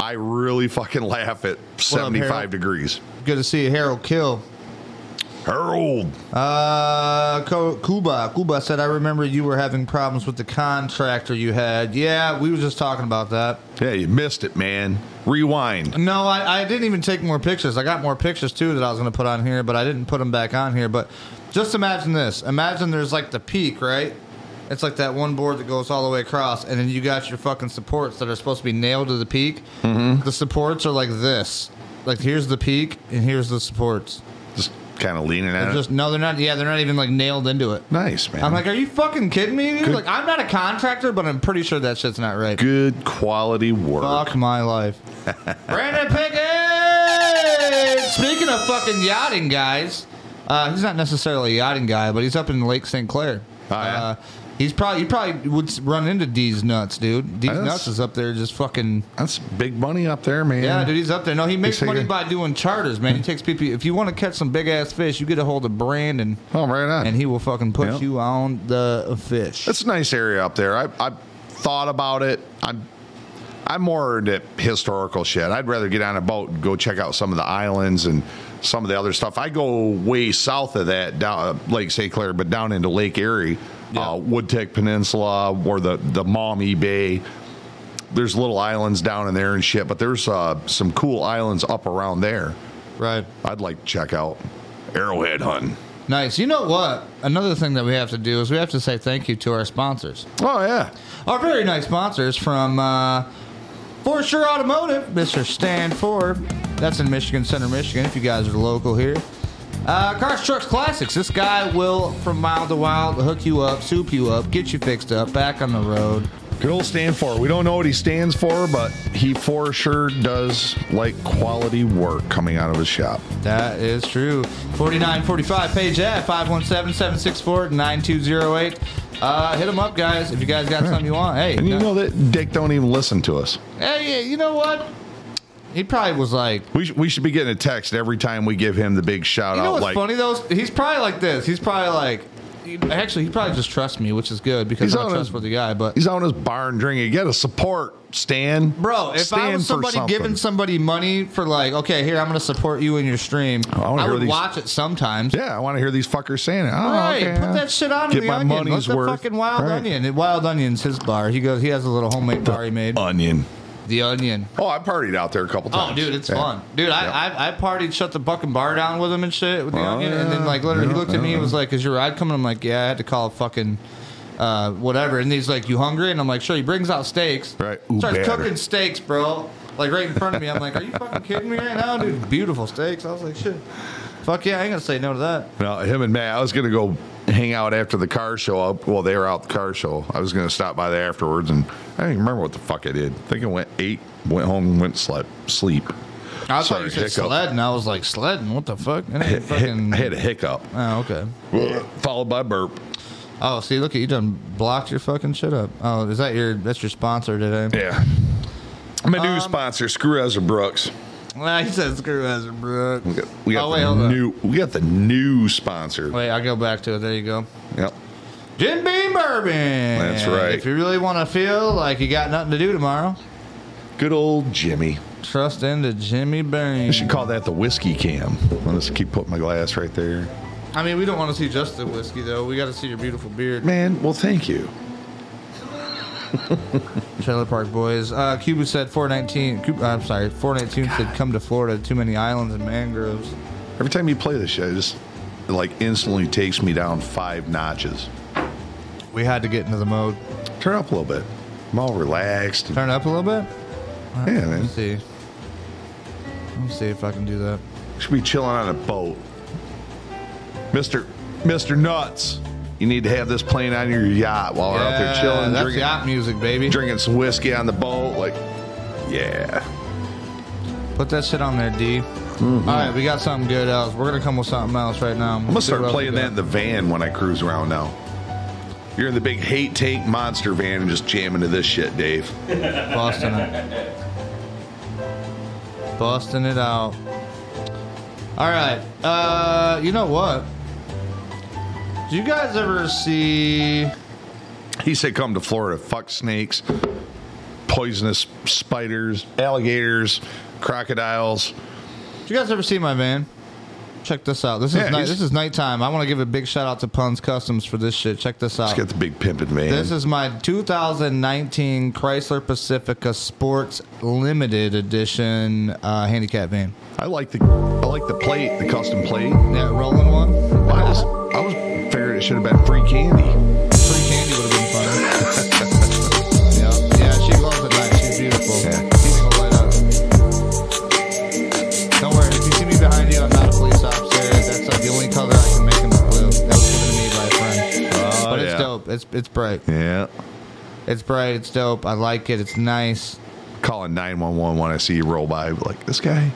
Speaker 2: I really fucking laugh at 75
Speaker 3: Harold?
Speaker 2: degrees.
Speaker 3: Good to see you, Harold Kill.
Speaker 2: Harold,
Speaker 3: Uh, Co- Cuba. Cuba said, "I remember you were having problems with the contractor you had." Yeah, we were just talking about that.
Speaker 2: yeah, you missed it, man. Rewind.
Speaker 3: No, I, I didn't even take more pictures. I got more pictures too that I was going to put on here, but I didn't put them back on here. But just imagine this: imagine there's like the peak, right? It's like that one board that goes all the way across, and then you got your fucking supports that are supposed to be nailed to the peak. The supports are like this: like here's the peak, and here's the supports.
Speaker 2: Just kind of leaning
Speaker 3: They're
Speaker 2: at
Speaker 3: just
Speaker 2: it.
Speaker 3: no, they're not. Yeah, they're not even like nailed into it.
Speaker 2: Nice, man.
Speaker 3: I'm like, are you fucking kidding me? Dude? Like, I'm not a contractor, but I'm pretty sure that shit's not right.
Speaker 2: good quality work.
Speaker 3: Fuck
Speaker 2: [laughs]
Speaker 3: my life. Brandon Pickett! Speaking of fucking yachting, guys, uh, he's not necessarily a yachting guy, but he's up in Lake St. Clair.
Speaker 2: Oh, yeah?
Speaker 3: uh, he's probably, you probably would s- run into D's Nuts, dude. D's
Speaker 2: That's-
Speaker 3: Nuts is up there just fucking.
Speaker 2: That's big money up there, man.
Speaker 3: Yeah, dude, he's up there. No, he makes
Speaker 2: He's
Speaker 3: money
Speaker 2: thinking-
Speaker 3: by doing charters, man. He takes people. If you want to catch some big ass fish, you get a hold of Brandon,
Speaker 2: Oh, right on.
Speaker 3: and he will fucking put
Speaker 2: Yep.
Speaker 3: you on the fish.
Speaker 2: It's a nice area up there. I I thought about it. I'm I'm more into historical shit. I'd rather get on a boat and go check out some of the islands and some of the other stuff. I go way south of that down uh, Lake St. Clair, but down into Lake Erie, uh, Woodtech Peninsula, or the the Maumee Bay. There's little islands down in there and shit, but there's uh, some cool islands up around there.
Speaker 3: right.
Speaker 2: I'd like to check out Arrowhead hunting.
Speaker 3: Nice. You know what? Another thing that we have to do is we have to say thank you to our sponsors.
Speaker 2: Oh yeah,
Speaker 3: Our very nice sponsors from uh, For Sure Automotive, Mr. Stan Ford. That's in Michigan Center, Michigan, if you guys are local here. Uh, Cars, Trucks, Classics. This guy will, from mile to wild, hook you up, soup you up, get you fixed up, back on the road.
Speaker 2: Good old stand for. We don't know what he stands for, but he for sure does like quality work coming out of his shop.
Speaker 3: That is true. 4945 page at 517-764-9208. Uh, hit them up, guys, if you guys got something you want. Hey,
Speaker 2: And you know
Speaker 3: no-
Speaker 2: that Dick don't even listen to us.
Speaker 3: Hey, you know what? He probably was like,
Speaker 2: We, sh- we should be getting a text every time we give him the big shout
Speaker 3: you know
Speaker 2: out.
Speaker 3: what's
Speaker 2: Like
Speaker 3: funny though? He's probably like this. He's probably like, actually, he probably just trusts me, which is good because
Speaker 2: He's
Speaker 3: I'm
Speaker 2: on
Speaker 3: a
Speaker 2: his-
Speaker 3: trustworthy guy. But
Speaker 2: he's on his barn drinking. Get a support, Stan.
Speaker 3: bro, if I
Speaker 2: Stand
Speaker 3: was
Speaker 2: for
Speaker 3: somebody
Speaker 2: something.
Speaker 3: giving somebody money for like, okay, here I'm going to support you in your stream, I,
Speaker 2: Oh, wanna hear
Speaker 3: would
Speaker 2: these-
Speaker 3: watch it sometimes.
Speaker 2: yeah, I want to hear these fuckers saying it. Oh,
Speaker 3: Right,
Speaker 2: okay.
Speaker 3: put that shit on
Speaker 2: Get
Speaker 3: the
Speaker 2: my
Speaker 3: onion. Let
Speaker 2: money's
Speaker 3: the
Speaker 2: worth.
Speaker 3: fucking wild
Speaker 2: Right.
Speaker 3: onion. And Wild onion's his bar. He goes. He has a little homemade bar he made.
Speaker 2: Onion.
Speaker 3: the onion.
Speaker 2: Oh, I partied out there a couple times.
Speaker 3: Oh, dude, it's
Speaker 2: Yeah.
Speaker 3: fun, dude. I, I I partied, shut the fucking bar down with him and shit with the
Speaker 2: Oh,
Speaker 3: onion, and then
Speaker 2: yeah.
Speaker 3: like literally
Speaker 2: Yeah,
Speaker 3: he looked at me
Speaker 2: yeah.
Speaker 3: and was like, "Is your ride coming?" I'm like, "Yeah, I had to call fucking." Uh, whatever, and he's like, "You hungry?" And I'm like, "Sure." He brings out steaks,
Speaker 2: Right. Ooh,
Speaker 3: starts
Speaker 2: batter.
Speaker 3: cooking steaks, bro, like right in front of me. I'm like,
Speaker 2: [laughs]
Speaker 3: "Are you fucking kidding me right now, dude? Beautiful steaks." I was like, "Shit, fuck yeah, I ain't gonna say no to that."
Speaker 2: No, him and Matt. I was gonna go hang out after the car show. Up, well, they were out at the car show. I was gonna stop by there afterwards, and I don't even remember what the fuck I did. I think I went ate, went home, and went slept sleep.
Speaker 3: I thought
Speaker 2: Sorry,
Speaker 3: you said
Speaker 2: hiccup.
Speaker 3: sled, and I was like, "Sledding? What the fuck?" And
Speaker 2: Hit-
Speaker 3: fucking,
Speaker 2: I had a hiccup,
Speaker 3: oh okay.
Speaker 2: followed by burp.
Speaker 3: Oh, see, look at you done blocked your fucking shit up. Oh, is that your? That's your sponsor today.
Speaker 2: Yeah. My
Speaker 3: Um,
Speaker 2: new sponsor, Screw Ezra Brooks.
Speaker 3: Well, he said screw Ezra Brooks.
Speaker 2: We got, we got
Speaker 3: oh, wait,
Speaker 2: the
Speaker 3: hold on.
Speaker 2: new. We got the new sponsor.
Speaker 3: Wait, I'll go back to it. There you go.
Speaker 2: Yep.
Speaker 3: Jim Beam Bourbon. That's
Speaker 2: right.
Speaker 3: If you really want to feel like you got nothing to do tomorrow,
Speaker 2: Good old Jimmy.
Speaker 3: trust into Jimmy Beam.
Speaker 2: I should call that the whiskey cam. Let's keep putting my glass right there.
Speaker 3: I mean, we don't want to see just the whiskey though. We got to see your beautiful beard.
Speaker 2: Man, well, thank you.
Speaker 3: Trailer Park Boys. Uh, Cuba said 419. Cuba, I'm sorry, 419 said come to Florida. Too many islands and mangroves.
Speaker 2: Every time you play this shit, it just it like instantly takes me down five notches.
Speaker 3: We had to get into the mode.
Speaker 2: Turn up a little bit. I'm all relaxed.
Speaker 3: Turn it up a little bit.
Speaker 2: Yeah, man.
Speaker 3: Let's see. Let me see if I can do that.
Speaker 2: Should be chilling on a boat. Mr. Mr. Nuts, you need to have this playing on your yacht while we're out there chilling,
Speaker 3: that's
Speaker 2: drinking,
Speaker 3: yacht music, baby.
Speaker 2: drinking some whiskey on the boat. Like, yeah.
Speaker 3: Put that shit on there, D.
Speaker 2: Mm-hmm.
Speaker 3: All right, we got something good else. We're gonna come with something else right now.
Speaker 2: I'm gonna start playing that in the van when I cruise around now. You're in the big hate tank monster van and just jamming to this shit, Dave.
Speaker 3: Busting it. Busting it out. All right. Uh, you know what? Do you guys ever see?
Speaker 2: He said, "Come to Florida, fuck snakes, poisonous spiders, alligators, crocodiles."
Speaker 3: Did you guys ever see my van? Check this out. This is
Speaker 2: Yeah,
Speaker 3: night,
Speaker 2: he's-
Speaker 3: this is nighttime. I want to give a big shout out to Puns Customs for this shit. Check this out.
Speaker 2: Let's get the big pimpin' van.
Speaker 3: This is my 2019 Chrysler Pacifica Sports Limited Edition uh, handicap van.
Speaker 2: I like the I like the plate, the custom plate.
Speaker 3: That rolling one,
Speaker 2: I was I was figuring it should have been free candy.
Speaker 3: free candy would have been fun. [laughs] yeah. yeah, she loves it. Night. She's beautiful.
Speaker 2: Yeah.
Speaker 3: She's gonna light up. Don't worry. If you see me behind you, I'm not a police officer. That's uh, the only color I can make him blue. That was given to me by a friend.
Speaker 2: Oh,
Speaker 3: but it's
Speaker 2: yeah.
Speaker 3: dope. It's it's bright.
Speaker 2: Yeah.
Speaker 3: It's bright. It's dope. I like it. It's nice.
Speaker 2: Calling nine one one when I see you roll by, like this guy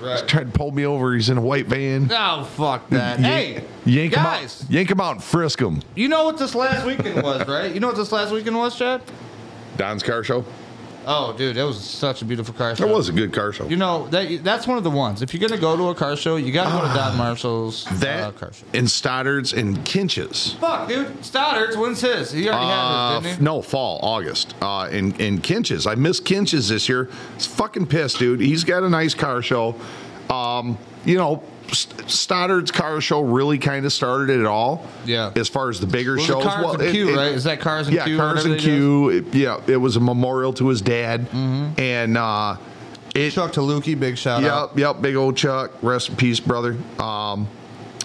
Speaker 3: Right.
Speaker 2: tried to pull me over. He's in a white van.
Speaker 3: Oh fuck that! hey,
Speaker 2: Yank
Speaker 3: guys,
Speaker 2: him out, yank him out, and frisk him.
Speaker 3: you know what this last weekend was, right? You know what this last weekend was, Chad?
Speaker 2: Don's car show.
Speaker 3: Oh, dude, that was such a beautiful car show.
Speaker 2: That was a good car show.
Speaker 3: You know that that's one of the ones. If you're gonna go to a car show, you gotta go to Don Marshall's
Speaker 2: Ah. that
Speaker 3: uh, car show.
Speaker 2: and Stoddards and Kinches.
Speaker 3: Fuck, dude, Stoddard's wins his. He already
Speaker 2: Uh,
Speaker 3: had it,
Speaker 2: f-
Speaker 3: didn't he?
Speaker 2: no, fall, August. Uh, in in Kinches, I missed Kinches this year. It's fucking pissed, dude. He's got a nice car show. Um, you know, St- Stoddard's car show really kind of started it all.
Speaker 3: Yeah.
Speaker 2: As far as the bigger
Speaker 3: Was it
Speaker 2: shows,
Speaker 3: Cars and
Speaker 2: it-
Speaker 3: Q,
Speaker 2: it-
Speaker 3: right? Is that Cars and
Speaker 2: yeah,
Speaker 3: Q or
Speaker 2: Cars
Speaker 3: whatever
Speaker 2: and
Speaker 3: they
Speaker 2: Q.
Speaker 3: do?
Speaker 2: It- yeah, it was a memorial to his dad,
Speaker 3: Mm-hmm.
Speaker 2: and uh, it
Speaker 3: Chuck Taluki, big shout
Speaker 2: Yep,
Speaker 3: out.
Speaker 2: yep, big old Chuck. Rest in peace, brother. Um,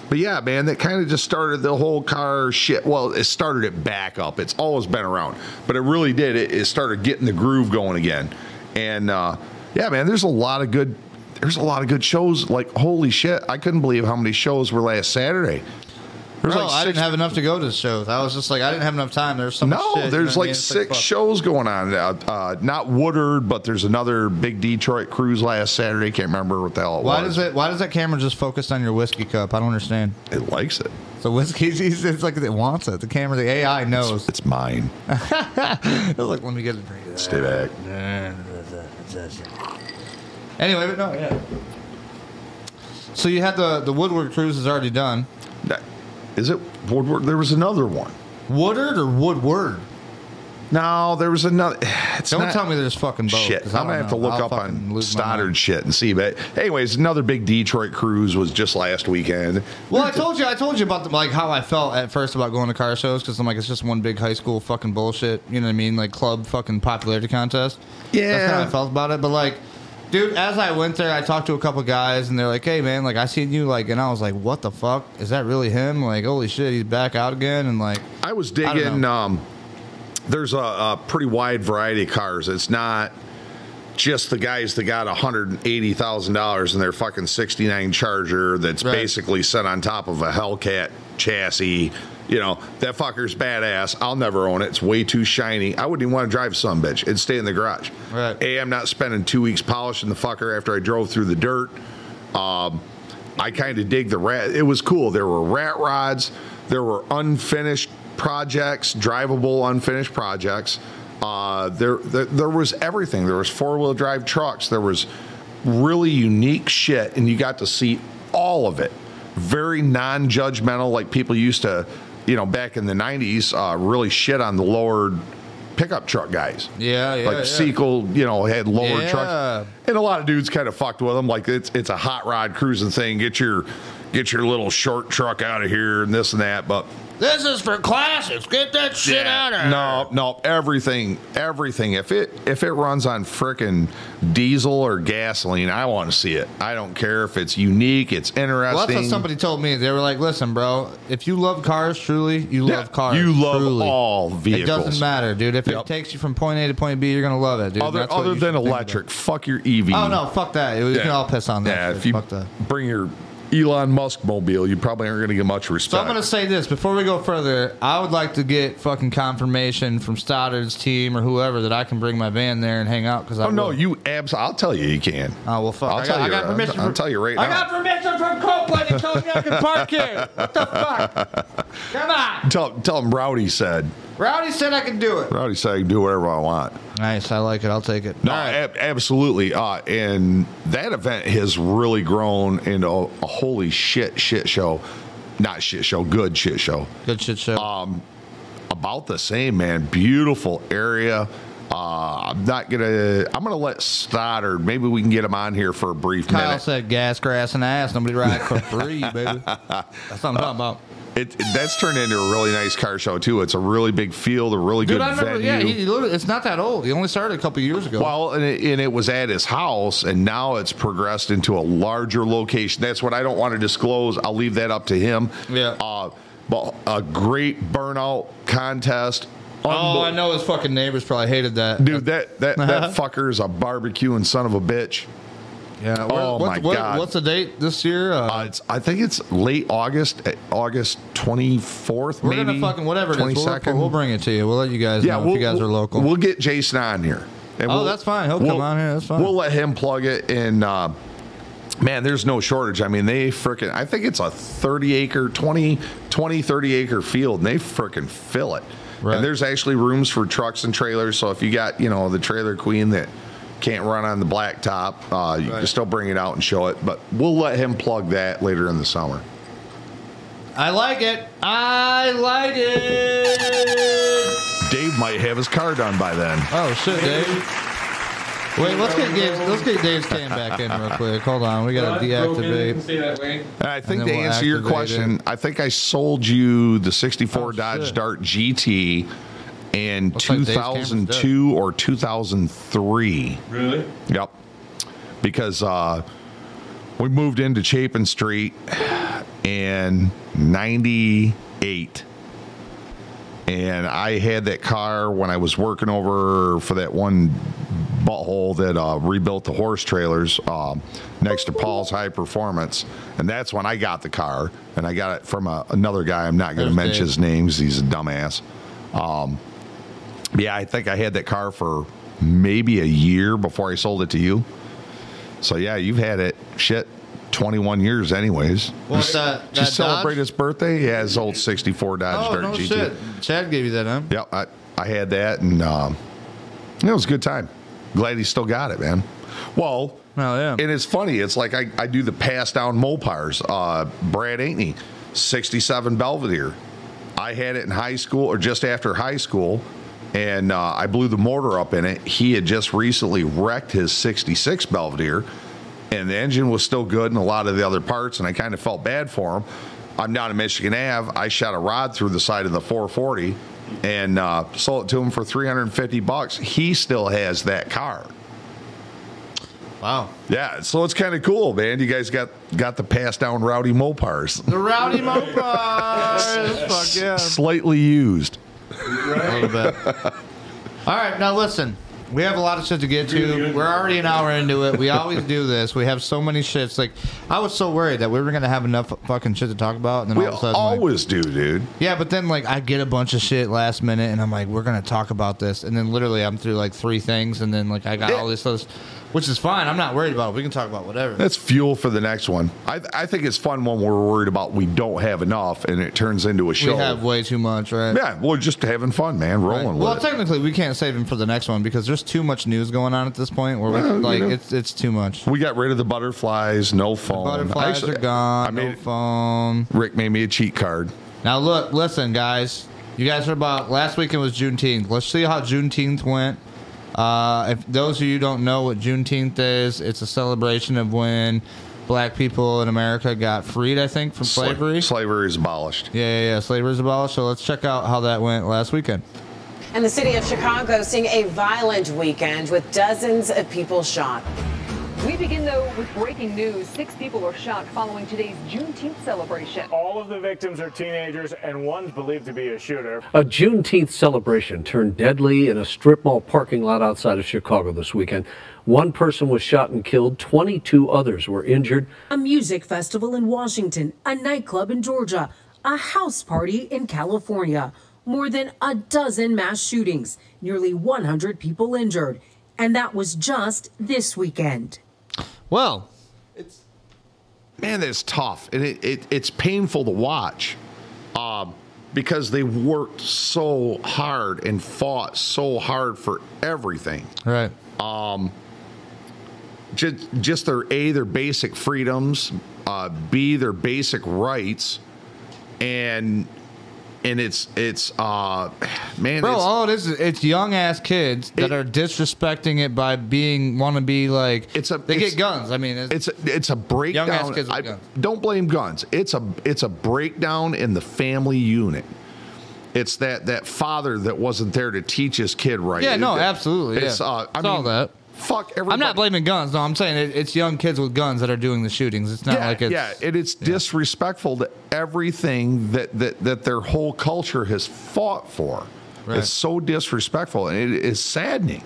Speaker 2: but yeah, man, that kind of just started the whole car shit. Well, it started it back up. It's always been around, but it really did. It, it started getting the groove going again. And uh, yeah, man, there's a lot of good. There's a lot of good shows. Like holy shit, I couldn't believe how many shows were last Saturday. There's
Speaker 3: Bro,
Speaker 2: like
Speaker 3: Oh, I didn't
Speaker 2: six-
Speaker 3: have enough to go to the shows. I was just like, I didn't have enough time. There's some
Speaker 2: no,
Speaker 3: shit, you know
Speaker 2: there's
Speaker 3: what I
Speaker 2: like
Speaker 3: mean? It's
Speaker 2: six
Speaker 3: fuck.
Speaker 2: shows going on. Uh, uh, not Woodard, but there's another big Detroit cruise last Saturday. Can't remember what the hell it
Speaker 3: Why
Speaker 2: was.
Speaker 3: does it? Why does that camera just focus on your whiskey cup? I don't understand.
Speaker 2: It likes it.
Speaker 3: So whiskey, [laughs] it's it's like it wants it. The camera, the AI knows.
Speaker 2: It's mine.
Speaker 3: It's like, let me get it. drink of that.
Speaker 2: Stay back.
Speaker 3: Anyway, but no, yeah. So you had the the Woodward cruise is already done.
Speaker 2: That- Is it Woodward? There was another one.
Speaker 3: Woodard or Woodward?
Speaker 2: No, there was another. [sighs] It's
Speaker 3: Don't
Speaker 2: not-
Speaker 3: tell me there's fucking both.
Speaker 2: Shit,
Speaker 3: 'cause I
Speaker 2: I'm gonna
Speaker 3: don't
Speaker 2: have to
Speaker 3: know.
Speaker 2: look
Speaker 3: I'll
Speaker 2: up
Speaker 3: fucking
Speaker 2: on
Speaker 3: lose my
Speaker 2: Stoddard
Speaker 3: mind.
Speaker 2: shit and see. But anyways, another big Detroit cruise was just last weekend.
Speaker 3: Well, I told you, I told you about the, like how I felt at first about going to car shows because I'm like it's just one big high school fucking bullshit. You know what I mean? Like club fucking popularity contest. that's how
Speaker 2: Yeah.
Speaker 3: I felt about it. But like, dude, as I went there, I talked to a couple guys and they're like, "Hey, man, like I seen you like," and I was like, "What the fuck is that really him? Like, holy shit, he's back out again!" And like,
Speaker 2: I was
Speaker 3: I don't
Speaker 2: digging.
Speaker 3: know.
Speaker 2: um, there's a, a pretty wide variety of cars. It's not just the guys that got $180,000 in their fucking 69 Charger that's
Speaker 3: Right.
Speaker 2: basically set on top of a Hellcat chassis. You know, that fucker's badass. I'll never own it. It's way too shiny. I wouldn't even want to drive some bitch. It'd stay in the garage.
Speaker 3: Right.
Speaker 2: A, I'm not spending two weeks polishing the fucker after I drove through the dirt. Um, I kind of dig the rat. It was cool. There were rat rods. There were unfinished projects, drivable unfinished projects. Uh, there, there, there was everything. There was four wheel drive trucks. There was really unique shit, and you got to see all of it. Very non judgmental, like people used to, you know, back in the '90s, uh, really shit on the lowered pickup truck guys.
Speaker 3: Yeah, yeah,
Speaker 2: like
Speaker 3: yeah.
Speaker 2: Sequel, you know, had lower
Speaker 3: Yeah.
Speaker 2: trucks, and a lot of dudes kind of fucked with them. Like it's it's a hot rod cruising thing. Get your get your little short truck out of here and this and that. But
Speaker 3: This is for classes. Get that shit out of here.
Speaker 2: no, no, everything, everything. If it if it runs on frickin' diesel or gasoline, I want to see it. I don't care if it's unique, it's interesting.
Speaker 3: Well, that's what somebody told me. They were like, "Listen, bro, if you love cars truly, you
Speaker 2: Yeah,
Speaker 3: love cars.
Speaker 2: you love
Speaker 3: truly.
Speaker 2: all
Speaker 3: It
Speaker 2: vehicles.
Speaker 3: doesn't matter, dude. If
Speaker 2: Yep.
Speaker 3: it takes you from point A to point B, you're gonna love it, dude.
Speaker 2: other
Speaker 3: That's what
Speaker 2: other
Speaker 3: you
Speaker 2: than
Speaker 3: should think
Speaker 2: electric, fuck your EV.
Speaker 3: about. Oh no, fuck that. We can all piss on that.
Speaker 2: Yeah,
Speaker 3: shit.
Speaker 2: if you
Speaker 3: fuck that.
Speaker 2: bring your Elon Musk mobile, you probably aren't going to get much respect.
Speaker 3: So I'm gonna say this before we go further. I would like to get fucking confirmation from Stoddard's team or whoever that I can bring my van there and hang out because I
Speaker 2: Oh no,
Speaker 3: will.
Speaker 2: you [laughs] abs. I'll tell you, you can.
Speaker 3: Oh well, fuck.
Speaker 2: I'll
Speaker 3: I
Speaker 2: tell you.
Speaker 3: got, I got
Speaker 2: I'll-
Speaker 3: permission.
Speaker 2: I'll
Speaker 3: from-
Speaker 2: tell you right
Speaker 3: I
Speaker 2: now.
Speaker 3: got permission from Copeland. They told me I could park here. What [laughs] the fuck? Come on.
Speaker 2: Tell tell him Rowdy said.
Speaker 3: Rowdy said I could do it.
Speaker 2: Rowdy said I can do whatever I want.
Speaker 3: Nice. I like it. I'll take it.
Speaker 2: No, ab- absolutely. Uh, and that event has really grown into a, a holy shit shit show. Not shit show, good shit show.
Speaker 3: Good shit show.
Speaker 2: Oh, About the same, man. Beautiful area. Uh, I'm not gonna. I'm gonna let Stoddard. Maybe we can get him on here for a brief
Speaker 3: Kyle
Speaker 2: minute.
Speaker 3: said gas, grass, and ass. Nobody
Speaker 2: [laughs]
Speaker 3: ride for free, baby. That's what I'm talking about.
Speaker 2: It, it- that's turned into a really nice car show too. It's a really big field, a really
Speaker 3: Dude,
Speaker 2: good
Speaker 3: I remember.
Speaker 2: venue.
Speaker 3: Yeah, he, he literally, it's not that old. He only started a couple years ago.
Speaker 2: Well, and it, and it was at his house, and now it's progressed into a larger location. That's what I don't want to disclose. I'll leave that up to him.
Speaker 3: Yeah.
Speaker 2: Uh, but a great burnout contest.
Speaker 3: oh, I know Uh-huh. his fucking neighbors probably hated that.
Speaker 2: Dude, that that, that fucker is a barbecuing son of a bitch.
Speaker 3: yeah. what-
Speaker 2: oh
Speaker 3: what-
Speaker 2: my
Speaker 3: what-
Speaker 2: God.
Speaker 3: What's the date this year? Uh,
Speaker 2: Uh, it's, I think it's late August, eh, August twenty fourth,
Speaker 3: we're
Speaker 2: maybe.
Speaker 3: gonna fucking whatever it is. We'll, look for-
Speaker 2: 22nd.
Speaker 3: we'll bring it to you. We'll let you guys know if you guys are local.
Speaker 2: We'll get Jason on here. And
Speaker 3: Oh, that's fine. He'll come on here. That's fine.
Speaker 2: We'll let him plug it. And uh, man, there's no shortage. I mean, they freaking, I think it's a 30 acre, 20, 20 30 acre field, and they freaking fill it.
Speaker 3: Right.
Speaker 2: And there's actually rooms for trucks and trailers. So if you got, you know, the trailer queen that can't run on the blacktop, uh, you can
Speaker 3: Right.
Speaker 2: still bring it out and show it. But we'll let him plug that later in the summer.
Speaker 3: I like it. I like it.
Speaker 2: Dave might have his car done by then.
Speaker 3: Oh shit, Dave. Wait, let's get Dave's, let's get Dave's cam back in real quick. Hold on, we gotta deactivate.
Speaker 6: Stay that way.
Speaker 2: And I think
Speaker 3: then
Speaker 2: to
Speaker 3: we'll
Speaker 2: answer your
Speaker 3: activate
Speaker 2: question, I think I sold you the 64
Speaker 3: Oh,
Speaker 2: Dodge
Speaker 3: shit.
Speaker 2: Dart GT in
Speaker 3: Looks like Dave's camera's
Speaker 2: 2002 or 2003.
Speaker 6: Really?
Speaker 2: Yep. Because uh, we moved into Chapin Street in 98. And I had that car when I was working over for that one butthole that uh, rebuilt the horse trailers um, next to Paul's High Performance. And that's when I got the car. And I got it from a, another guy. I'm not going to
Speaker 3: There's
Speaker 2: mention
Speaker 3: Dave.
Speaker 2: his name 'cause he's a dumbass. Um, yeah, I think I had that car for maybe a year before I sold it to you. So yeah, you've had it shit 21 years anyways.
Speaker 3: What's uh, that?
Speaker 2: Did you
Speaker 3: that
Speaker 2: celebrate
Speaker 3: Dodge?
Speaker 2: his birthday? Yeah, his old 64 Dodge
Speaker 3: Oh
Speaker 2: Dart
Speaker 3: no
Speaker 2: GT.
Speaker 3: shit! Chad gave you that, huh?
Speaker 2: Yep, I, I had that and um, it was a good time. Glad he still got it, man. Well,
Speaker 3: Hell yeah.
Speaker 2: and it's funny. It's like I, I do the pass down Mopars. Uh, Brad Aitney, 67 Belvedere. I had it in high school or just after high school, and uh, I blew the mortar up in it. He had just recently wrecked his 66 Belvedere, and the engine was still good and a lot of the other parts, and I kind of felt bad for him. I'm down in Michigan Ave. I shot a rod through the side of the 440 and uh, sold it to him for 350 bucks. He still has that car.
Speaker 3: Wow.
Speaker 2: Yeah, so it's kind of cool, man. You guys got got the pass down rowdy Mopars,
Speaker 3: [laughs] The rowdy Mopars. Fuck yeah.
Speaker 2: slightly used.
Speaker 3: A little [laughs] bit. All right, now listen. We have a lot of shit to get to. We're already an hour into it. We always do this. We have so many shits. Like, I was so worried that we were gonna have enough fucking shit to talk about, and then
Speaker 2: We
Speaker 3: all of a sudden, like,
Speaker 2: always do, dude.
Speaker 3: Yeah, but then like I get a bunch of shit last minute, and I'm like, we're gonna talk about this, and then literally I'm through like three things, and then like I got all this, list, which is fine. I'm not worried about it. We can talk about whatever.
Speaker 2: That's fuel for the next one. I I think it's fun when we're worried about we don't have enough and it turns into a
Speaker 3: We
Speaker 2: show.
Speaker 3: have way too much, right?
Speaker 2: yeah, we're just having fun, man,
Speaker 3: Right.
Speaker 2: rolling with
Speaker 3: Well,
Speaker 2: it.
Speaker 3: technically, we can't save him for the next one because there's too much news going on at this point. Where we,
Speaker 2: Well, you
Speaker 3: like
Speaker 2: know.
Speaker 3: it's it's too much.
Speaker 2: we got rid of the butterflies, no phone.
Speaker 3: Butterflies
Speaker 2: Actually,
Speaker 3: are gone.
Speaker 2: I made,
Speaker 3: no phone.
Speaker 2: Rick made me a cheat card.
Speaker 3: Now look, listen, guys. You guys are about last weekend was Juneteenth. Let's see how Juneteenth went. Uh, if those of you don't know what Juneteenth is, it's a celebration of when black people in America got freed, I think, from
Speaker 2: Sla-
Speaker 3: slavery.
Speaker 2: slavery is abolished.
Speaker 3: yeah, yeah, yeah. Slavery's abolished. So let's check out how that went last weekend.
Speaker 9: And the city of Chicago seeing a violent weekend with dozens of people shot.
Speaker 10: We begin, though, with breaking news. Six people were shot following today's Juneteenth celebration.
Speaker 11: All of the victims are teenagers, and one's believed to be a shooter.
Speaker 12: A Juneteenth celebration turned deadly in a strip mall parking lot outside of Chicago this weekend. One person was shot and killed, 22 others were injured.
Speaker 13: A music festival in Washington, a nightclub in Georgia, a house party in California. More than a dozen mass shootings, nearly 100 people injured. And that was just this weekend.
Speaker 3: Well,
Speaker 2: man, that's tough, and it, it it's painful to watch, um, because they worked so hard and fought so hard for everything.
Speaker 3: Right.
Speaker 2: Um, just just their a their basic freedoms, uh, b their basic rights, and and it's it's uh, man,
Speaker 3: Bro,
Speaker 2: it's,
Speaker 3: all it is is it's young ass kids that are disrespecting it by being want to be like
Speaker 2: it's a
Speaker 3: they
Speaker 2: it's-
Speaker 3: get guns. I mean,
Speaker 2: it's
Speaker 3: it's,
Speaker 2: a, it's a breakdown.
Speaker 3: Young-ass kids with
Speaker 2: I-
Speaker 3: guns.
Speaker 2: Don't blame guns. It's a it's a breakdown in the family unit. It's that that father that wasn't there to teach his kid right.
Speaker 3: yeah, no,
Speaker 2: It-
Speaker 3: absolutely.
Speaker 2: It's
Speaker 3: yeah.
Speaker 2: uh, I
Speaker 3: It's
Speaker 2: mean,
Speaker 3: all that.
Speaker 2: Fuck everybody.
Speaker 3: I'm not blaming guns. No, I'm saying it, it's young kids with guns that are doing the shootings. It's not
Speaker 2: yeah,
Speaker 3: like it's
Speaker 2: yeah, and it's disrespectful to everything that that that their whole culture has fought for.
Speaker 3: Right.
Speaker 2: It's so disrespectful, and it is saddening.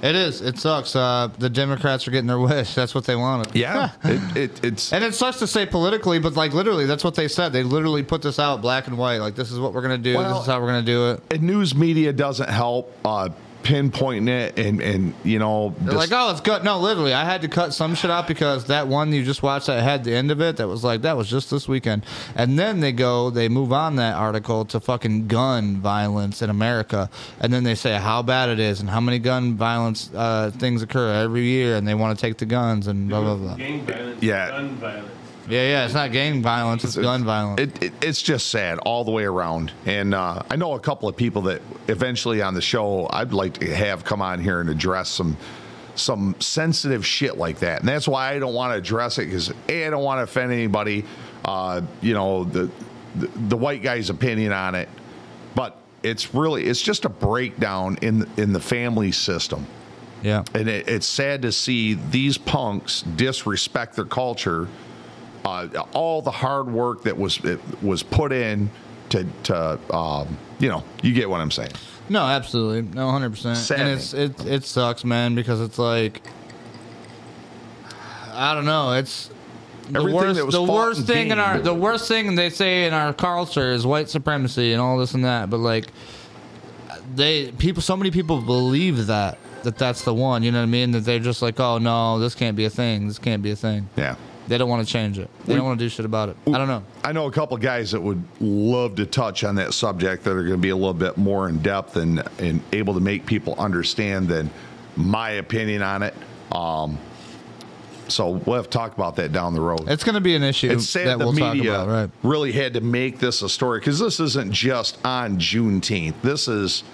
Speaker 3: It is. It sucks. Uh, the Democrats are getting their wish. That's what they wanted.
Speaker 2: Yeah, it, it, it's
Speaker 3: And it sucks to say politically, but like literally, that's what they said. They literally put this out black and white. Like this is what we're gonna do.
Speaker 2: Well-
Speaker 3: this is how we're gonna do it.
Speaker 2: and news media doesn't help uh, pinpointing it, and and you know,
Speaker 3: They're
Speaker 2: just-
Speaker 3: like, oh, it's good. No, literally, I had to cut some shit out because that one you just watched that had the end of it. That was like that was just this weekend. And then they go, they move on that article to fucking gun violence in America, and then they say how bad it is and how many gun violence uh, things occur every year, and they want to take the guns and blah blah blah.
Speaker 6: Gang violence.
Speaker 2: Yeah.
Speaker 6: Gun violence.
Speaker 3: Yeah, yeah, it's not gang violence, it's, gun violence.
Speaker 2: It, it, it's just sad all the way around. And uh, I know a couple of people that eventually on the show I'd like to have come on here and address some some sensitive shit like that. And that's why I don't want to address it because a I don't want to offend anybody. Uh, you know the, the the white guy's opinion on it, but it's really it's just a breakdown in in the family system.
Speaker 3: yeah.
Speaker 2: And it, it's sad to see these punks disrespect their culture, uh, all the hard work that was it was put in to to um, you know you get what I'm saying.
Speaker 3: No, absolutely, no, hundred percent. And
Speaker 2: Saddening.
Speaker 3: it's it it sucks, man, because it's like I don't know. It's the
Speaker 2: Everything
Speaker 3: worst.
Speaker 2: that was
Speaker 3: the
Speaker 2: fought
Speaker 3: worst
Speaker 2: and
Speaker 3: thing in our
Speaker 2: gained.
Speaker 3: the worst thing they say in our culture is white supremacy and all this and that. But like they people, so many people believe that that that's the one. You know what I mean? That they're just like, oh no, this can't be a thing. This can't be a thing.
Speaker 2: Yeah,
Speaker 3: They don't want to change it. They don't want to do shit about it. I don't know.
Speaker 2: I know a couple of guys that would love to touch on that subject that are going to be a little bit more in depth and and able to make people understand than my opinion on it. Um, so we'll have to talk about that down the road.
Speaker 3: It's gonna be an issue
Speaker 2: It's sad
Speaker 3: that
Speaker 2: the
Speaker 3: we'll talk
Speaker 2: media
Speaker 3: about. Right.
Speaker 2: really had to make this a story because this isn't just on Juneteenth. This is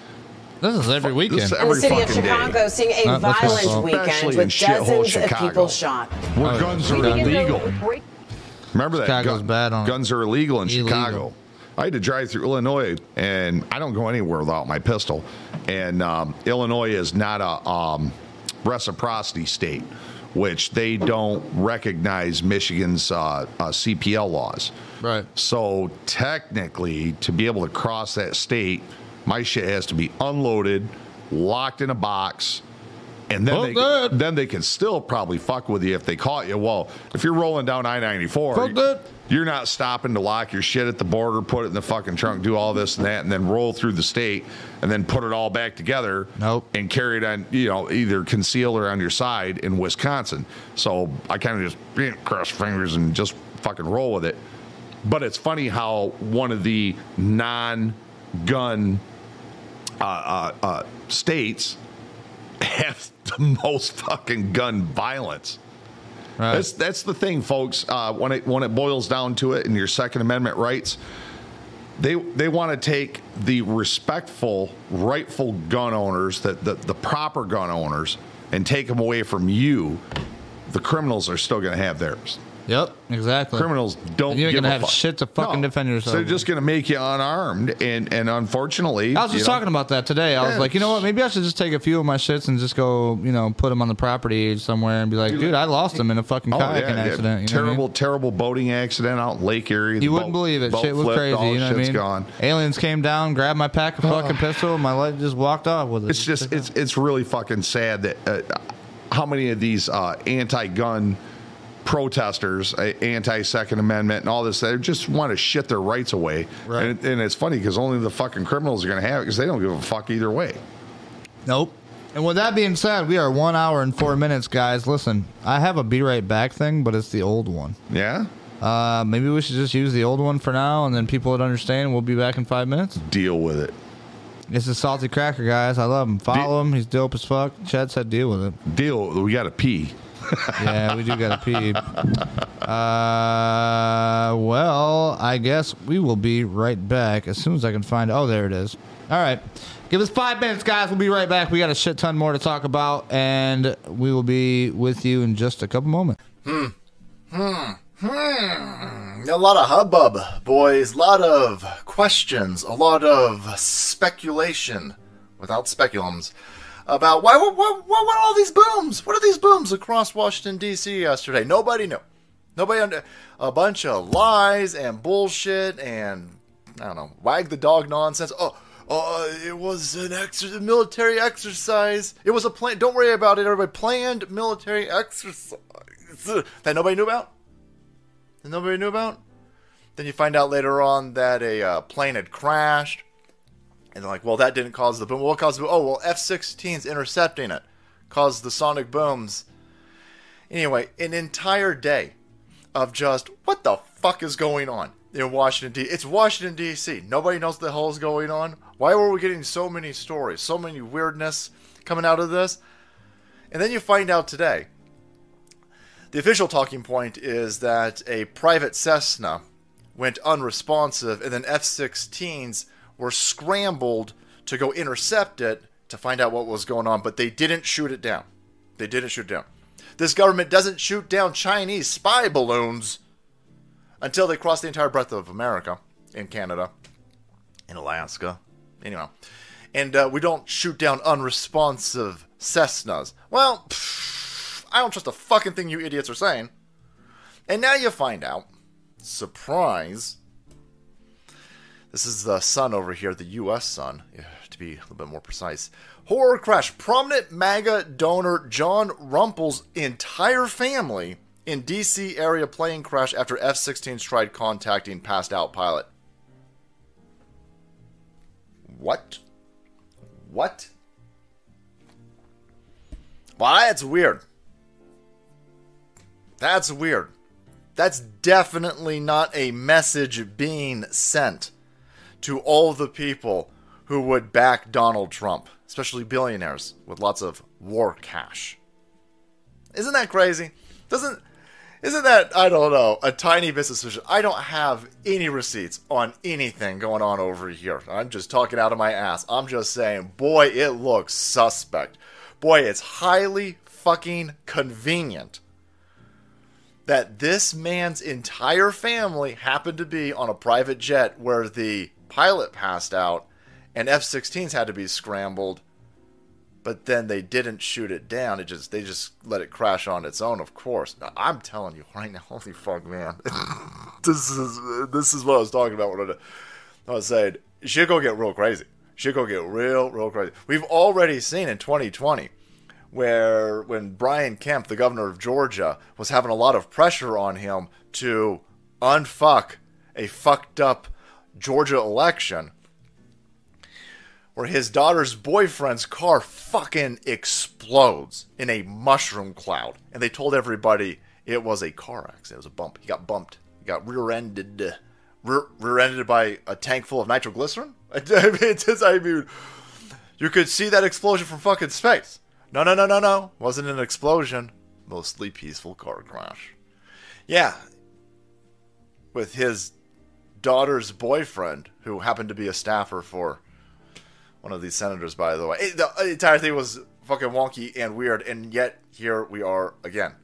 Speaker 3: This is every weekend.
Speaker 2: this is
Speaker 9: And the
Speaker 2: every
Speaker 9: city of
Speaker 2: fucking
Speaker 9: Chicago
Speaker 2: day.
Speaker 9: seeing a
Speaker 3: Uh, that's what's
Speaker 9: violent
Speaker 3: up.
Speaker 9: weekend
Speaker 2: Especially in
Speaker 9: with
Speaker 2: shithole
Speaker 9: dozens of
Speaker 2: Chicago.
Speaker 9: people shot.
Speaker 2: Where
Speaker 3: Oh, yeah.
Speaker 2: guns
Speaker 10: We
Speaker 2: are
Speaker 10: begin, though,
Speaker 2: illegal.
Speaker 10: with break-
Speaker 2: Remember that
Speaker 3: Chicago's
Speaker 2: gun-
Speaker 3: bad on it.
Speaker 2: guns are illegal in
Speaker 3: Illegal.
Speaker 2: Chicago. I had to drive through Illinois, and I don't go anywhere without my pistol. And um, Illinois is not a um, reciprocity state, which they don't recognize Michigan's uh, uh, CPL laws.
Speaker 3: Right.
Speaker 2: So technically, to be able to cross that state, my shit has to be unloaded, locked in a box, and then
Speaker 3: Fuck
Speaker 2: they,
Speaker 3: that.
Speaker 2: then they can still probably fuck with you if they caught you. Well, if you're rolling down I ninety four,
Speaker 3: Fuck that.
Speaker 2: you're not stopping to lock your shit at the border, put it in the fucking trunk, do all this and that, and then roll through the state and then put it all back together.
Speaker 3: Nope.
Speaker 2: And carry it on, you know, either conceal or on your side in Wisconsin. So I kind of just eh, cross fingers and just fucking roll with it. But it's funny how one of the non gun uh, uh, uh, states [laughs] have the most fucking gun violence.
Speaker 3: Right.
Speaker 2: That's that's the thing, folks. Uh, when it when it boils down to it, and your Second Amendment rights, they they want to take the respectful, rightful gun owners, the, the the proper gun owners, and take them away from you, the criminals are still going to have theirs.
Speaker 3: Yep, exactly.
Speaker 2: Criminals don't.
Speaker 3: And you're
Speaker 2: give
Speaker 3: gonna
Speaker 2: a
Speaker 3: have
Speaker 2: fuck.
Speaker 3: shit to fucking defend yourself
Speaker 2: They're
Speaker 3: with.
Speaker 2: just going to make you unarmed, and and unfortunately,
Speaker 3: I was
Speaker 2: you
Speaker 3: just
Speaker 2: know,
Speaker 3: talking about that today. I was
Speaker 2: Yeah.
Speaker 3: like, you know what? Maybe I should just take a few of my shits and just go, you know, put them on the property somewhere and be like, dude, I lost them in a fucking
Speaker 2: Oh,
Speaker 3: kayaking
Speaker 2: yeah, yeah.
Speaker 3: accident. You know what I
Speaker 2: terrible,
Speaker 3: mean?
Speaker 2: terrible boating accident out in Lake Erie. The
Speaker 3: You wouldn't
Speaker 2: boat-
Speaker 3: believe it.
Speaker 2: boat
Speaker 3: Shit was
Speaker 2: flipped,
Speaker 3: crazy.
Speaker 2: All
Speaker 3: You know what I
Speaker 2: shit's
Speaker 3: mean?
Speaker 2: gone.
Speaker 3: Aliens came down, grabbed my pack
Speaker 2: [sighs]
Speaker 3: of fucking pistol, and my life just walked off with it.
Speaker 2: It's just it's it's really fucking sad that uh, how many of these uh, anti-gun protesters, uh, anti-second amendment, and all this they just want to shit their rights away. Right. And, and it's funny because only the fucking criminals are going to have it because they don't give a fuck either way.
Speaker 3: Nope. And with that being said, we are one hour and four minutes, guys. Listen, I have a be right back thing, but it's the old one.
Speaker 2: Yeah.
Speaker 3: Uh, maybe we should just use the old one for now, and then people would understand. We'll be back in five minutes.
Speaker 2: Deal with it.
Speaker 3: It's a salty cracker, guys. I love him. Follow him. He's dope as fuck. Chad said, deal with it.
Speaker 2: Deal. We got to pee.
Speaker 3: yeah, we do got to pee. Uh, well, I guess we will be right back as soon as I can find. Oh, there it is. All right. Give us five minutes, guys. We'll be right back. We got a shit ton more to talk about, and we will be with you in just a couple moments.
Speaker 14: Hmm. Hmm. Hmm. A lot of hubbub, boys. A lot of questions. A lot of speculation, without speculums, about why, why, why, why what are all these booms? What are these booms across Washington, D.C. yesterday? Nobody knew. Nobody under a bunch of lies and bullshit and I don't know, wag the dog nonsense. Oh, oh, it was an ex- a military exercise. It was a plan. Don't worry about it. Everybody planned military exercise that nobody knew about. That nobody knew about. Then you find out later on that a uh, plane had crashed, and they're like, "Well, that didn't cause the boom. What caused the boom? Oh, well, F-16s intercepting it caused the sonic booms." Anyway, an entire day of just what the fuck is going on in Washington D. It's Washington D.C. Nobody knows what the hell is going on. Why were we getting so many stories, so many weirdness coming out of this? And then you find out today. The official talking point is that a private Cessna went unresponsive, and then F-16s were scrambled to go intercept it to find out what was going on, but they didn't shoot it down. They didn't shoot it down. This government doesn't shoot down Chinese spy balloons until they cross the entire breadth of America, in Canada, in Alaska. Anyhow, and uh, we don't shoot down unresponsive Cessnas. Well, pff, I don't trust a fucking thing you idiots are saying. And now you find out, surprise. This is the sun over here, the U.S. sun, eh, to be a little bit more precise. Horror crash. Prominent MAGA donor John Rumpel's entire family in D.C. area plane crash after F-16s tried contacting passed out pilot. What? What? Why? It's weird. That's weird. That's definitely not a message being sent to all the people who would back Donald Trump, especially billionaires with lots of war cash. Isn't that crazy? Doesn't isn't that I don't know a tiny bit suspicious? I don't have any receipts on anything going on over here. I'm just talking out of my ass. I'm just saying, boy, it looks suspect. Boy, it's highly fucking convenient that this man's entire family happened to be on a private jet where the pilot passed out and F-16s had to be scrambled but then they didn't shoot it down it just they just let it crash on its own of course Now, I'm telling you right now [laughs] holy fuck man this is this is what I was talking about when I, I was saying shit go get real crazy shit go get real real crazy we've already seen in 2020 where when Brian Kemp, the governor of Georgia, was having a lot of pressure on him to unfuck a fucked up Georgia election, where his daughter's boyfriend's car fucking explodes in a mushroom cloud. And they told everybody it was a car accident, it was a bump. He got bumped, he got rear ended. Rear ended by a tank full of nitroglycerin? [laughs] I mean, it's just- I mean, you could see that explosion from fucking space. No, no, no, no, no. Wasn't an explosion. Mostly peaceful car crash. Yeah. With his daughter's boyfriend, who happened to be a staffer for one of these senators, by the way. It- the entire thing was fucking wonky and weird, and yet here we are again.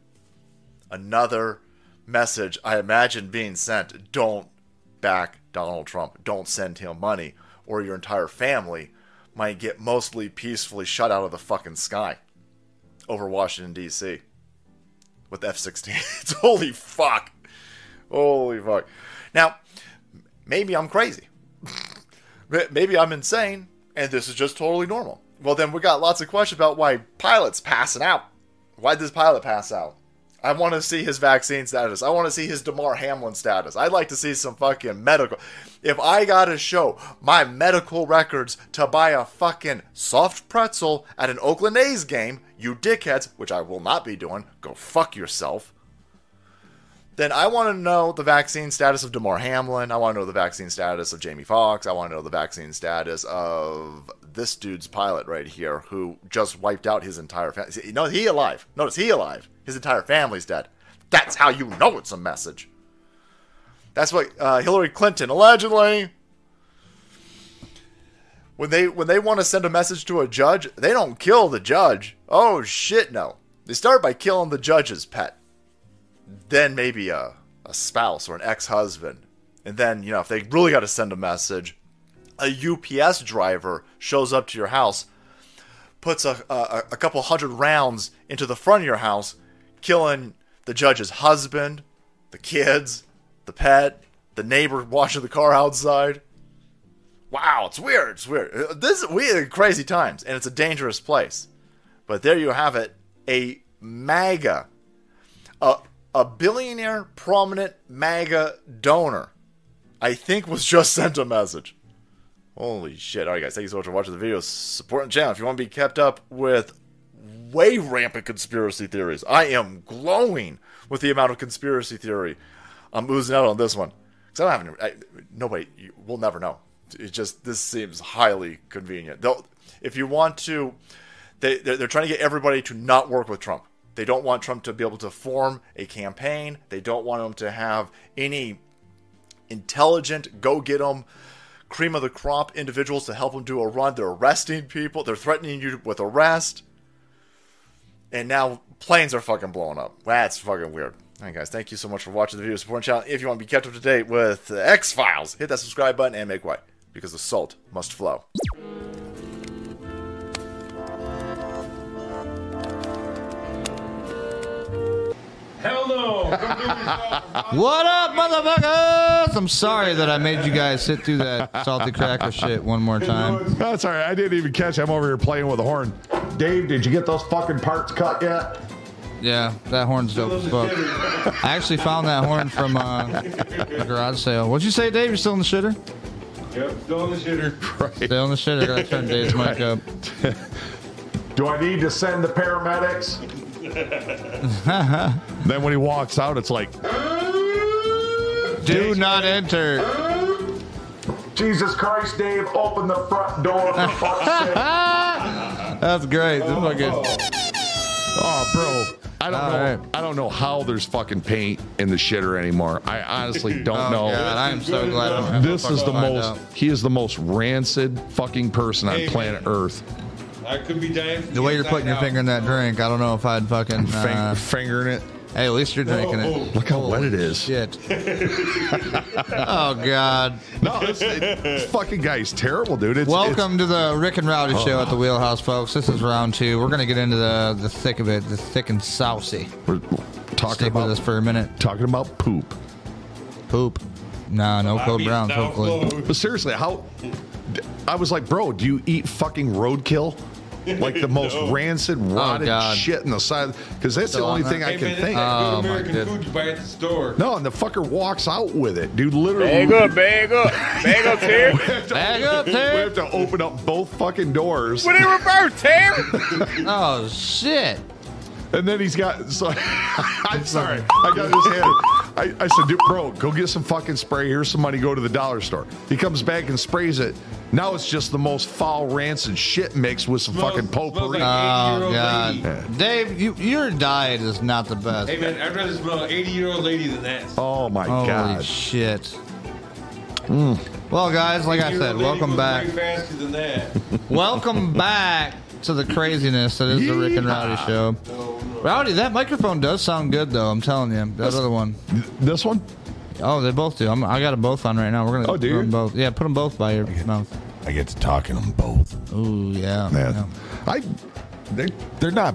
Speaker 14: another message I imagine being sent. Don't back Donald Trump. Don't send him money, or your entire family might get mostly peacefully shut out of the fucking sky over Washington, D.C. with F [laughs] 16s. Holy fuck. Holy fuck. Now, maybe I'm crazy. maybe I'm insane, and this is just totally normal. Well, then we got lots of questions about why pilot's passing out. Why did this pilot pass out? I want to see his vaccine status. I want to see his DeMar Hamlin status. I'd like to see some fucking medical. If I got to show my medical records to buy a fucking soft pretzel at an Oakland A's game, you dickheads, which I will not be doing, go fuck yourself. Then I want to know the vaccine status of DeMar Hamlin. I want to know the vaccine status of Jamie Foxx. I want to know the vaccine status of this dude's pilot right here who just wiped out his entire family. No, he alive. Notice he alive. His entire family's dead. That's how you know it's a message. That's what uh, Hillary Clinton allegedly. When they when they want to send a message to a judge, they don't kill the judge. Oh shit, no. They start by killing the judge's pet, then maybe a a spouse or an ex husband, and then you know if they really got to send a message, a UPS driver shows up to your house, puts a, a, a couple hundred rounds into the front of your house, killing the judge's husband, the kids, the pet, the neighbor [laughs] washing the car outside. Wow, it's weird. It's weird. This is weird, crazy times, and it's a dangerous place. But there you have it a MAGA, a, a billionaire prominent MAGA donor, I think was just [laughs] sent a message. Holy shit. Alright, guys, thank you so much for watching the video. Support the channel if you want to be kept up with way rampant conspiracy theories. I am glowing with the amount of conspiracy theory I'm losing out on this one. Because I don't have any. I, nobody, you, we'll never know. It just, this seems highly convenient. They'll, if you want to, they, they're, they're trying to get everybody to not work with Trump. They don't want Trump to be able to form a campaign, they don't want him to have any intelligent, go get him cream of the crop individuals to help them do a run. They're arresting people. They're threatening you with arrest. And now planes are fucking blowing up. That's fucking weird. All right, guys, thank you so much for watching the video. Support the channel. If you want to be kept up to date with X Files, hit that subscribe button and make way because the salt must flow.
Speaker 6: Hell no! Come do yourself.
Speaker 3: What up, motherfuckers? I'm sorry that I made you guys sit through that salty cracker shit one more time.
Speaker 2: That's Oh, all right. I didn't even catch. I'm over here playing with a horn. Dave, did you get those fucking parts cut yet?
Speaker 3: Yeah, that horn's dope as fuck. I actually found that horn from uh, a garage sale. What'd you say, Dave? You're still in the shitter?
Speaker 6: Yep, still in the shitter.
Speaker 3: Still in the shitter. I gotta turn Dave's mic up.
Speaker 2: Do I need to send the paramedics? then when he walks out, it's like,
Speaker 3: Do not enter.
Speaker 2: Jesus Christ, Dave, open the front door. For fuck's sake.
Speaker 3: [laughs] That's great. This fucking.
Speaker 2: Oh, bro. I don't
Speaker 3: All
Speaker 2: know. I don't know how there's fucking paint in the shitter anymore. I
Speaker 3: [laughs]
Speaker 2: honestly don't
Speaker 3: Oh,
Speaker 2: know.
Speaker 3: God, I am so glad I don't have to
Speaker 2: This is
Speaker 3: fucking
Speaker 2: the
Speaker 3: find
Speaker 2: most.
Speaker 3: out.
Speaker 2: He is the most rancid fucking person on
Speaker 6: Hey,
Speaker 2: planet Earth.
Speaker 6: I could be dying.
Speaker 3: The way you're putting your finger in that drink, I don't know if I'd fucking.
Speaker 2: Fing-
Speaker 3: Uh,
Speaker 2: fingering it.
Speaker 3: Hey, at least you're drinking it.
Speaker 2: Look how wet it is.
Speaker 3: Shit.
Speaker 2: [laughs]
Speaker 3: oh, God.
Speaker 2: No, this,
Speaker 3: [laughs]
Speaker 2: this fucking guy is terrible, dude. It's,
Speaker 3: Welcome to the Rick and Rowdy
Speaker 2: Oh.
Speaker 3: show at the Wheelhouse, folks. This is round two. We're going to get into the, the thick of it, the thick and saucy.
Speaker 2: It's, we're talking
Speaker 3: Stick
Speaker 2: about
Speaker 3: with us for a minute.
Speaker 2: talking about poop.
Speaker 3: Poop. Nah, no code browns, hopefully.
Speaker 2: [laughs] But seriously, how? I was like, bro, do you eat fucking roadkill?
Speaker 3: [laughs]
Speaker 2: Like the most
Speaker 6: No.
Speaker 2: rancid, rotted
Speaker 3: Oh, God.
Speaker 2: shit in the side, because that's the
Speaker 3: Still
Speaker 2: only
Speaker 3: on
Speaker 2: thing
Speaker 3: that?
Speaker 2: I can
Speaker 6: man,
Speaker 2: think.
Speaker 6: that's
Speaker 3: Oh,
Speaker 6: good
Speaker 3: my
Speaker 6: American
Speaker 3: goodness.
Speaker 6: food you buy at the store.
Speaker 2: No, and the fucker walks out with it, dude. Literally,
Speaker 15: bag up, bag up,
Speaker 2: [laughs]
Speaker 15: Terry.
Speaker 3: Back up,
Speaker 2: we
Speaker 3: Terry.
Speaker 2: have to open up both fucking doors,
Speaker 15: Put it in reverse, Terry.
Speaker 3: Oh, shit.
Speaker 2: and then he's got. So, [laughs] I'm sorry, I got this hand. I, I said, dude, bro, go get some fucking spray. Here's some money. Go to the dollar store. He comes back and sprays it. Now it's just the most foul, rancid shit mixed with some
Speaker 6: Smells-
Speaker 2: fucking
Speaker 6: smells
Speaker 2: potpourri.
Speaker 6: like
Speaker 3: Oh,
Speaker 6: 80-year-old lady.
Speaker 3: God. Dave, you, your diet is not the best.
Speaker 6: Hey man, I'd rather smell an 80 year old lady than that.
Speaker 2: Oh my
Speaker 3: Holy
Speaker 2: god.
Speaker 3: shit. Mm. Well, guys, like I said, welcome back. [laughs]
Speaker 6: Faster than that.
Speaker 2: [laughs]
Speaker 3: Welcome back to the craziness that is the Rick and Rowdy show. Rowdy, that microphone does sound good though. I'm telling you, that other one.
Speaker 2: This one?
Speaker 3: Oh, they both do. I'm, I got them both on right now. We're gonna
Speaker 2: Oh, do
Speaker 3: put
Speaker 2: you?
Speaker 3: 'em both. Yeah, put them both by your mouth.
Speaker 2: I get to talking them both.
Speaker 3: Ooh, yeah.
Speaker 2: Man, I they they're not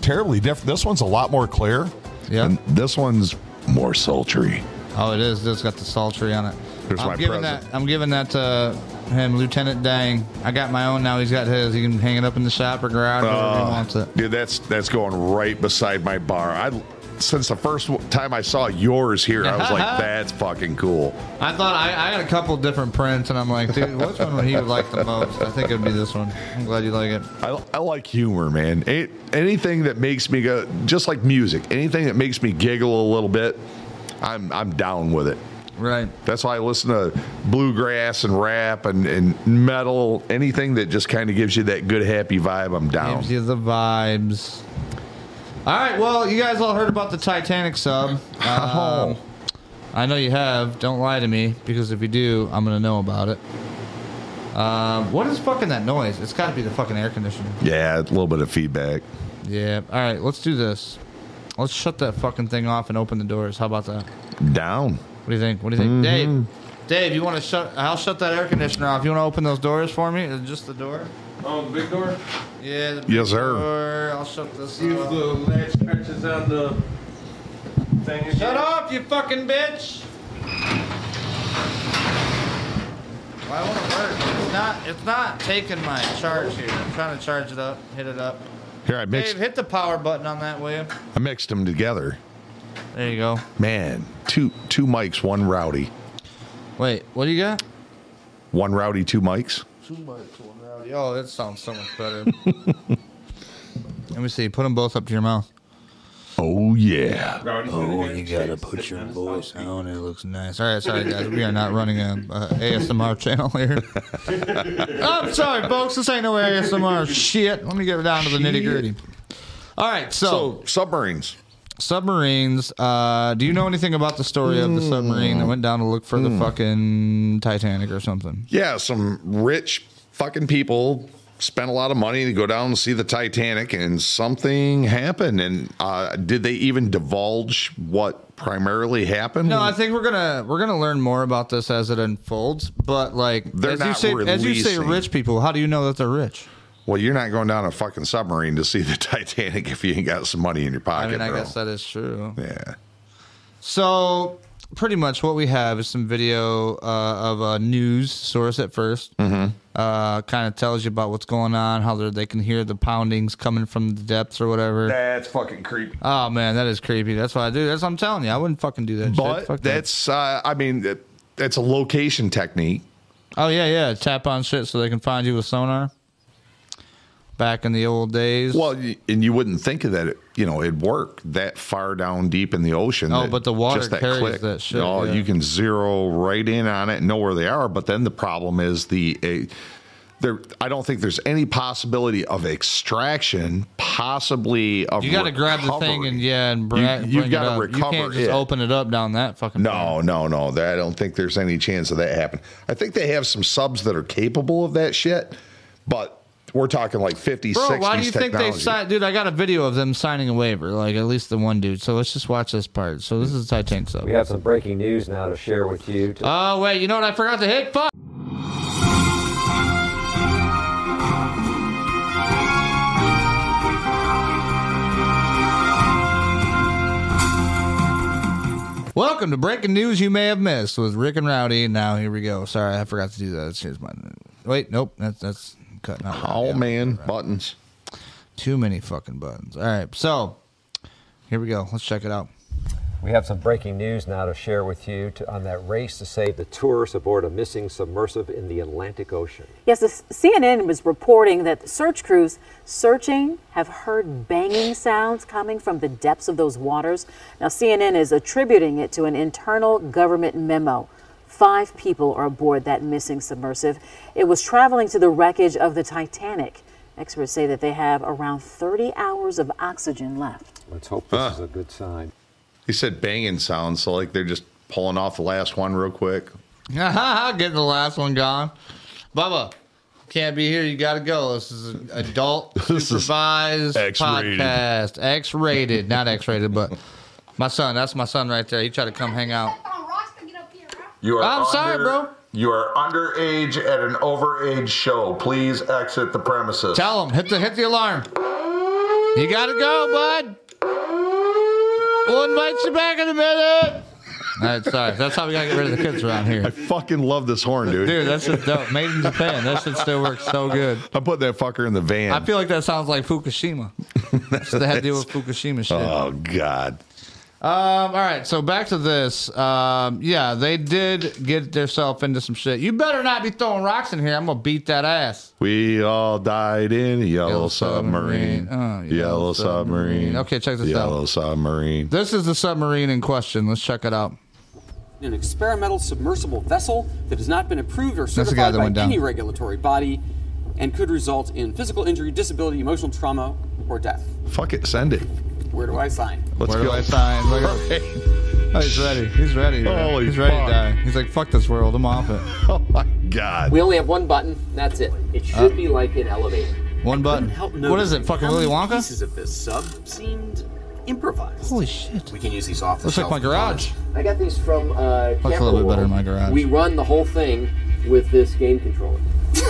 Speaker 2: terribly different. This one's a lot more clear.
Speaker 3: Yeah.
Speaker 2: And this one's more sultry.
Speaker 3: Oh, it is. It's got the sultry on it.
Speaker 2: Here's
Speaker 3: I'm
Speaker 2: my
Speaker 3: giving
Speaker 2: present.
Speaker 3: that. I'm giving that to him, Lieutenant Dang. I got my own now. He's got his. He can hang it up in the shop or garage. wherever he
Speaker 2: Uh,
Speaker 3: wants it.
Speaker 2: Dude, that's that's going right beside my bar. I since the first w- time I saw yours here, I was [laughs] like, that's fucking cool.
Speaker 3: I thought I, I had a couple different prints, and I'm like, dude, which one would he would like the most? I think it would be this one. I'm glad you like it.
Speaker 2: I, I like humor, man. A- anything that makes me go, just like music, anything that makes me giggle a little bit, I'm I'm down with it.
Speaker 3: Right.
Speaker 2: That's why I listen to bluegrass and rap and, and metal. Anything that just kind of gives you that good happy vibe, I'm down.
Speaker 3: Gives you the vibes. All right. Well, you guys all heard about the
Speaker 2: [laughs]
Speaker 3: Titanic sub.
Speaker 2: Oh.
Speaker 3: Um, I know you have. Don't lie to me, because if you do, I'm gonna know about it. Um, what is fucking that noise? It's got to be the fucking air conditioner.
Speaker 2: Yeah, a little bit of feedback.
Speaker 3: Yeah. All right. Let's do this. Let's shut that fucking thing off and open the doors. How about that?
Speaker 2: Down.
Speaker 3: What do you think? What do you think,
Speaker 2: Mm-hmm.
Speaker 3: Dave? Dave, you want to shut? I'll shut that air conditioner off. You want to open those doors for me? Uh, Just the door.
Speaker 6: Oh, the big door?
Speaker 3: Yeah. The
Speaker 2: Yes, sir.
Speaker 3: Door. I'll shut this.
Speaker 6: See if
Speaker 3: off.
Speaker 6: the latch catches on the thing. again.
Speaker 3: Shut up, you fucking bitch! Why won't it work? It's not. It's not taking my charge here. I'm trying to charge it up. Hit it up.
Speaker 2: Here, I mixed
Speaker 3: Dave, hit the power button on that, will you?
Speaker 2: I mixed them together.
Speaker 3: There you go.
Speaker 2: Man, two two mics, one rowdy.
Speaker 3: Wait, what do you got?
Speaker 2: One rowdy, two mics.
Speaker 3: Too much one rowdy. Oh, that sounds so much better. [laughs] Let me see. Put them both up to your mouth.
Speaker 2: Oh yeah.
Speaker 3: Oh, you gotta put your voice on. It looks nice. All right, sorry guys. We are not running a uh, ASMR channel here. I'm sorry, folks. This ain't no ASMR shit. Let me get down to the nitty gritty. All right, so,
Speaker 2: submarines.
Speaker 3: Submarines. Uh, do you know anything about the story of the submarine that went down to look for the fucking Titanic or something?
Speaker 2: Yeah, some rich fucking people spent a lot of money to go down and see the Titanic, and something happened. And uh, did they even divulge what primarily happened?
Speaker 3: No, I think we're gonna we're gonna learn more about this as it unfolds. But like,
Speaker 2: They're
Speaker 3: as you
Speaker 2: not
Speaker 3: say, as you say,
Speaker 2: releasing.
Speaker 3: rich people. How do you know that they're rich?
Speaker 2: well, you're not going down a fucking submarine to see the [laughs] Titanic if you ain't got some money in your
Speaker 3: I
Speaker 2: pocket.
Speaker 3: mean, I
Speaker 2: bro.
Speaker 3: guess that is true.
Speaker 2: Yeah.
Speaker 3: So pretty much what we have is some video uh, of a news source at 1st
Speaker 2: Mm-hmm.
Speaker 3: Uh, kind of tells you about what's going on, how they're- they can hear the poundings coming from the depths or whatever.
Speaker 2: That's fucking creepy.
Speaker 3: Oh man, that is creepy. That's what I do. That's what I'm telling you. I wouldn't fucking do that. shit.
Speaker 2: But
Speaker 3: Fuck that.
Speaker 2: that's, uh, I mean, that- that's a location technique.
Speaker 3: Oh yeah, yeah. Tap on shit so they can find you with sonar. Back in the old days.
Speaker 2: Well, y- and you wouldn't think of that, it, you know, it'd work that far down deep in the ocean.
Speaker 3: Oh,
Speaker 2: that
Speaker 3: but the water carries that shit,
Speaker 2: Oh,
Speaker 3: yeah.
Speaker 2: you can zero right in on it and know where they are. But then the problem is the. eh, there, I don't think there's any possibility of extraction, possibly of
Speaker 3: you got to grab the
Speaker 2: recovery.
Speaker 3: thing and yeah, and bra-
Speaker 2: You- you've
Speaker 3: bring it
Speaker 2: gotta
Speaker 3: up. You
Speaker 2: recover
Speaker 3: can't just
Speaker 2: it.
Speaker 3: open it up down that fucking.
Speaker 2: No, no, no. That, I don't think there's any chance of that happening. I think they have some subs that are capable of that shit, but we're talking like 50s,
Speaker 3: Bro,
Speaker 2: 60s
Speaker 3: why do you
Speaker 2: technology.
Speaker 3: think they signed? Dude, I got a video of them signing a waiver, like at least the one dude. So let's just watch this part. So this is Titanic sub.
Speaker 16: We have some breaking news now to share with you. To-
Speaker 3: Oh wait, you know what? I forgot to hit. Fuck. Welcome to breaking news you may have missed with Rick and Rowdy. Now here we go. Sorry, I forgot to do that. It's- Here's my. Wait, nope. That's that's cutting out.
Speaker 2: Oh, man. Buttons.
Speaker 3: Too many fucking buttons. All right, so here we go. Let's check it out. [laughs]
Speaker 16: we have some breaking news now to share with you to, on that race to save the tourists aboard a missing submersive in the Atlantic Ocean.
Speaker 17: Yes, the CNN was reporting that search crews searching have heard banging sounds coming from the depths of those waters. Now, CNN is attributing it to an internal government memo. Five people are aboard that missing submersive. It was traveling to the wreckage of the Titanic. Experts say that they have around 30 hours of oxygen left.
Speaker 16: Let's hope this is a good sign.
Speaker 2: He said banging sounds, so like they're just pulling off the last one real quick.
Speaker 3: Getting the last one gone. Bubba, Can't be here. You got to go. This is an adult supervised
Speaker 2: X-rated.
Speaker 3: podcast. X rated. Not X rated, but my son. That's my son right there. He tried to come hang out.
Speaker 2: You are
Speaker 3: I'm sorry, bro.
Speaker 2: You are underage at an overage show. Please exit the premises.
Speaker 3: Tell him. Hit the, hit the alarm. You got to go, bud. We'll invite you back in a minute. All right, sorry. That's how we got to get rid of the kids around here.
Speaker 2: I fucking love this horn, dude.
Speaker 3: Dude, that shit's dope. Made in Japan. That shit still works so good.
Speaker 2: I put that fucker in the van.
Speaker 3: I feel like that sounds
Speaker 2: [laughs]
Speaker 3: like Fukushima. That's the head deal with Fukushima shit.
Speaker 2: Oh God.
Speaker 3: Um, all right, so back to this. Um, yeah, they did get themselves into some shit. You better not be throwing rocks in here. I'm gonna beat that ass.
Speaker 2: We all died in a yellow,
Speaker 3: Yellow
Speaker 2: submarine.
Speaker 3: submarine. Oh,
Speaker 2: yellow, submarine.
Speaker 3: Okay, check this out.
Speaker 2: Yellow submarine.
Speaker 3: This is the submarine in question. Let's check it out.
Speaker 18: an experimental submersible vessel that has not been approved or
Speaker 3: the guy
Speaker 18: certified
Speaker 3: that
Speaker 18: by
Speaker 3: went down.
Speaker 18: any regulatory body and could result in physical injury, disability, emotional trauma, or death.
Speaker 2: Fuck it, send it.
Speaker 18: Where do I sign?
Speaker 2: Let's
Speaker 3: Where
Speaker 2: go.
Speaker 3: do
Speaker 2: [laughs]
Speaker 3: I sign? Look at- Oh, he's ready. He's ready.
Speaker 2: Holy
Speaker 3: he's ready
Speaker 2: fuck.
Speaker 3: to die. He's like, fuck this world. I'm off it.
Speaker 2: Oh my God.
Speaker 19: We only have one button. That's it. It should be like an elevator.
Speaker 3: One button.
Speaker 19: Couldn't help
Speaker 3: Uh, What is
Speaker 19: noticing
Speaker 3: it? Fucking
Speaker 19: how
Speaker 3: Willy
Speaker 19: many
Speaker 3: Wonka?
Speaker 19: Pieces of this sub seemed improvised.
Speaker 3: Holy shit.
Speaker 19: We can use these off the
Speaker 3: Looks like
Speaker 19: shelf
Speaker 3: my garage.
Speaker 19: components. I got these from uh,
Speaker 3: a
Speaker 19: Camper
Speaker 3: little bit
Speaker 19: World.
Speaker 3: better in my garage.
Speaker 19: We run the whole thing with this game controller.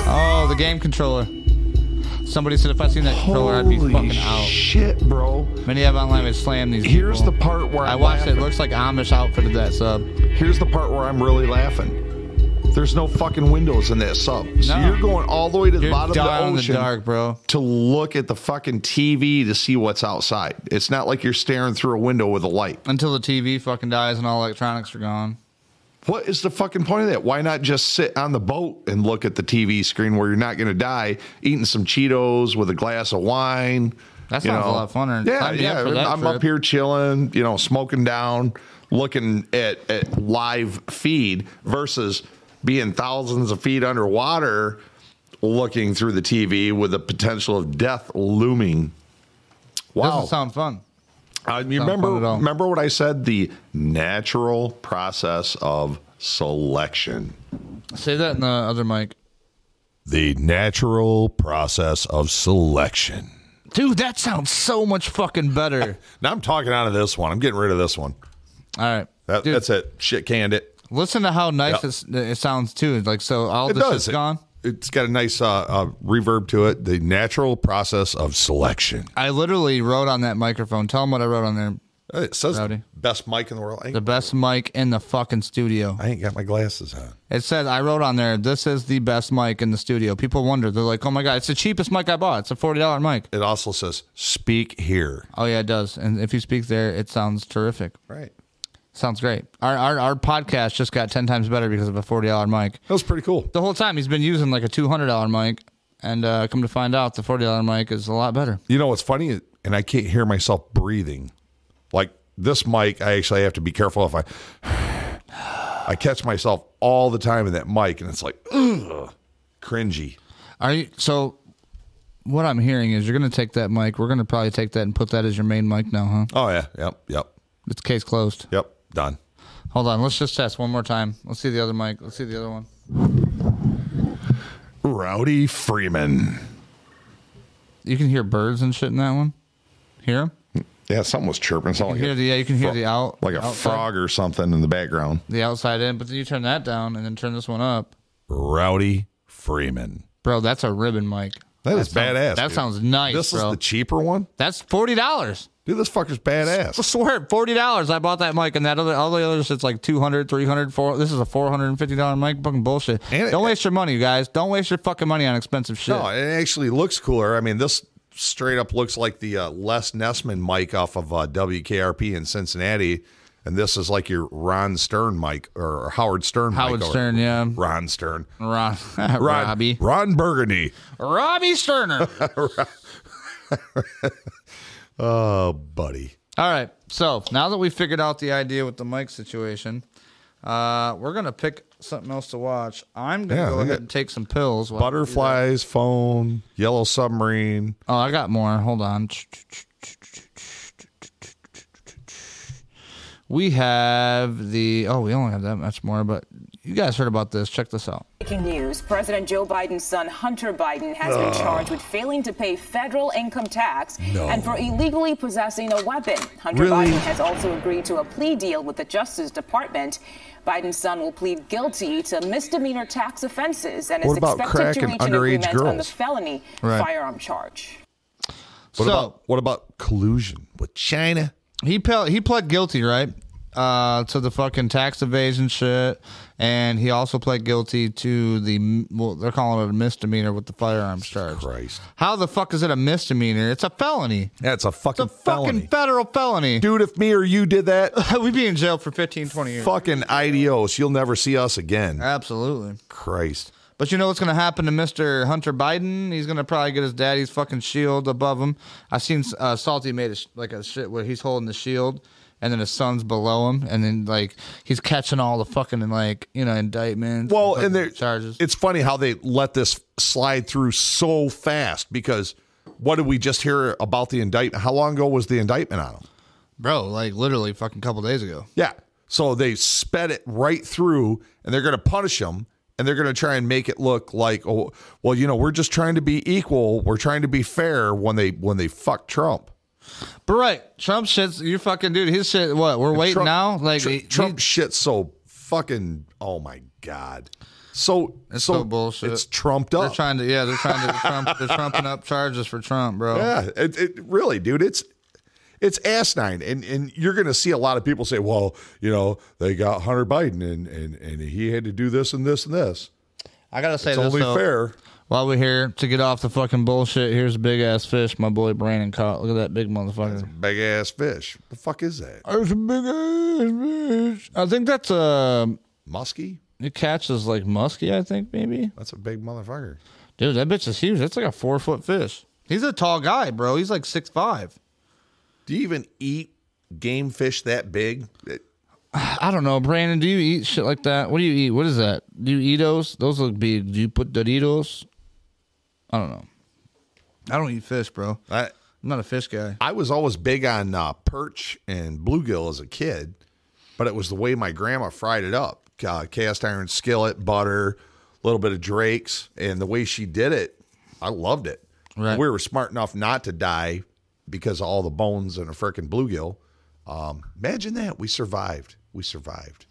Speaker 3: Oh, the game controller. Somebody said if I seen that controller, I'd be fucking out.
Speaker 2: Shit, bro.
Speaker 3: Many of online would slam these.
Speaker 2: Here's
Speaker 3: people.
Speaker 2: the part where
Speaker 3: I
Speaker 2: I'm
Speaker 3: watched it.
Speaker 2: laughing.
Speaker 3: it. Looks like Amish outfitted that sub.
Speaker 2: Here's the part where I'm really laughing. There's no fucking windows in that sub. So
Speaker 3: No.
Speaker 2: you're going all the way to the
Speaker 3: You're
Speaker 2: bottom of the
Speaker 3: down in the
Speaker 2: ocean
Speaker 3: dark, bro.
Speaker 2: to look at the fucking TV to see what's outside. It's not like you're staring through a window with a light.
Speaker 3: Until the TV fucking dies and all electronics are gone.
Speaker 2: What is the fucking point of that? Why not just sit on the boat and look at the TV screen where you're not going to die, eating some Cheetos with a glass of wine?
Speaker 3: That
Speaker 2: you
Speaker 3: sounds a
Speaker 2: know?
Speaker 3: lot of fun, and
Speaker 2: Yeah,
Speaker 3: I'd be up
Speaker 2: yeah.
Speaker 3: for that
Speaker 2: I'm
Speaker 3: trip.
Speaker 2: up here chilling, you know, smoking down, looking at, at live feed versus being thousands of feet underwater, looking through the TV with the potential of death looming. Wow.
Speaker 3: Doesn't sound fun.
Speaker 2: Uh, you
Speaker 3: Sounds
Speaker 2: remember
Speaker 3: fun at all.
Speaker 2: remember what I said? The natural process of selection.
Speaker 3: Say that in the other mic.
Speaker 2: The natural process of selection.
Speaker 3: Dude, that sounds so much
Speaker 2: [laughs]
Speaker 3: fucking better.
Speaker 2: Now I'm talking out of this one. I'm getting rid of this one.
Speaker 3: All right.
Speaker 2: That,
Speaker 3: Dude.
Speaker 2: that's it. Shit canned it.
Speaker 3: Listen to how nice
Speaker 2: Yeah.
Speaker 3: it's, it sounds too. Like so, all
Speaker 2: It
Speaker 3: this
Speaker 2: does.
Speaker 3: is gone.
Speaker 2: It, has got a nice uh, uh, reverb to it. The natural process of selection.
Speaker 3: I literally wrote on that microphone. Tell them what I wrote on there.
Speaker 2: Uh, It says
Speaker 3: Rowdy.
Speaker 2: best mic in the world. I
Speaker 3: The
Speaker 2: ain't,
Speaker 3: best mic in the fucking studio.
Speaker 2: I ain't got my glasses on.
Speaker 3: It says I wrote on there. This is the best mic in the studio. People wonder. They're like, oh my god, it's the cheapest mic I bought. It's a forty dollar mic.
Speaker 2: It also says speak here.
Speaker 3: Oh yeah, it does. And if you speak there, it sounds terrific.
Speaker 2: Right.
Speaker 3: Sounds great. Our our, our podcast just got ten times better because of a forty dollar mic.
Speaker 2: That was pretty cool.
Speaker 3: The whole time he's been using like a two hundred dollar mic, and uh, come to find out, the forty dollar mic is a lot better.
Speaker 2: You know what's funny? And I can't hear myself breathing. Like this mic, I actually have to be careful if I. [sighs] I catch myself all the time in that mic, and it's like, [clears throat] ugh, cringy.
Speaker 3: Are you so? What I'm hearing is you're going to take that mic. We're going to probably take that and put that as your main mic now, huh?
Speaker 2: Oh yeah, yep, yep,
Speaker 3: It's case closed.
Speaker 2: yep. Done.
Speaker 3: Hold on, let's just test one more time. Let's see the other mic. Let's see the other one.
Speaker 2: Rowdy Freeman.
Speaker 3: You can hear birds and shit in that one. Hear 'em?
Speaker 2: Yeah, something was chirping. Something
Speaker 3: You
Speaker 2: like
Speaker 3: hear
Speaker 2: a,
Speaker 3: the yeah. You can hear
Speaker 2: fro-
Speaker 3: the out
Speaker 2: like a
Speaker 3: outside-
Speaker 2: frog or something in the background.
Speaker 3: the outside in, but then you turn that down and then turn this one up,
Speaker 2: Rowdy Freeman.
Speaker 3: bro. That's a ribbon mic.
Speaker 2: that is
Speaker 3: sounds-
Speaker 2: badass.
Speaker 3: that
Speaker 2: dude.
Speaker 3: sounds nice,
Speaker 2: This
Speaker 3: bro.
Speaker 2: is the cheaper one.
Speaker 3: That's forty dollars.
Speaker 2: Dude, this fucker's
Speaker 3: I
Speaker 2: badass.
Speaker 3: swear, forty dollars. I bought that mic, and that other all the other shit's like 200 300 four. This is a four hundred and fifty dollar mic. Fucking bullshit.
Speaker 2: And it-
Speaker 3: Don't waste your money, you guys. Don't waste your fucking money on expensive shit.
Speaker 2: No, it actually looks cooler. I mean, this straight up looks like the uh, Les Nessman mic off of uh, WKRP in Cincinnati, and this is like your Ron Stern mic or Howard Stern.
Speaker 3: Howard
Speaker 2: mic, or
Speaker 3: Stern, yeah.
Speaker 2: Ron Stern.
Speaker 3: [laughs] Ron,
Speaker 2: Ron,
Speaker 3: Robbie,
Speaker 2: Ron Burgundy.
Speaker 3: Robbie Sterner.
Speaker 2: Oh, buddy.
Speaker 3: All right. So now that we figured out the idea with the mic situation, uh, we're gonna pick something else to watch. I'm gonna
Speaker 2: Yeah,
Speaker 3: go
Speaker 2: we
Speaker 3: ahead
Speaker 2: got
Speaker 3: and take some pills. while-
Speaker 2: Butterflies, phone, yellow submarine.
Speaker 3: Oh, I got more. Hold on. We have the. Oh, we only have that much more, but you guys heard about this. Check this out.
Speaker 20: Breaking news President Joe Biden's son, Hunter Biden, has
Speaker 2: Ugh.
Speaker 20: been charged with failing to pay federal income tax
Speaker 2: Ah. No.
Speaker 20: and for illegally possessing a weapon. Hunter
Speaker 2: Really?
Speaker 20: Biden has also agreed to a plea deal with the Justice Department. Biden's son will plead guilty to misdemeanor tax offenses and
Speaker 2: What
Speaker 20: is
Speaker 2: about crack
Speaker 20: expected to
Speaker 2: and
Speaker 20: reach an
Speaker 2: underage
Speaker 20: agreement on the
Speaker 2: girls?
Speaker 20: felony
Speaker 2: Right.
Speaker 20: firearm charge.
Speaker 2: What about what about collusion with China?
Speaker 3: He pe- he pled guilty, right? Uh, to the fucking tax evasion shit, and he also pled guilty to the well, they're calling it a misdemeanor with the firearms charge.
Speaker 2: Christ,
Speaker 3: how the fuck is it a misdemeanor? It's a felony.
Speaker 2: Yeah, it's a fucking felony.
Speaker 3: fucking federal felony,
Speaker 2: dude. If me or you did that,
Speaker 3: [laughs] we'd be in jail for 15, 20
Speaker 2: [laughs]
Speaker 3: years.
Speaker 2: Fucking idios, you'll never see us again.
Speaker 3: Absolutely.
Speaker 2: Christ.
Speaker 3: But you know what's going to happen to Mr. Hunter Biden? He's going to probably get his daddy's fucking shield above him. I seen uh, Salty made a sh- like a shit where he's holding the shield and then his son's below him and then like he's catching all the fucking like, you know, indictments.
Speaker 2: Well,
Speaker 3: fucking
Speaker 2: and they're-
Speaker 3: charges.
Speaker 2: It's funny how they let this slide through so fast because what did we just hear about the indictment? How long ago was the indictment on him?
Speaker 3: Bro, like literally fucking couple days ago.
Speaker 2: Yeah. So they sped it right through and they're going to punish him and they're going to try and make it look like oh well you know we're just trying to be equal, we're trying to be fair when they when they fuck Trump.
Speaker 3: But right, Trump shit's you fucking dude, his shit what? We're waiting
Speaker 2: Trump-
Speaker 3: now? Like
Speaker 2: Tr-
Speaker 3: he-
Speaker 2: Trump shit so fucking oh my god. So
Speaker 3: It's
Speaker 2: so
Speaker 3: so bullshit.
Speaker 2: It's trumped
Speaker 3: They're
Speaker 2: up.
Speaker 3: trying to yeah, they're trying to
Speaker 2: [laughs]
Speaker 3: trump they're trumping up charges for Trump, bro.
Speaker 2: Yeah, it, it really, dude. It's it's asinine, and and you're going to see a lot of people say, well, you know, they got Hunter Biden, and and and he had to do this and this and this.
Speaker 3: I gotta say
Speaker 2: It's
Speaker 3: this,
Speaker 2: only
Speaker 3: though.
Speaker 2: fair.
Speaker 3: While we're here to get off the fucking bullshit, here's a big ass fish my boy Brandon caught. Look at that big motherfucker.
Speaker 2: Big ass fish. The fuck is that?
Speaker 3: It's a big ass fish. I think that's a
Speaker 2: muskie.
Speaker 3: It catches like muskie, I think maybe.
Speaker 2: That's a big motherfucker.
Speaker 3: Dude, that bitch is huge. That's like a four foot fish. He's a tall guy, bro. He's like six five.
Speaker 2: Do you even eat game fish that big? It-
Speaker 3: I don't know, Brandon. Do you eat shit like that? What do you eat? What is that? Do you eat those? Those look big. Do you put Doritos? I don't know. I don't eat fish, bro.
Speaker 2: I, am
Speaker 3: not a fish guy.
Speaker 2: I was always big on uh, perch and bluegill as a kid, but it was the way my grandma fried it up uh, cast iron skillet, butter, a little bit of Drake's, and the way she did it, I loved it.
Speaker 3: Right.
Speaker 2: We were smart enough not to die because of all the bones and a freaking bluegill. Um, imagine that. We survived. We survived.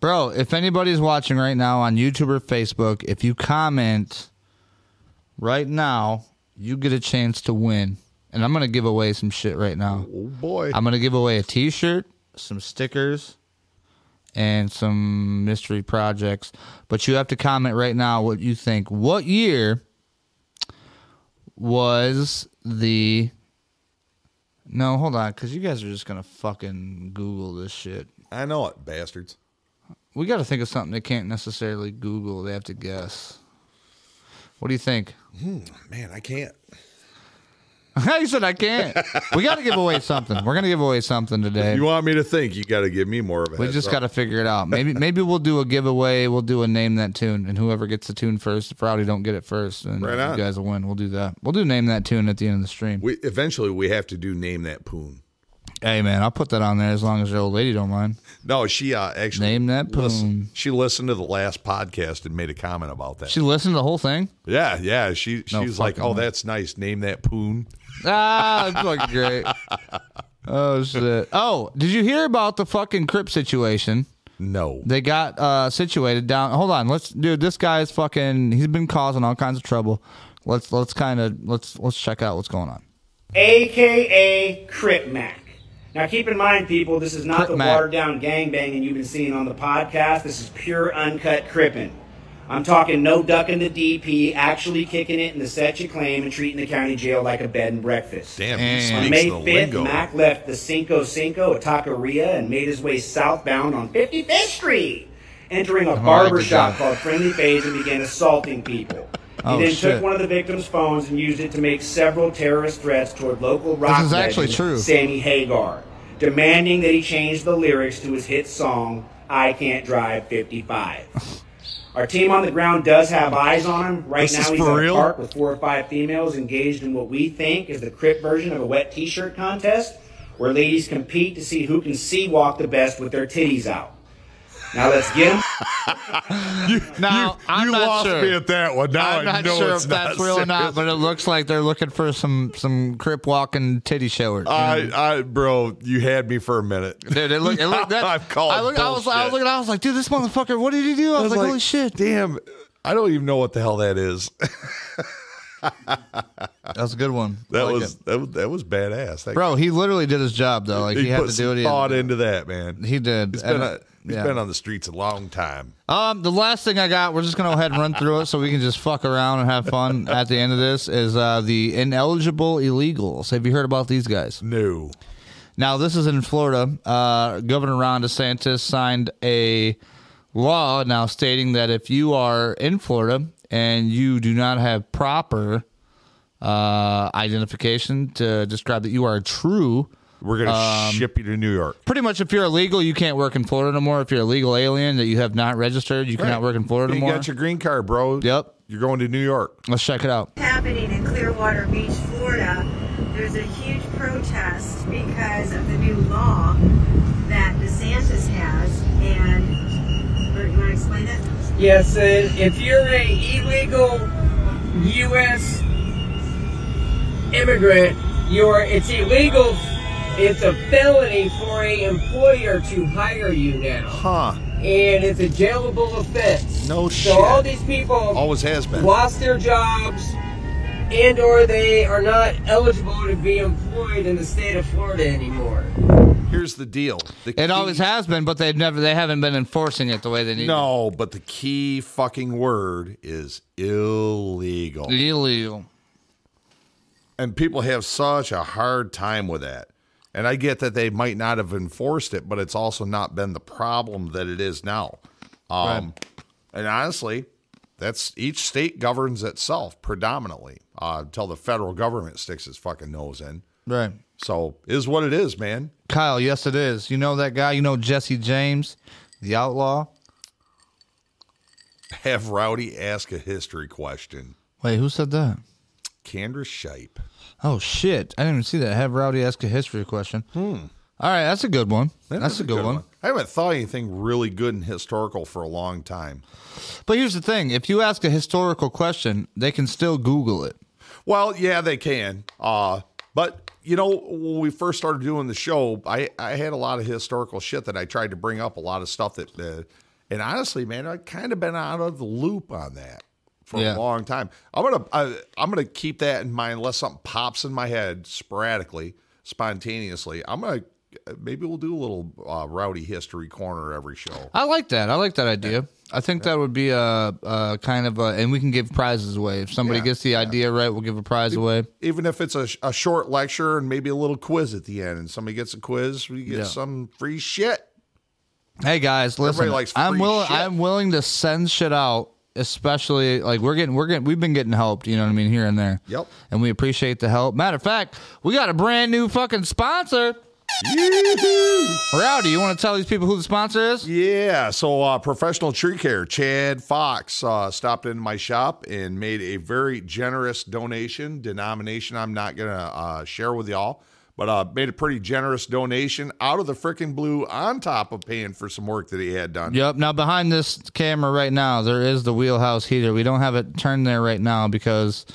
Speaker 3: Bro, if anybody's watching right now on YouTube or Facebook, if you comment right now, you get a chance to win. And I'm going to give away some shit right now.
Speaker 2: Oh, boy.
Speaker 3: I'm going to give away a t shirt, some stickers, and some mystery projects. But you have to comment right now what you think. What year was the. No, hold on, because you guys are just going to fucking Google this shit.
Speaker 2: I know it, bastards.
Speaker 3: We got to think of something they can't necessarily Google. They have to guess. What do you think? [laughs]
Speaker 2: Hmm, man, I can't.
Speaker 3: he said, I can't. We got to give away something. We're going to give away something today.
Speaker 2: You want me to think? You got to give me more of it.
Speaker 3: We just got to figure it
Speaker 2: [laughs]
Speaker 3: out. Maybe maybe we'll do a giveaway. We'll do a name that tune, and whoever gets the tune first, if Rowdy don't get it first, then
Speaker 2: Right on.
Speaker 3: you guys will win. We'll do that. We'll do name that tune at the end of the stream.
Speaker 2: We eventually we have to do name that poon.
Speaker 3: hey man, I'll put that on there as long as your old lady don't mind.
Speaker 2: No, she uh, actually
Speaker 3: Name that
Speaker 2: listen,
Speaker 3: poon.
Speaker 2: she listened to the last podcast and made a comment about that.
Speaker 3: She listened to the whole thing.
Speaker 2: yeah, yeah. She
Speaker 3: No
Speaker 2: she's like,
Speaker 3: fucking
Speaker 2: oh,
Speaker 3: way.
Speaker 2: that's nice. Name that poon.
Speaker 3: Ah, that's
Speaker 2: [laughs]
Speaker 3: fucking great. Oh shit. Oh, did you hear about the fucking Crip situation?
Speaker 2: No.
Speaker 3: They got uh situated down hold on, let's dude, this guy's fucking he's been causing all kinds of trouble. Let's let's kinda let's let's check out what's going on.
Speaker 21: aka Crip Mac. Now, keep in mind, people, this is not
Speaker 3: Crip
Speaker 21: the
Speaker 3: Mac.
Speaker 21: watered down gangbanging you've been seeing on the podcast. This is pure uncut crippin'. I'm talking no ducking the DP, actually kicking it in the set you claim and treating the county jail like a bed and breakfast.
Speaker 2: Damn, he
Speaker 21: On
Speaker 2: speaks
Speaker 21: May
Speaker 2: the
Speaker 21: 5th,
Speaker 2: lingo.
Speaker 21: Mac left the Cinco Cinco, a taqueria, and made his way southbound on 55th Street, entering
Speaker 2: Oh,
Speaker 21: a
Speaker 3: like
Speaker 21: barber
Speaker 3: the
Speaker 21: shop
Speaker 3: guy.
Speaker 21: called Friendly Phase and began assaulting people. He
Speaker 3: Oh,
Speaker 21: then
Speaker 3: shit.
Speaker 21: took one of the victim's phones and used it to make several terrorist threats toward local rock
Speaker 3: is actually
Speaker 21: legend
Speaker 3: true.
Speaker 21: Sammy Hagar, demanding that he change the lyrics to his hit song "I Can't Drive 55."
Speaker 22: [laughs]
Speaker 21: Our team on the ground does have eyes on him. Right
Speaker 22: This is
Speaker 21: now, he's
Speaker 22: for
Speaker 21: at
Speaker 22: real?
Speaker 21: a park with four or five females engaged in what we think is the Crip version of a wet T-shirt contest, where ladies compete to see who can sea walk the best with their titties out. Now let's get him.
Speaker 3: now, I'm
Speaker 2: you
Speaker 3: not
Speaker 2: lost
Speaker 3: sure.
Speaker 2: me at that one. Now
Speaker 3: I'm
Speaker 2: I
Speaker 3: not
Speaker 2: know
Speaker 3: sure if
Speaker 2: it's
Speaker 3: that's
Speaker 2: not
Speaker 3: real or
Speaker 2: serious.
Speaker 3: not, but it looks like they're looking for some some crip walking titty showers.
Speaker 2: I, I, bro, you had me for a minute,
Speaker 3: dude. It looked. It looked
Speaker 2: [laughs]
Speaker 3: that,
Speaker 2: I've called.
Speaker 3: I, look, I was. I was
Speaker 2: bullshit.
Speaker 3: looking. I was like, dude, this motherfucker. What did he do? I was, like, holy shit.
Speaker 2: Damn, I don't even know what the hell that is. [laughs]
Speaker 3: That was a good one. I
Speaker 2: That
Speaker 3: like
Speaker 2: was that, was- that was badass, That-
Speaker 3: Bro, he literally did his job though. Like he, had
Speaker 2: put
Speaker 3: to
Speaker 2: some
Speaker 3: do it. He had
Speaker 2: Thought
Speaker 3: to do it.
Speaker 2: into that, man.
Speaker 3: He did.
Speaker 2: He's been,
Speaker 3: And,
Speaker 2: a, he's
Speaker 3: yeah.
Speaker 2: been on the streets a long time.
Speaker 3: Um, the last thing I got, we're just gonna go ahead and run through it so we can just fuck around and have fun at the end of this. Is uh, the ineligible illegals? Have you heard about these guys?
Speaker 2: No.
Speaker 3: Now this is in Florida. Uh, Governor Ron DeSantis signed a law now stating that if you are in Florida and you do not have proper uh, identification to describe that you are a true,
Speaker 2: we're gonna
Speaker 3: Um,
Speaker 2: ship you to New York.
Speaker 3: Pretty much, if you're illegal, you can't work in Florida no more. If you're a legal alien that you have not registered, you cannot work in Florida
Speaker 2: You
Speaker 3: no more.
Speaker 2: got your green card, bro.
Speaker 3: Yep.
Speaker 2: You're going to New York.
Speaker 3: Let's check it out.
Speaker 1: happening in Clearwater Beach, Florida, there's a huge protest because of the new law that DeSantis has. And, Bert, you want to explain it?
Speaker 22: Yes, uh, if you're a illegal U.S. immigrant, you're it's illegal. It's a felony for a employer to hire you now,
Speaker 2: Huh.
Speaker 22: and it's a jailable offense. so
Speaker 2: No shit.
Speaker 22: all these people
Speaker 2: Always has been.
Speaker 22: lost their jobs, and/or they are not eligible to be employed in the state of Florida anymore.
Speaker 2: Here's the deal. The
Speaker 3: It always has been, but they've never they haven't been enforcing it the way they need.
Speaker 2: No, but the key fucking word is illegal.
Speaker 3: Illegal.
Speaker 2: And people have such a hard time with that. And I get that they might not have enforced it, but it's also not been the problem that it is now. Um, And honestly, that's each state governs itself predominantly uh, until the federal government sticks its fucking nose in.
Speaker 3: Right.
Speaker 2: So is what it is, man.
Speaker 3: Kyle, yes, it is. You know that guy. You know Jesse James, the outlaw.
Speaker 2: Have Rowdy ask a history question.
Speaker 3: Wait, who said that?
Speaker 2: Candace Shipe.
Speaker 3: Oh shit! I didn't even see that. Have Rowdy ask a history question. Hmm. All right, that's a good one.
Speaker 2: That
Speaker 3: that's
Speaker 2: is
Speaker 3: a good, one.
Speaker 2: I haven't thought anything really good and historical for a long time.
Speaker 3: But here's the thing: if you ask a historical question, they can still Google it.
Speaker 2: Well, yeah, they can. Uh, but you know, when we first started doing the show, I, I had a lot of historical shit that I tried to bring up, a lot of stuff that, uh, and honestly, man, I've kind of been out of the loop on that for
Speaker 3: Yeah.
Speaker 2: a long time. I'm gonna I, I'm gonna keep that in mind unless something pops in my head sporadically, spontaneously. I'm gonna maybe we'll do a little uh, rowdy history corner every show.
Speaker 3: I like that. I like that idea. I think that would be a, a kind of a, and we can give prizes away if somebody
Speaker 2: Yeah,
Speaker 3: gets the idea right. We'll give a prize away.
Speaker 2: even if it's a, a short lecture and maybe a little quiz at the end, and somebody gets a quiz, we get
Speaker 3: Yeah.
Speaker 2: some free shit.
Speaker 3: Hey guys, listen.
Speaker 2: Everybody likes
Speaker 3: I'm
Speaker 2: free
Speaker 3: willing.
Speaker 2: shit.
Speaker 3: I'm willing to send shit out, especially like we're getting, we're getting, we've been getting helped. You know what I mean? Here and there.
Speaker 2: Yep.
Speaker 3: And we appreciate the help. Matter of fact, we got a brand new fucking sponsor. Rowdy, you want to tell these people who the sponsor is?
Speaker 2: Yeah. So, uh, professional tree care, Chad Fox uh, stopped in my shop and made a very generous donation. Denomination I'm not going to uh, share with y'all, but uh, made a pretty generous donation out of the freaking blue on top of paying for some work that he had done.
Speaker 3: Yep. Now behind this camera right now, there is the wheelhouse heater. We don't have it turned there right now because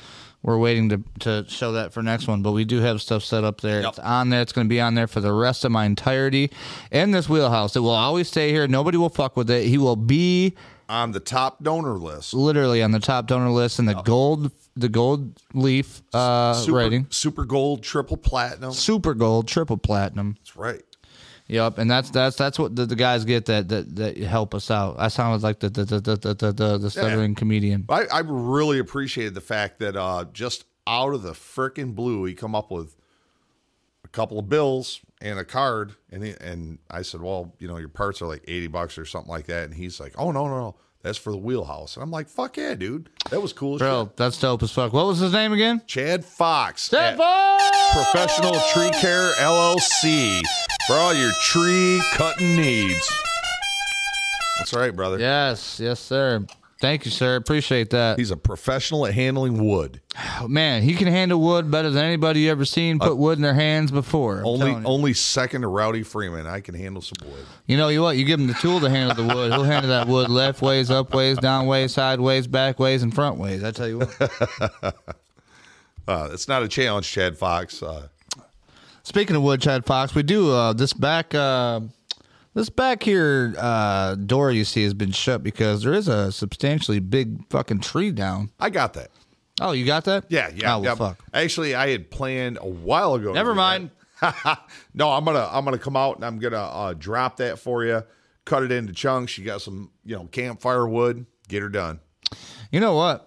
Speaker 3: we're waiting to, to show that for next one. But we do have stuff set up there. It's on there. It's going to be on there for the rest of my entirety. In this wheelhouse, it will always stay here. Nobody will fuck with it. He will be
Speaker 2: On the top donor list.
Speaker 3: literally on the top donor list and the gold the gold leaf uh,
Speaker 2: Super,
Speaker 3: rating.
Speaker 2: super gold, triple platinum.
Speaker 3: Super gold, triple platinum.
Speaker 2: That's right.
Speaker 3: Yep, and that's that's that's what the, the guys get that, that that help us out. I sounded like the the the the the, the, the stuttering comedian.
Speaker 2: I, I really appreciated the fact that uh, just out of the frickin' blue, he come up with a couple of bills and a card, and he, and I said, "Well, you know, your parts are like eighty bucks or something like that," and he's like, "Oh no, no, no, that's for the wheelhouse," and I'm like, "Fuck yeah, dude, that was cool." as
Speaker 3: Bro,
Speaker 2: shit."
Speaker 3: that's dope as fuck. What was his name again?
Speaker 2: Chad Fox.
Speaker 3: Chad
Speaker 2: at
Speaker 3: Fox!
Speaker 2: Professional Tree Care LLC for all your tree cutting needs. That's right, brother.
Speaker 3: Yes, yes, sir. Thank you, sir. Appreciate that. Oh,
Speaker 2: He's a professional at handling wood.
Speaker 3: Man, he can handle wood better than anybody you ever seen put wood in their hands before. I'm
Speaker 2: Uh, Only
Speaker 3: telling you.
Speaker 2: only second to Rowdy Freeman. I can handle some wood.
Speaker 3: You know you what? You give him the tool to handle the wood. He'll handle that wood left ways, up ways, down ways, sideways, back ways, and front ways. I tell
Speaker 2: [laughs]
Speaker 3: you what.
Speaker 2: Uh, it's not a challenge, Chad Fox. Uh,
Speaker 3: Speaking of wood, Chad Fox, we do uh, this back uh, this back here uh, door you see has been shut because there is a substantially big fucking tree down.
Speaker 2: I got that.
Speaker 3: Oh, you got that?
Speaker 2: Yeah, yeah.
Speaker 3: Oh, well,
Speaker 2: yeah.
Speaker 3: fuck.
Speaker 2: Actually, I had planned a while ago.
Speaker 3: Never mind.
Speaker 2: [laughs] no, I'm gonna I'm gonna come out and I'm gonna uh, drop that for you. Cut it into chunks. You got some, you know, campfire wood. Get her done.
Speaker 3: You know what?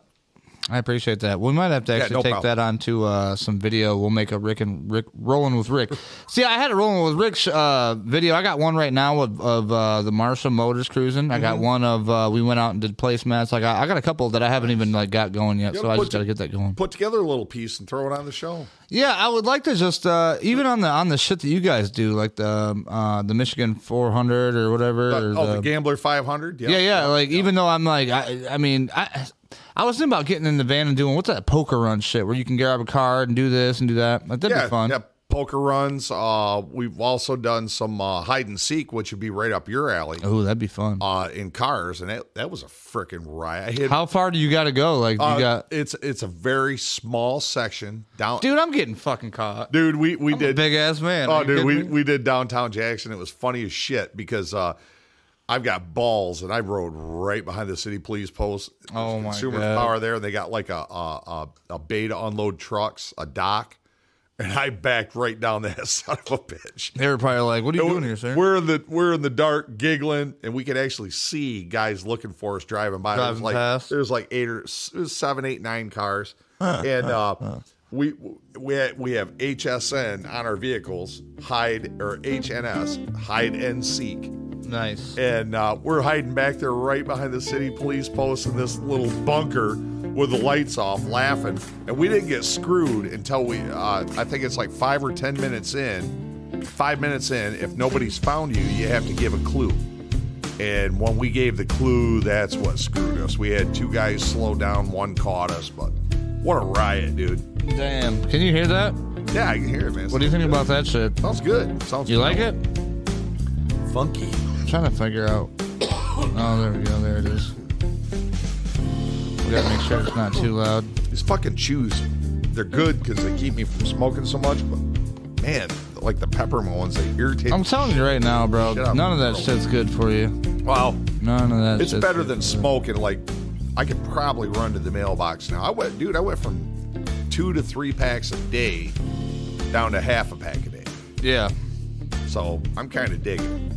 Speaker 3: I appreciate that. We might have to
Speaker 2: Yeah,
Speaker 3: actually
Speaker 2: no
Speaker 3: take
Speaker 2: problem.
Speaker 3: that onto uh, some video. We'll make a Rick and Rick rolling with Rick. [laughs] See, I had a rolling with Rick uh, video. I got one right now of, of uh, the Marshall Motors cruising. I got
Speaker 2: Mhm.
Speaker 3: one of uh, we went out and did placemats. I got I got a couple that I haven't even like got going yet.
Speaker 2: You
Speaker 3: So
Speaker 2: gotta
Speaker 3: I
Speaker 2: put
Speaker 3: just got to
Speaker 2: your-
Speaker 3: get that going.
Speaker 2: Put together a little piece and throw it on the show.
Speaker 3: Yeah, I would like to just uh, even on the on the shit that you guys do, like the um, uh, the Michigan 400 or whatever. or
Speaker 2: oh, the, Gambler 500.
Speaker 3: yeah, yeah. like even though I'm like, I, I mean, I, I was thinking about getting in the van and doing what's that poker run shit where you can grab a card and do this and do that. Like, that'd
Speaker 2: yeah,
Speaker 3: be fun.
Speaker 2: yeah, poker runs. Uh, we've also done some uh, hide and seek, which would be right up your alley.
Speaker 3: Oh, that'd be fun.
Speaker 2: Uh, in cars, and that that was a freaking riot. I hit,
Speaker 3: How far do you got to go? Like
Speaker 2: uh,
Speaker 3: you got,
Speaker 2: it's it's a very small section down.
Speaker 3: dude. I'm getting fucking caught.
Speaker 2: Dude, we we did
Speaker 3: big ass man. Are
Speaker 2: Oh,
Speaker 3: you
Speaker 2: dude,
Speaker 3: kidding
Speaker 2: we,
Speaker 3: me?
Speaker 2: we did downtown Jackson. It was funny as shit because uh, I've got balls, and I rode right behind the city police post.
Speaker 3: Oh, my
Speaker 2: Consumer
Speaker 3: God.
Speaker 2: power there. They got like a a, a a bay to unload trucks, a dock, and I backed right down that [laughs] son of a bitch.
Speaker 3: They were probably like, "What are you doing here, sir?"
Speaker 2: We're in the we're in the dark giggling, and we could actually see guys looking for us driving by. There was
Speaker 3: Driving
Speaker 2: like
Speaker 3: past.
Speaker 2: there was like eight or s- it was seven, eight, nine cars,
Speaker 3: Huh,
Speaker 2: and
Speaker 3: huh,
Speaker 2: uh, we we ha- we have HSN on our vehicles, hide or HNS, hide and seek.
Speaker 3: Nice.
Speaker 2: And uh, we're hiding back there, right behind the city police post in this little bunker with the lights off, laughing. And we didn't get screwed until we, uh, I think it's like five or ten minutes in. Five minutes in, if nobody's found you, you have to give a clue. And when we gave the clue, that's what screwed us. We had two guys slow down, one caught us, but what a riot, dude.
Speaker 3: Damn, can you hear that?
Speaker 2: Yeah, I can hear it, man.
Speaker 3: What do you think about that shit?
Speaker 2: Sounds good. Sounds
Speaker 3: You like it?
Speaker 2: Funky.
Speaker 3: I'm trying to figure out. Oh, there we go. There it is. We gotta make sure it's not too loud.
Speaker 2: These fucking chews, they're good because they keep me from smoking so much, but man, like the peppermint ones, they irritate
Speaker 3: I'm telling you right now, bro.
Speaker 2: Shut up,
Speaker 3: None of that
Speaker 2: bro.
Speaker 3: shit's good for you.
Speaker 2: Wow.
Speaker 3: None of that.
Speaker 2: It's
Speaker 3: shit's
Speaker 2: better
Speaker 3: good
Speaker 2: than
Speaker 3: for you.
Speaker 2: smoking. Like, I could probably run to the mailbox now. I went, dude, I went from two to three packs a day down to half a pack a day.
Speaker 3: Yeah.
Speaker 2: So I'm kind of digging.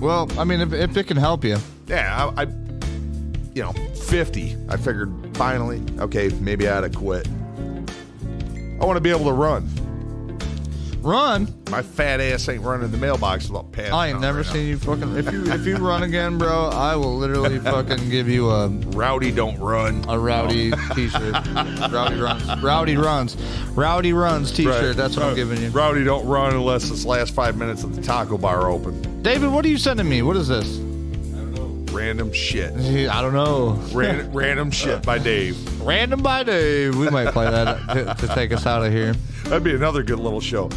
Speaker 3: Well, I mean, if, if it can help you,
Speaker 2: Yeah, I, I, you know, 50. I figured finally, okay, maybe I ought to quit. I want to be able to run.
Speaker 3: run.
Speaker 2: My fat ass ain't running the mailbox about past.
Speaker 3: I ain't never seen you fucking. If you if you run again, bro, I
Speaker 2: [laughs]
Speaker 3: will literally fucking give you a
Speaker 2: Rowdy don't run.
Speaker 3: a rowdy [laughs] t-shirt. rowdy runs. Rowdy runs. Rowdy runs t-shirt.
Speaker 2: Right.
Speaker 3: That's what
Speaker 2: Row-
Speaker 3: I'm giving you.
Speaker 2: Rowdy don't run unless this last five minutes of the taco bar open.
Speaker 3: David, what are you sending me? What is this?
Speaker 2: Random shit.
Speaker 3: I don't know.
Speaker 2: Ran- random shit by Dave.
Speaker 3: Random by Dave. We might play that to, to take us out of here.
Speaker 2: That'd be another good little show.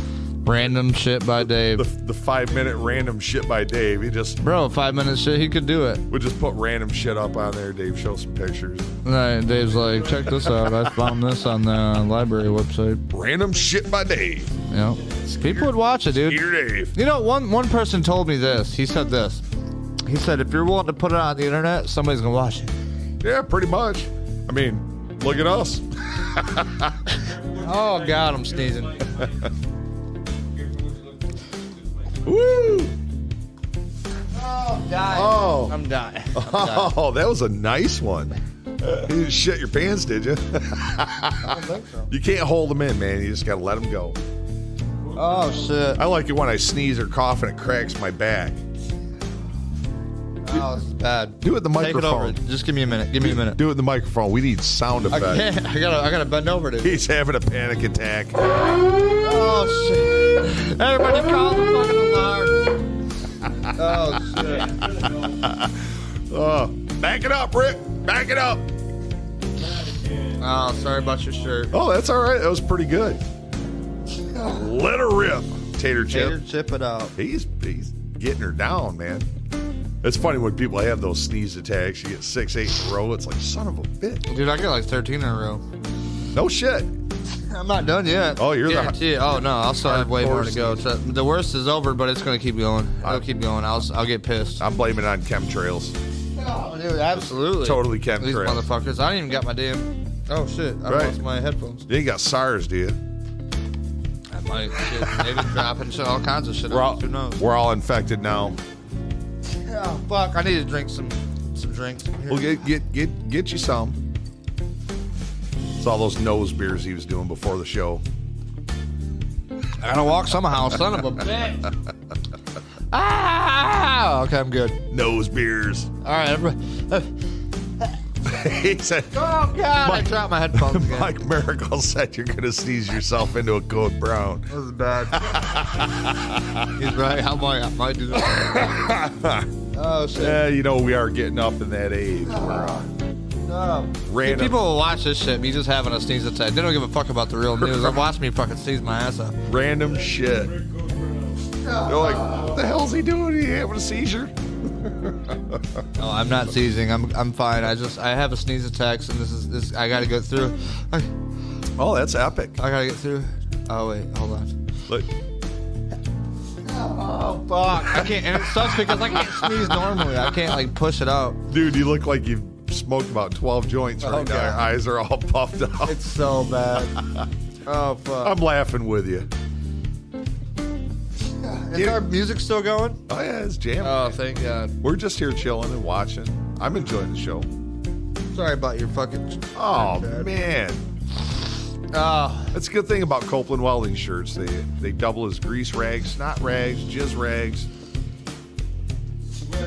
Speaker 3: Random shit by
Speaker 2: The, [laughs]
Speaker 3: Dave.
Speaker 2: the five minute random shit by Dave. He just
Speaker 3: Bro, five minutes shit, he could do it.
Speaker 2: would just put random shit up on there. Dave, show some pictures.
Speaker 3: And Dave's like, check this out. I found this on the library website.
Speaker 2: Random shit by Dave.
Speaker 3: Yeah. People would watch it, dude.
Speaker 2: Dear Dave.
Speaker 3: You know, one one person told me this. He said this. He said, if you're willing to put it on the internet, somebody's gonna watch it.
Speaker 2: Yeah, pretty much. I mean, look at us.
Speaker 3: Oh God, I'm sneezing.
Speaker 2: Woo!
Speaker 3: Oh, dying.
Speaker 2: Oh.
Speaker 3: I'm dying.
Speaker 2: Oh, that was a nice
Speaker 3: [laughs]
Speaker 2: one. You didn't shit your pants, did you? You can't hold them in, man. You just gotta let them go.
Speaker 3: Oh shit.
Speaker 2: I like it when I sneeze or cough and it cracks my back.
Speaker 3: Oh, it's bad.
Speaker 2: Do it in the
Speaker 3: Take it over.
Speaker 2: microphone.
Speaker 3: Just give me a minute. Give me a minute.
Speaker 2: Do it in the microphone. We need sound
Speaker 3: I
Speaker 2: effects.
Speaker 3: can't. [laughs] I gotta. I gotta bend over,
Speaker 2: [laughs]
Speaker 3: dude.
Speaker 2: He's having a panic attack.
Speaker 3: Oh shit. Everybody call the
Speaker 2: [laughs]
Speaker 3: fucking alarm. Oh shit.
Speaker 2: Oh, Back it up, Rick. Back it up.
Speaker 3: Oh, sorry about your shirt.
Speaker 2: Oh, that's all right. That was pretty good. Let her rip, Tater Chip.
Speaker 3: Tater Chip it out.
Speaker 2: He's he's getting her down, man. It's funny when people have those sneeze attacks. You get six, eight in a row. It's like son of a bitch.
Speaker 3: Dude, I got like 13 in a row.
Speaker 2: No shit.
Speaker 3: I'm not done yet.
Speaker 2: Oh, you're the
Speaker 3: Guarantee it. Oh no, I'll still have way more to
Speaker 2: hardcore
Speaker 3: go. So the worst is over, but it's gonna keep going. I'll keep going. I'll I'll get pissed.
Speaker 2: I'm blaming it on chemtrails.
Speaker 3: Oh, dude, absolutely.
Speaker 2: Totally chemtrails.
Speaker 3: These motherfuckers. I didn't even got my damn. Oh shit! I
Speaker 2: Right.
Speaker 3: lost my headphones.
Speaker 2: You ain't got SARS, do you?
Speaker 3: I might
Speaker 2: [laughs]
Speaker 3: shit. Maybe dropping shit, all kinds of shit.
Speaker 2: We're all,
Speaker 3: Who knows?
Speaker 2: we're all infected now.
Speaker 3: Oh, fuck! I need to drink some some drinks. Here.
Speaker 2: Well, get get get get you some. It's all those nose beers he was doing before the show.
Speaker 3: I gotta walk somehow, son of a bitch.
Speaker 2: [laughs]
Speaker 3: Ah! Okay, I'm good.
Speaker 2: Nose beers. [laughs]
Speaker 3: All right, everybody.
Speaker 2: he said,
Speaker 3: Oh god! I dropped
Speaker 2: [laughs]
Speaker 3: my headphones again.
Speaker 2: Mike Miracle said you're going to sneeze yourself into a code brown.
Speaker 3: This is bad. He's right. How might I might do [laughs] that? oh shit!
Speaker 2: Yeah, you know, we are getting up in that age where uh,
Speaker 3: No.
Speaker 2: random.
Speaker 3: People will watch this shit. Me just having a sneeze attack. They don't give a fuck about the real news. They watch me fucking sneeze my ass up.
Speaker 2: random shit. They're like, what the hell's he doing? He having a seizure?
Speaker 3: No, I'm not sneezing. I'm I'm fine. I just I have a sneeze attack, and this is this. I gotta get through. I,
Speaker 2: Oh, that's epic.
Speaker 3: I gotta get through. Oh wait, hold on.
Speaker 2: Look,
Speaker 3: Oh fuck! I can't. And it sucks because I can't sneeze normally. I can't like push it out.
Speaker 2: dude, you look like you've smoked about 12 joints right
Speaker 3: Oh,
Speaker 2: now. Your
Speaker 3: God.
Speaker 2: eyes are all [laughs] puffed up.
Speaker 3: It's so bad. [laughs] Oh fuck!
Speaker 2: I'm laughing with you.
Speaker 3: Is our music still going?
Speaker 2: Oh, yeah, it's jamming.
Speaker 3: Um, Oh thank God.
Speaker 2: We're just here chilling and watching. I'm enjoying the show.
Speaker 3: Sorry about your fucking.
Speaker 2: Oh,
Speaker 3: Chad.
Speaker 2: man.
Speaker 3: Oh.
Speaker 2: That's a good thing about Copeland welding shirts. They they double as grease rags, snot rags, jizz rags.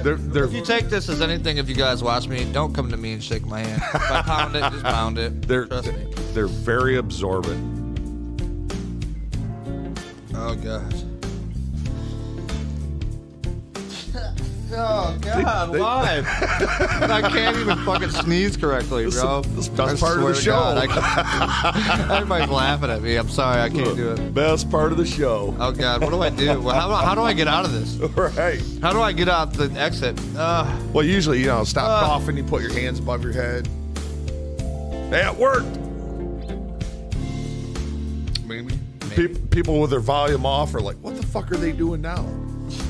Speaker 2: They're they're
Speaker 3: If you take this as anything, if you guys watch me, don't come to me and shake my hand. If I pound it, just pound it.
Speaker 2: [laughs] they're
Speaker 3: Trust me.
Speaker 2: they're very absorbent.
Speaker 3: Oh gosh. [laughs] Oh God!
Speaker 2: They- they-
Speaker 3: live. I can't even fucking sneeze correctly,
Speaker 2: This is-
Speaker 3: bro.
Speaker 2: this is the best
Speaker 3: I
Speaker 2: part of the
Speaker 3: swear to
Speaker 2: show.
Speaker 3: God, I can't- [laughs] Everybody's laughing at me. I'm sorry, I can't do it.
Speaker 2: Best part of the show.
Speaker 3: Oh God, what do I do? Well, how, do I- how do I get out of this?
Speaker 2: [laughs] Right.
Speaker 3: How do I get out the exit? Uh,
Speaker 2: Well, usually you know, stop
Speaker 3: Uh.
Speaker 2: coughing. You put your hands above your head. That worked.
Speaker 3: maybe.
Speaker 2: Pe- people with their volume off are like, "What the fuck are they doing now?"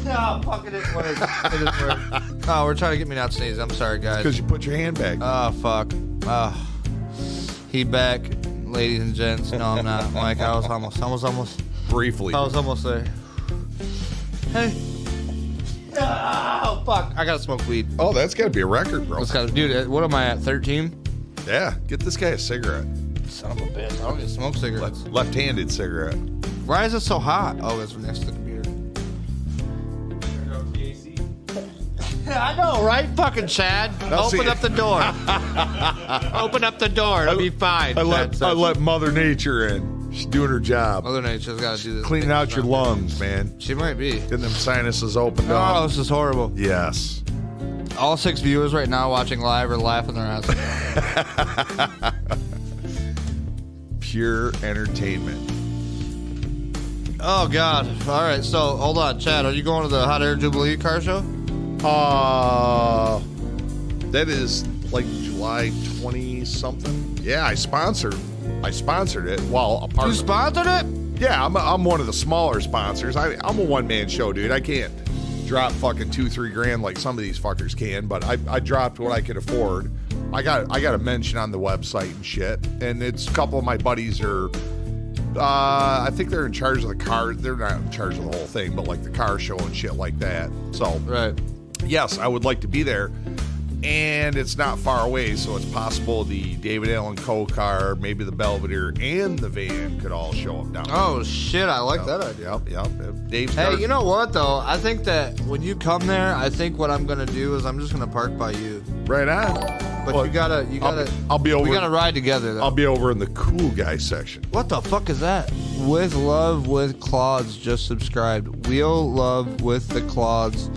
Speaker 3: No, fucking it didn't work. It didn't [laughs] work. Oh, we're trying to get me not to sneeze. I'm sorry, guys.
Speaker 2: Because you put your hand back.
Speaker 3: Oh fuck. Oh. He back, ladies and gents. No, I'm not. Mike, I was almost, I was almost,
Speaker 2: Briefly.
Speaker 3: I was almost there. Hey. Oh fuck! I gotta smoke weed.
Speaker 2: Oh, that's got to be a record, bro.
Speaker 3: Let's go, dude. uh, What am I at? 13.
Speaker 2: Yeah, get this guy a cigarette.
Speaker 3: Son of a bitch. I don't even smoke cigarettes.
Speaker 2: Left-handed cigarette.
Speaker 3: Why is it so hot? Oh, that's next to the computer.
Speaker 6: Turn off the AC.
Speaker 3: I know, right? Fucking Chad.
Speaker 2: Now,
Speaker 3: Open
Speaker 2: see-
Speaker 3: up the [laughs] door. Open up the door. It'll be fine.
Speaker 2: I let
Speaker 3: That's-
Speaker 2: I let Mother Nature in. She's doing her job,
Speaker 3: Mother Nature's gotta do this.
Speaker 2: cleaning out your lungs, man.
Speaker 3: She might be.
Speaker 2: Getting them sinuses opened
Speaker 3: Oh,
Speaker 2: up.
Speaker 3: this is horrible.
Speaker 2: Yes.
Speaker 3: All six viewers right now watching live are laughing their ass off.
Speaker 2: Pure entertainment.
Speaker 3: [laughs] Oh God! All right, so hold on, Chad. Are you going to the Hot Air Jubilee car show?
Speaker 2: Uh that is like July twenty something. Yeah, I sponsored. I sponsored it. Well, a part
Speaker 3: You
Speaker 2: of it.
Speaker 3: sponsored it?
Speaker 2: Yeah, I'm, I'm one of the smaller sponsors. I, I'm a one man show, dude. I can't drop fucking two, three grand like some of these fuckers can, but I, I dropped what I could afford. I got I got a mention on the website and shit, and it's a couple of my buddies are. Uh, I think they're in charge of the car. They're not in charge of the whole thing, but like the car show and shit like that. So
Speaker 3: Right.
Speaker 2: yes, I would like to be there. And it's not far away, so it's possible the David Allen Co car, maybe the Belvedere, and the van could all show up down.
Speaker 3: Oh shit! I like
Speaker 2: there.
Speaker 3: that idea.
Speaker 2: Yep, yep. yep. Dave's
Speaker 3: Hey,
Speaker 2: car-
Speaker 3: you know what though? I think that when you come there, I think what I'm gonna do is I'm just gonna park by you.
Speaker 2: right on.
Speaker 3: But
Speaker 2: Well,
Speaker 3: you gotta, you
Speaker 2: I'll
Speaker 3: gotta.
Speaker 2: be- I'll be over-
Speaker 3: We gotta ride together. Though.
Speaker 2: I'll be over in the cool guy section.
Speaker 3: What the fuck is that? With love with Claude's just subscribed. Wheel love with the Claude's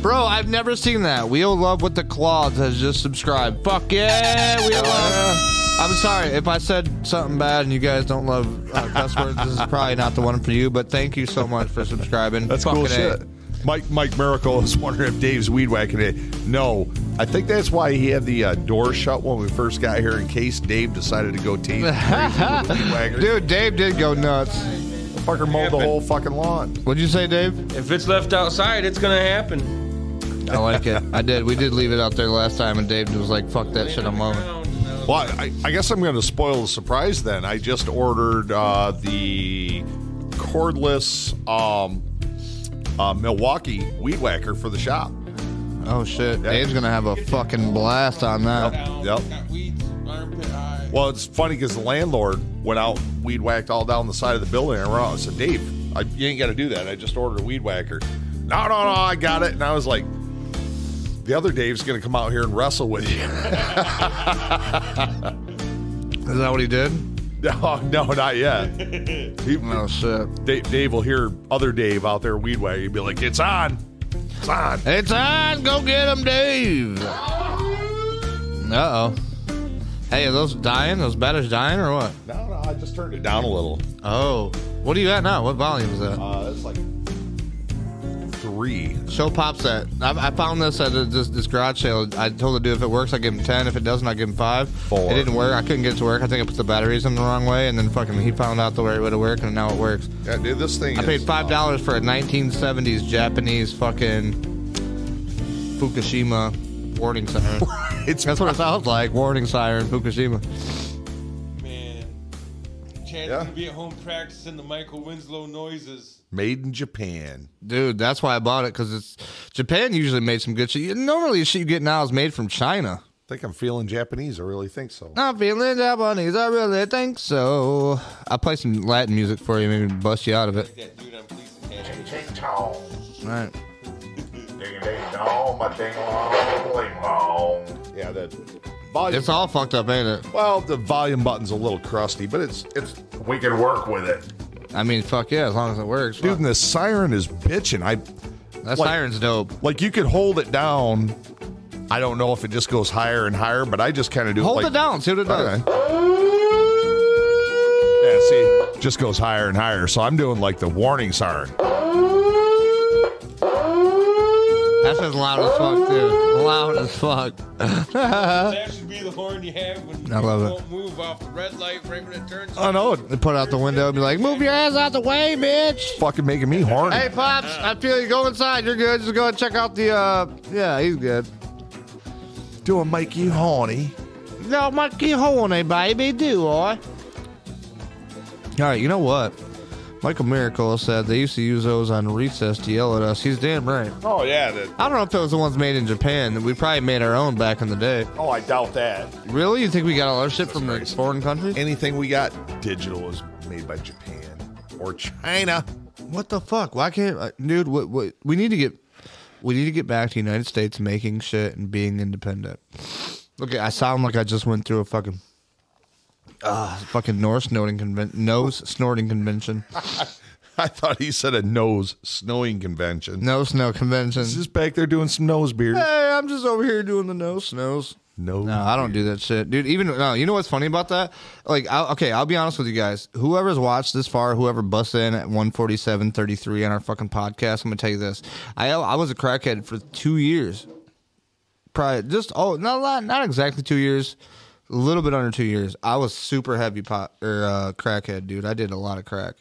Speaker 3: Bro, I've never seen that. Wheel Love with the Claws has just subscribed. Fuck yeah, Wheel Love. I'm sorry if I said something bad and you guys don't love uh, cuss words. This is probably not the one for you, but thank you so much for subscribing.
Speaker 2: That's cool
Speaker 3: Fucking A.
Speaker 2: shit. Mike Mike Miracle is [laughs] wondering if Dave's weed whacking it. No, I think that's why he had the uh, door shut when we first got here in case Dave decided to go
Speaker 3: [laughs]
Speaker 2: team.
Speaker 3: Dude, Dave did go nuts.
Speaker 2: Fucker mowed the whole fucking lawn.
Speaker 3: What'd you say, Dave?
Speaker 6: If it's left outside, it's gonna happen.
Speaker 3: I like it. I did. We did leave it out there last time, and Dave was like, "Fuck that shit, I'm over."
Speaker 2: Well, I, I guess I'm going to spoil the surprise then. I just ordered uh, the cordless um, uh, Milwaukee weed whacker for the shop.
Speaker 3: Oh shit, Dave's gonna have a fucking blast on that.
Speaker 2: Yep. Well, it's funny because the landlord went out weed whacked all down the side of the building. And I said, Dave, I, you ain't got to do that. I just ordered a weed whacker. No, no, no, I got it. And I was like, the other Dave's going to come out here and wrestle with you. [laughs]
Speaker 3: Is that what he did?
Speaker 2: No, no, not yet. He,
Speaker 3: no oh, shit.
Speaker 2: Dave, Dave will hear other Dave out there weed whacking. He'll be like, it's on. It's on.
Speaker 3: It's on. Go get him, Dave. Uh oh. Hey, are those dying? Those batteries dying or what?
Speaker 2: No, no, I just turned it down a little.
Speaker 3: Oh, what are you at now? What volume is that?
Speaker 2: Uh, it's like three.
Speaker 3: Show pops that. I, I found this at a, this, this garage sale. I told the dude if it works, I give him ten. If it doesn't, I give him five. Four. It didn't work. I couldn't get it to work. I think I put the batteries in the wrong way, and then fucking he found out the right way to work, and now it works.
Speaker 2: Yeah, dude, this thing
Speaker 3: I
Speaker 2: is-
Speaker 3: paid five dollars for a 1970s Japanese fucking Fukushima warning [laughs] siren.
Speaker 2: it's
Speaker 3: that's what it sounds like. Warning siren, Fukushima.
Speaker 6: Chad's gonna be at home practicing the Michael Winslow noises.
Speaker 2: Made in Japan.
Speaker 3: Dude, that's why I bought it because it's Japan usually made some good shit. Normally, the shit you get now is made from China.
Speaker 2: I think I'm feeling Japanese. I really think so.
Speaker 3: Not feeling Japanese, I really think so. I'll play some Latin music for you, maybe bust you out of it.
Speaker 14: Ching ching chong.
Speaker 3: All right.
Speaker 14: Ding ding dong, my ding long, bling long.
Speaker 2: Yeah, that volume.
Speaker 3: It's all fucked up, ain't it?
Speaker 2: Well, the volume button's a little crusty, but it's it's
Speaker 14: We can work with it.
Speaker 3: I mean, fuck yeah, as long as it works.
Speaker 2: dude. And the siren is bitching. I
Speaker 3: That
Speaker 2: like-
Speaker 3: siren's dope.
Speaker 2: like you could hold it down. I don't know if it just goes higher and higher, but I just kind of do
Speaker 3: Hold
Speaker 2: like,
Speaker 3: it down, see what it does.
Speaker 2: Okay. Yeah, see, just goes higher and higher. So I'm doing like the warning siren.
Speaker 3: That's as loud as fuck, dude. Loud as fuck.
Speaker 6: that should be the horn you have when
Speaker 3: Uh, I love
Speaker 6: you
Speaker 3: it.
Speaker 6: won't move off the red light right when it turns.
Speaker 2: Oh no,
Speaker 3: They put it out the window and be like, move your ass out the way, bitch.
Speaker 2: fucking making me horny.
Speaker 3: Hey, Pops, I feel you. Go inside. You're good. Just go and check out the, uh, yeah, he's good.
Speaker 2: Doing Mikey horny.
Speaker 3: No, monkey horny, baby, do I? All right, you know what? Michael Miracle said they used to use those on recess to yell at us. He's damn right.
Speaker 2: Oh yeah. That,
Speaker 3: I don't know if those are the ones made in Japan. We probably made our own back in the day.
Speaker 2: oh, I doubt that.
Speaker 3: Really? You think we got all our shit from the foreign countries?
Speaker 2: Anything we got digital is made by Japan or China. [laughs]
Speaker 3: What the fuck? Why can't I, dude? What, what? We need to get, we need to get back to the United States making shit and being independent. Look, I sound like I just went through a fucking, ah, fucking nose snorting convention, nose snorting convention,
Speaker 2: I thought he said a nose snowing convention.
Speaker 3: nose snow convention.
Speaker 2: He's just back there doing some nose beard.
Speaker 3: Hey, I'm just over here doing the nose snows.
Speaker 2: No,
Speaker 3: No, I don't do that shit, dude. Even no, you know what's funny about that? Like, I'll, okay, I'll be honest with you guys. Whoever's watched this far, whoever busts in at one forty-seven thirty-three on our fucking podcast, I'm gonna tell you this: I I was a crackhead for two years, probably just oh, not a lot, not exactly two years, a little bit under two years. I was super heavy pot or uh, crackhead, dude. I did a lot of crack,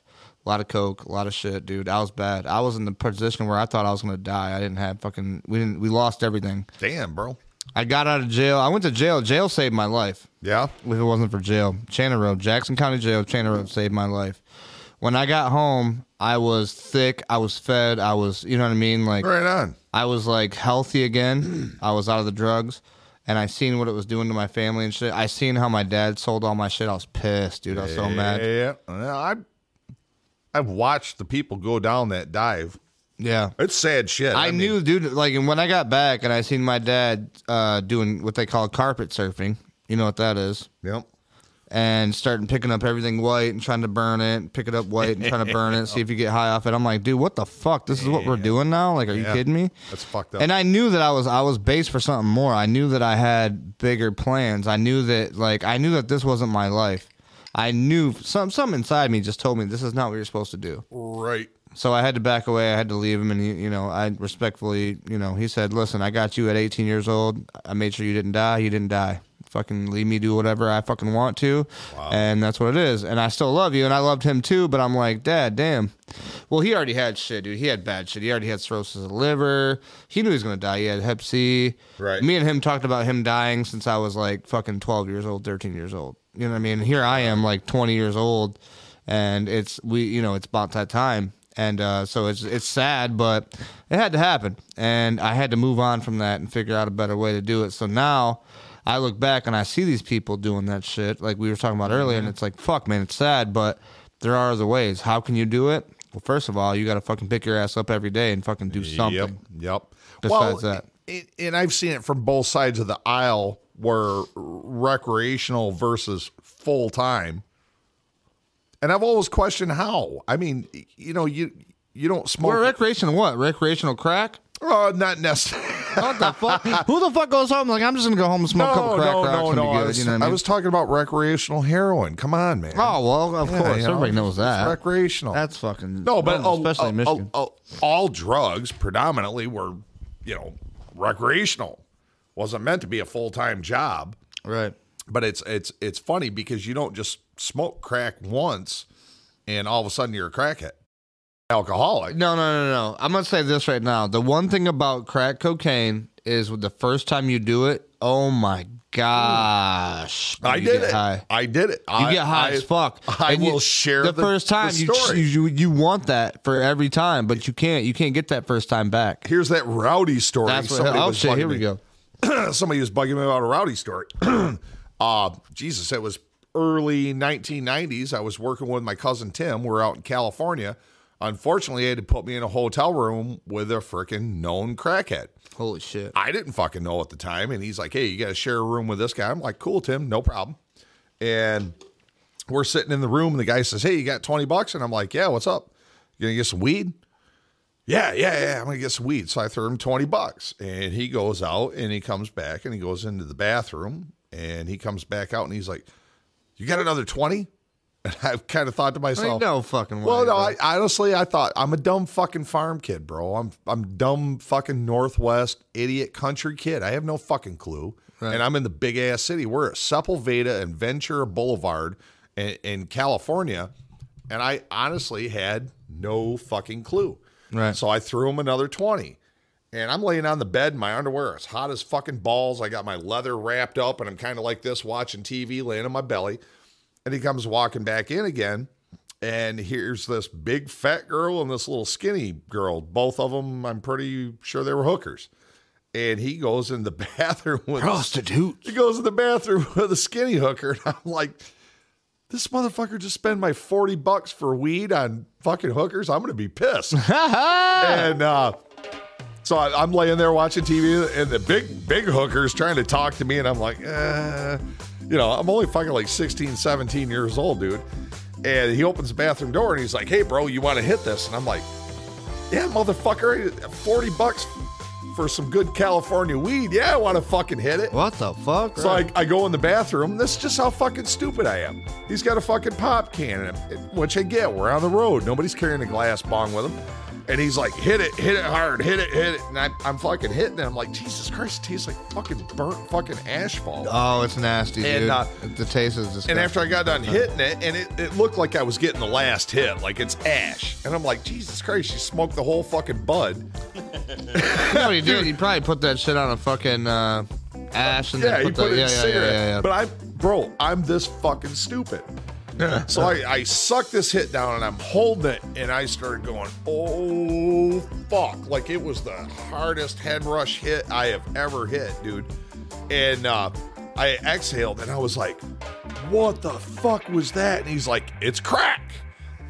Speaker 3: a lot of coke, a lot of shit, dude. I was bad. I was in the position where I thought I was gonna die. I didn't have fucking. We didn't. We lost everything.
Speaker 2: [laughs] Damn, bro.
Speaker 3: I got out of jail. I went to jail. Jail saved my life.
Speaker 2: Yeah.
Speaker 3: If it wasn't for jail, Channel Road, Jackson County Jail, Channel Road saved my life. When I got home, I was thick. I was fed. I was, you know what I mean? Like,
Speaker 2: Right on.
Speaker 3: I was like healthy again. I was out of the drugs, and I seen what it was doing to my family and shit. I seen how my dad sold all my shit. I was pissed, dude. I was so mad.
Speaker 2: Yeah. Well, I I've watched the people go down that dive.
Speaker 3: Yeah.
Speaker 2: It's sad shit.
Speaker 3: I,
Speaker 2: mean,
Speaker 3: knew, dude. Like, and when I got back and I seen my dad uh, doing what they call carpet surfing, you know what that is?
Speaker 2: Yep.
Speaker 3: and starting picking up everything white and trying to burn it, and pick it up white and trying to burn it, see if you get high off it. I'm like, dude, what the fuck? This is what we're doing now? Like, are you
Speaker 2: Yeah.
Speaker 3: kidding me?
Speaker 2: That's fucked up.
Speaker 3: And I knew that I was I was based for something more. I knew that I had bigger plans. I knew that like I knew that this wasn't my life. I knew some some inside me just told me this is not what you're supposed to do.
Speaker 2: right.
Speaker 3: So I had to back away. I had to leave him, and he, you know, I respectfully, you know, he said, "Listen, I got you at 18 years old. I made sure you didn't die. You didn't die. Fucking leave me do whatever I fucking want to, and that's what it is. And I still love you, and I loved him too. But I'm like, Dad, damn. Well, he already had shit, dude. He had bad shit. He already had cirrhosis of the liver. He knew he was gonna die. He had Hep C.
Speaker 2: Right.
Speaker 3: Me and him talked about him dying since I was like fucking 12 years old, 13 years old. You know what I mean? Here I am, like 20 years old, and it's we, you know, it's about that time. And uh, so it's it's sad, but it had to happen, and I had to move on from that and figure out a better way to do it. So now I look back and I see these people doing that shit, like we were talking about earlier, and it's like fuck, man, it's sad, but there are other ways. How can you do it? Well, first of all, you got to fucking pick your ass up every day and fucking do something.
Speaker 2: Yep.
Speaker 3: Besides
Speaker 2: Well,
Speaker 3: that,
Speaker 2: it- and I've seen it from both sides of the aisle where recreational versus full time. And I've always questioned how. I mean, y- you know, you you don't smoke.
Speaker 3: Well, recreational what? Recreational crack?
Speaker 2: Oh, not necessarily.
Speaker 3: what the fuck? Who the fuck goes home like I'm just gonna go home and smoke a couple crack rocks and be
Speaker 2: I
Speaker 3: good?
Speaker 2: was,
Speaker 3: you know what
Speaker 2: I
Speaker 3: I mean?
Speaker 2: was talking about recreational heroin. Come on, man.
Speaker 3: oh well, of
Speaker 2: Yeah,
Speaker 3: course,
Speaker 2: you know,
Speaker 3: everybody knows
Speaker 2: it's
Speaker 3: that.
Speaker 2: recreational.
Speaker 3: That's fucking
Speaker 2: No, but
Speaker 3: dumb,
Speaker 2: a-
Speaker 3: especially
Speaker 2: a-
Speaker 3: in Michigan.
Speaker 2: a- a- all drugs predominantly were, you know, recreational. Wasn't meant to be a full time job.
Speaker 3: Right.
Speaker 2: But it's it's it's funny because you don't just smoke crack once and all of a sudden you're a crackhead. Alcoholic.
Speaker 3: No, no, no, no. I'm gonna say this right now. The one thing about crack cocaine is with the first time you do it, oh my gosh,
Speaker 2: I
Speaker 3: you
Speaker 2: did
Speaker 3: get
Speaker 2: it.
Speaker 3: high.
Speaker 2: I did it.
Speaker 3: You
Speaker 2: I,
Speaker 3: get high
Speaker 2: I-
Speaker 3: as fuck.
Speaker 2: I
Speaker 3: And
Speaker 2: will
Speaker 3: you-
Speaker 2: share
Speaker 3: the
Speaker 2: the
Speaker 3: first time.
Speaker 2: the
Speaker 3: you,
Speaker 2: story.
Speaker 3: you you want that for every time, but you can't. You can't get that first time back.
Speaker 2: Here's that rowdy story.
Speaker 3: That's what. Oh shit!
Speaker 2: bugging
Speaker 3: Here we
Speaker 2: me. [clears throat]
Speaker 3: go.
Speaker 2: somebody was bugging me about a rowdy story. [clears throat] uh, Jesus, it was early 1990s. I was working with my cousin Tim. We were out in California. Unfortunately, they had to put me in a hotel room with a freaking known crackhead.
Speaker 3: Holy shit.
Speaker 2: I didn't fucking know at the time. And he's like, hey, you got to share a room with this guy. I'm like, cool, Tim, no problem. And we're sitting in the room, and the guy says, hey, you got 20 bucks? And I'm like, yeah, what's up? You going to get some weed? yeah, yeah, yeah, I'm gonna get some weed. So I throw him 20 bucks. And he goes out and he comes back and he goes into the bathroom and he comes back out and he's like, You got another 20? [laughs] And I've kind of thought to myself,
Speaker 3: no fucking way,
Speaker 2: Well, no,
Speaker 3: bro.
Speaker 2: I honestly I thought I'm a dumb fucking farm kid, bro. I'm I'm dumb fucking northwest idiot country kid. I have no fucking clue.
Speaker 3: Right.
Speaker 2: And I'm in the big ass city. We're at Sepulveda and Ventura Boulevard in, in California. And I honestly had no fucking clue.
Speaker 3: Right.
Speaker 2: So I threw him another 20. And I'm laying on the bed in my underwear. It's hot as fucking balls. I got my leather wrapped up and I'm kind of like this watching TV, laying on my belly. And he comes walking back in again. And here's this big fat girl and this little skinny girl. Both of them, I'm pretty sure they were hookers. And he goes in the [laughs] bathroom with
Speaker 3: Prostitutes.
Speaker 2: He goes in the bathroom [laughs] with a skinny hooker. And I'm like, this motherfucker just spent my 40 bucks for weed on fucking hookers. I'm going to be pissed. and uh, so I, I'm laying there watching TV, and the big, big hooker's trying to talk to me. And I'm like, uh, you know, I'm only fucking like 16, 17 years old, dude. And he opens the bathroom door and he's like, hey, bro, you want to hit this? And I'm like, yeah, motherfucker, 40 bucks for some good California weed. Yeah, I want to fucking hit it.
Speaker 3: What the fuck?
Speaker 2: So I, I go in the bathroom. This is just how fucking stupid I am. He's got a fucking pop can, in him, which I get. We're on the road. Nobody's carrying a glass bong with him. And he's like, hit it, hit it hard, hit it, hit it. And I, I'm fucking hitting it. I'm like, Jesus Christ, it tastes like fucking burnt fucking asphalt.
Speaker 3: Oh, it's nasty,
Speaker 2: And,
Speaker 3: dude.
Speaker 2: uh,
Speaker 3: the taste is disgusting.
Speaker 2: And after I got done hitting it, and it, it looked like I was getting the last hit, like it's ash. And I'm like, Jesus Christ, you smoked the whole fucking bud.
Speaker 3: no, he did. He probably put that shit on a fucking uh, ash and
Speaker 2: Yeah,
Speaker 3: then
Speaker 2: he
Speaker 3: put,
Speaker 2: put
Speaker 3: the,
Speaker 2: it in
Speaker 3: yeah, yeah, yeah,
Speaker 2: cigarette.
Speaker 3: yeah, yeah.
Speaker 2: But I, bro, I'm this fucking stupid. so I, I suck this hit down and I'm holding it, and I started going, oh fuck! Like it was the hardest head rush hit I have ever hit, dude. And uh, I exhaled, and I was like, what the fuck was that? And he's like, it's crack.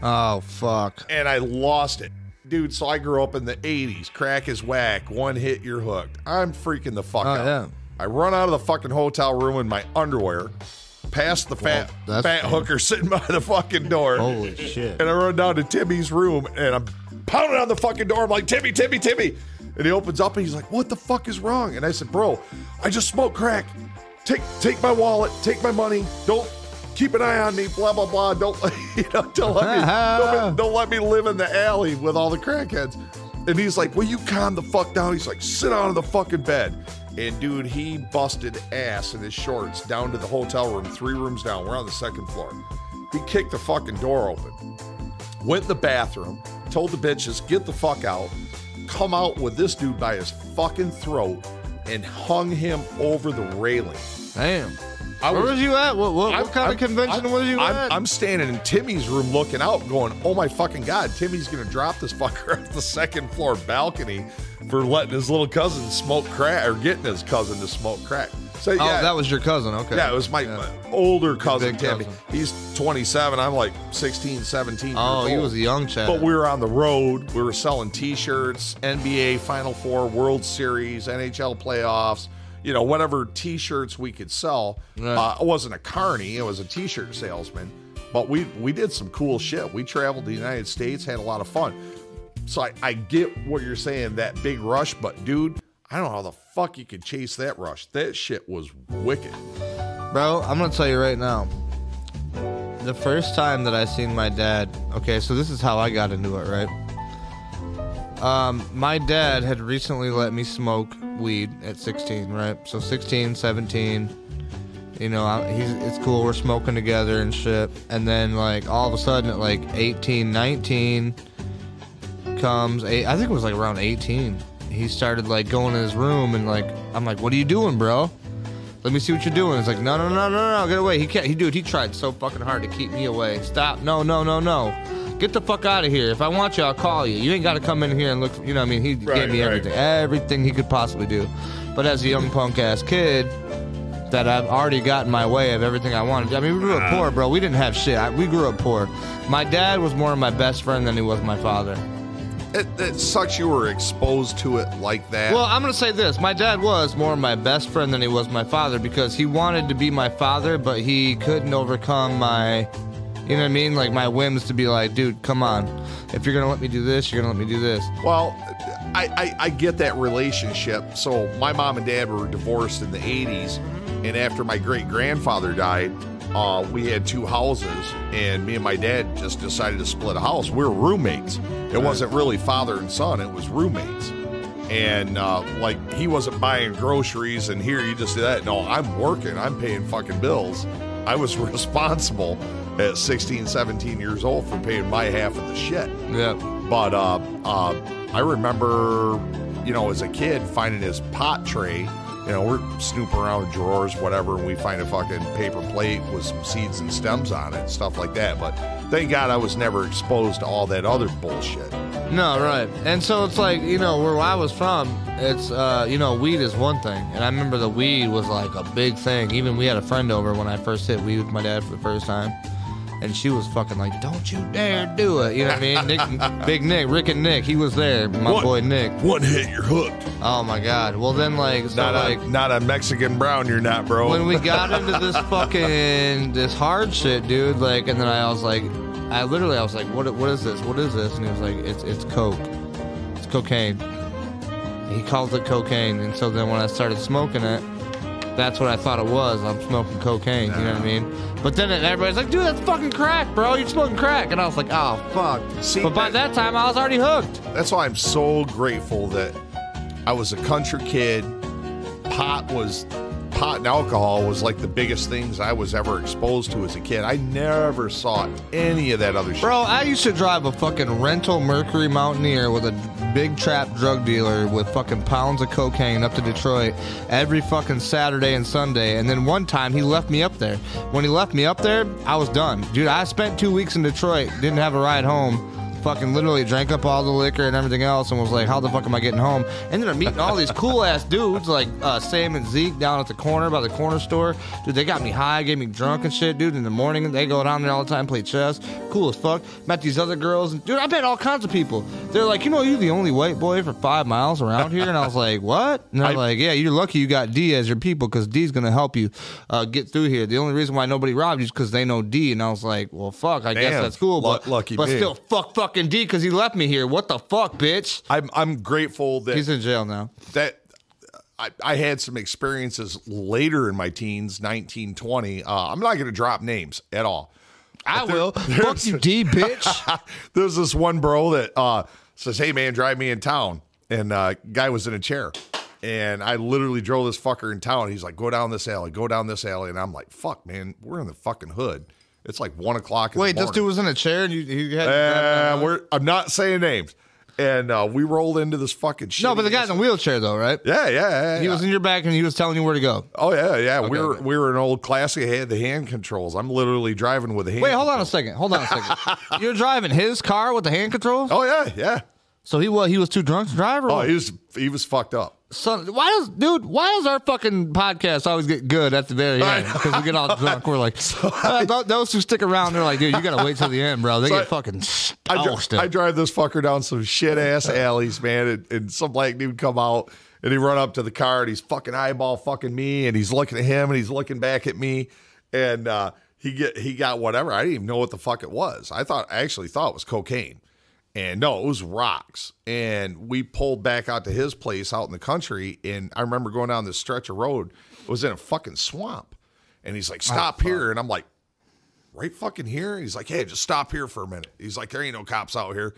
Speaker 3: oh fuck.
Speaker 2: And I lost it. Dude, so I grew up in the 80s. Crack is whack. One hit, you're hooked. I'm freaking the fuck
Speaker 3: Oh,
Speaker 2: out.
Speaker 3: yeah.
Speaker 2: I run out of the fucking hotel room in my underwear. past the fat
Speaker 3: that's
Speaker 2: fat hooker [laughs] sitting by the fucking door. Holy
Speaker 3: shit!
Speaker 2: And I run down to Timmy's room and I'm pounding on the fucking door. I'm like, Timmy, Timmy, Timmy. And he opens up and he's like, What the fuck is wrong? And I said, Bro, I just smoked crack. Take take my wallet, take my money. Don't keep an eye on me. Blah blah blah. Don't [laughs] you know? Don't let me don't, don't let me live in the alley with all the crackheads. And he's like, Will you calm the fuck down? He's like, Sit down on the fucking bed. And dude, he busted ass in his shorts down to the hotel room, three rooms down. We're on the second floor. He kicked the fucking door open, went to the bathroom, told the bitches, get the fuck out, come out with this dude by his fucking throat, and hung him over the railing.
Speaker 3: Damn. Where was you at? What- what- what kind of convention
Speaker 2: I'm,
Speaker 3: was you
Speaker 2: I'm,
Speaker 3: at?
Speaker 2: I'm standing in Timmy's room looking out, going, oh my fucking God, Timmy's going to drop this fucker [laughs] off the second floor balcony for letting his little cousin smoke crack or getting his cousin to smoke crack. So,
Speaker 3: oh,
Speaker 2: yeah,
Speaker 3: that was your cousin. Okay.
Speaker 2: yeah, it was my, my older cousin, Timmy. He's 27. I'm like 16, 17.
Speaker 3: Oh,
Speaker 2: years
Speaker 3: he
Speaker 2: old.
Speaker 3: was a young chap.
Speaker 2: But we were on the road. We were selling t shirts, NBA Final Four, World Series, NHL playoffs, you know, whatever t shirts we could sell. Uh, I wasn't a carny, I was a t shirt salesman. But we, we did some cool shit. We traveled the United States, had a lot of fun. So I, I get what you're saying, that big rush, but dude, I don't know how the fuck you could chase that rush. That shit was wicked.
Speaker 3: Bro, I'm gonna tell you right now. The first time that I seen my dad, okay, so this is how I got into it, right? Um, my dad had recently let me smoke weed at 16, right? So 16, 17, you know, I, he's it's cool, we're smoking together and shit. And then like all of a sudden at like 18, 19 comes, eight, I think it was like around 18. He started like going in his room and like I'm like, "What are you doing, bro?" Let me see what you're doing. It's like, no, no, no, no, no, get away. He can't. He, dude, he tried so fucking hard to keep me away. Stop. No, no, no, no. Get the fuck out of here. If I want you, I'll call you. You ain't got to come in here and look. For, you know, what I mean, he gave me everything, everything he could possibly do. But as a young punk ass kid, that I've already gotten my way of everything I wanted. I mean, we grew up poor, bro. We didn't have shit. I, we grew up poor. My dad was more my best friend than he was my father.
Speaker 2: It, it sucks you were exposed to it like that.
Speaker 3: Well, I'm going to say this. My dad was more my best friend than he was my father because he wanted to be my father, but he couldn't overcome my, you know what I mean? Like my whims to be like, dude, come on. If you're going to let me do this, you're going to let me do this.
Speaker 2: Well, I, I, I get that relationship. So my mom and dad were divorced in the 80s, and after my great grandfather died, uh, we had two houses, and me and my dad just decided to split a house. We were roommates. It wasn't really father and son; it was roommates. And uh, like he wasn't buying groceries, and here you just do that. No, I'm working. I'm paying fucking bills. I was [laughs] responsible at 16, 17 years old for paying my half of the shit.
Speaker 3: Yeah.
Speaker 2: But uh, uh, I remember, you know, as a kid finding his pot tray. You know, we're snooping around the drawers, whatever, and we find a fucking paper plate with some seeds and stems on it, stuff like that. But thank God I was never exposed to all that other bullshit.
Speaker 3: No, right. And so it's like, you know, where I was from, it's, uh, you know, weed is one thing. And I remember the weed was like a big thing. Even we had a friend over when I first hit weed with my dad for the first time. And she was fucking like, don't you dare do it. You know what I mean? Nick, Big Nick, Rick and Nick, he was there. My
Speaker 2: One-
Speaker 3: boy Nick.
Speaker 2: One hit, you're hooked.
Speaker 3: Oh my God. Well, then, like, so
Speaker 2: not
Speaker 3: like,
Speaker 2: a not a Mexican brown, you're not, bro.
Speaker 3: when we got into this fucking this hard shit, dude, like, and then I was like, I literally I was like, what what is this? What is this? And he was like, it's it's coke, it's cocaine. He calls it cocaine, and so then when I started smoking it, that's what I thought it was. I'm smoking cocaine. You know what I mean? But then everybody's like, dude, that's fucking crack, bro. You're smoking crack, and I was like, oh fuck. but by that time, I was already hooked.
Speaker 2: That's why I'm so grateful that I was a country kid. Pot was pot and alcohol was like the biggest things I was ever exposed to as a kid. I never saw any of that other shit.
Speaker 3: Bro, I used to drive a fucking rental Mercury Mountaineer with a big trap drug dealer with fucking pounds of cocaine up to Detroit every fucking Saturday and Sunday. And then one time he left me up there. When he left me up there, I was done. Dude, I spent two weeks in Detroit, didn't have a ride home. fucking literally drank up all the liquor and everything else and was like, how the fuck am I getting home? Ended up meeting all these cool ass dudes like uh, Sam and Zeke down at the corner by the corner store. Dude, they got me high, gave me drunk and shit, dude. In the morning, they go down there all the time, play chess. Cool as fuck. Met these other girls. And, dude, I met all kinds of people. They're like, you know, you're the only white boy for five miles around here. And I was like, what? And they're like, yeah, you're lucky you got D as your people because D's going to help you uh, get through here. The only reason why nobody robbed you is because they know D. And I was like, well, fuck, I guess
Speaker 2: Damn.
Speaker 3: that's cool.
Speaker 2: Lu-
Speaker 3: But,
Speaker 2: lucky
Speaker 3: but
Speaker 2: me.
Speaker 3: still, fuck fucking D because he left me here. What the fuck, bitch?
Speaker 2: I'm I'm grateful that
Speaker 3: he's in jail now.
Speaker 2: that I, I had some experiences later in my teens, 19, 20. Uh, I'm not going to drop names at all. [laughs]
Speaker 3: I will. Fuck you, [laughs] D, bitch.
Speaker 2: there's this one bro that uh, says, hey, man, drive me in town. And uh, guy was in a chair. And I literally drove this fucker in town. He's like, go down this alley, go down this alley. And I'm like, fuck, man, we're in the fucking hood. It's like one o'clock in
Speaker 3: Wait,
Speaker 2: the morning.
Speaker 3: this dude was in a chair and you, you had.
Speaker 2: Uh, we're, I'm not saying names. And uh, we rolled into this fucking shit.
Speaker 3: no, but the guy's in a wheelchair though, right?
Speaker 2: Yeah, yeah, yeah.
Speaker 3: He was in your back and he was telling you where to go.
Speaker 2: Oh yeah, yeah.
Speaker 3: Okay,
Speaker 2: we were
Speaker 3: okay.
Speaker 2: we were an old classic. I had the hand controls. I'm literally driving with a hand.
Speaker 3: Wait, hold on a second. Hold on
Speaker 2: [laughs]
Speaker 3: a second. You're driving his car with the hand controls? Oh
Speaker 2: yeah, yeah.
Speaker 3: So he was he was too drunk to drive, or
Speaker 2: Oh,
Speaker 3: what?
Speaker 2: he was he was fucked up.
Speaker 3: Son, why does dude? Why does our fucking podcast always get good at the very end? Because we get all drunk.
Speaker 2: [laughs]
Speaker 3: We're like, uh, th- those who stick around, they're like, dude, you gotta wait till the end, bro. They
Speaker 2: So
Speaker 3: get
Speaker 2: I-
Speaker 3: fucking
Speaker 2: I, dri-
Speaker 3: toasted.
Speaker 2: I drive this fucker down some shit ass alleys, man, and, and some black dude come out and he run up to the car and he's fucking eyeball fucking me and he's looking at him and he's looking back at me and uh, he get he got whatever. I didn't even know what the fuck it was. I thought I actually thought it was cocaine. And no, it was rocks. And we pulled back out to his place out in the country. And I remember going down this stretch of road. It was in a fucking swamp. And he's like, stop here. And I'm like, right fucking here? And he's like, hey, just stop here for a minute. He's like, there ain't no cops out here.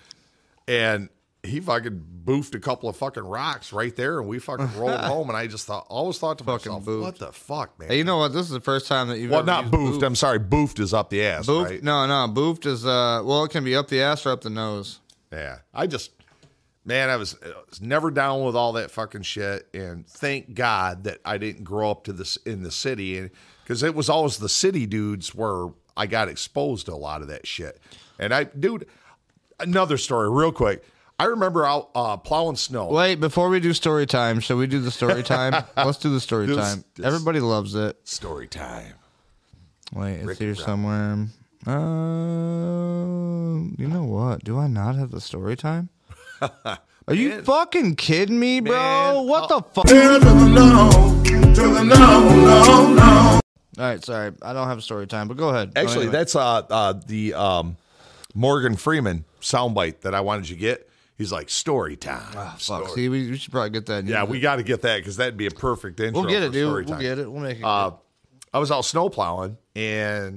Speaker 2: And he fucking boofed a couple of fucking rocks right there. And we
Speaker 3: [laughs]
Speaker 2: fucking rolled home. And I just thought, always thought to myself, what the fuck, man?
Speaker 3: Hey, you know what? This is the first time that you've
Speaker 2: Well,
Speaker 3: ever
Speaker 2: not
Speaker 3: used
Speaker 2: boofed. I'm sorry. Boofed is up the ass,
Speaker 3: boofed.
Speaker 2: right?
Speaker 3: No, no, boofed is uh, well, it can be up the ass or up the nose.
Speaker 2: Yeah. I just, man, I was, I was never down with all that fucking shit. And thank God that I didn't grow up to this in the city. And because it was always the city dudes where I got exposed to a lot of that shit. And I, dude, another story real quick. I remember out uh, plowing snow.
Speaker 3: Wait, before we do story time, shall we do the
Speaker 2: [laughs]
Speaker 3: story time? Let's do the story
Speaker 2: This-
Speaker 3: time.
Speaker 2: this-
Speaker 3: Everybody loves it.
Speaker 2: Story time.
Speaker 3: Wait, it's
Speaker 2: Rick
Speaker 3: here
Speaker 2: and Rob.
Speaker 3: somewhere. Um, you know what? Do I not have the story
Speaker 2: [laughs]
Speaker 3: time? Are you fucking kidding me, bro? what
Speaker 2: Oh.
Speaker 3: the
Speaker 2: [laughs]
Speaker 3: fuck? All right, sorry, I don't have story time, but go ahead. Go
Speaker 2: Actually,
Speaker 3: anyway.
Speaker 2: that's uh, uh, the um, Morgan Freeman soundbite that I wanted you to get. He's like, story time.
Speaker 3: Ah, fuck.
Speaker 2: story
Speaker 3: See, we, we should probably get that.
Speaker 2: Yeah, we got to get that because that'd be a perfect intro.
Speaker 3: we'll get it,
Speaker 2: for
Speaker 3: dude.
Speaker 2: story
Speaker 3: We'll
Speaker 2: time.
Speaker 3: get it. We'll make it.
Speaker 2: Uh, I was out snowplowing, and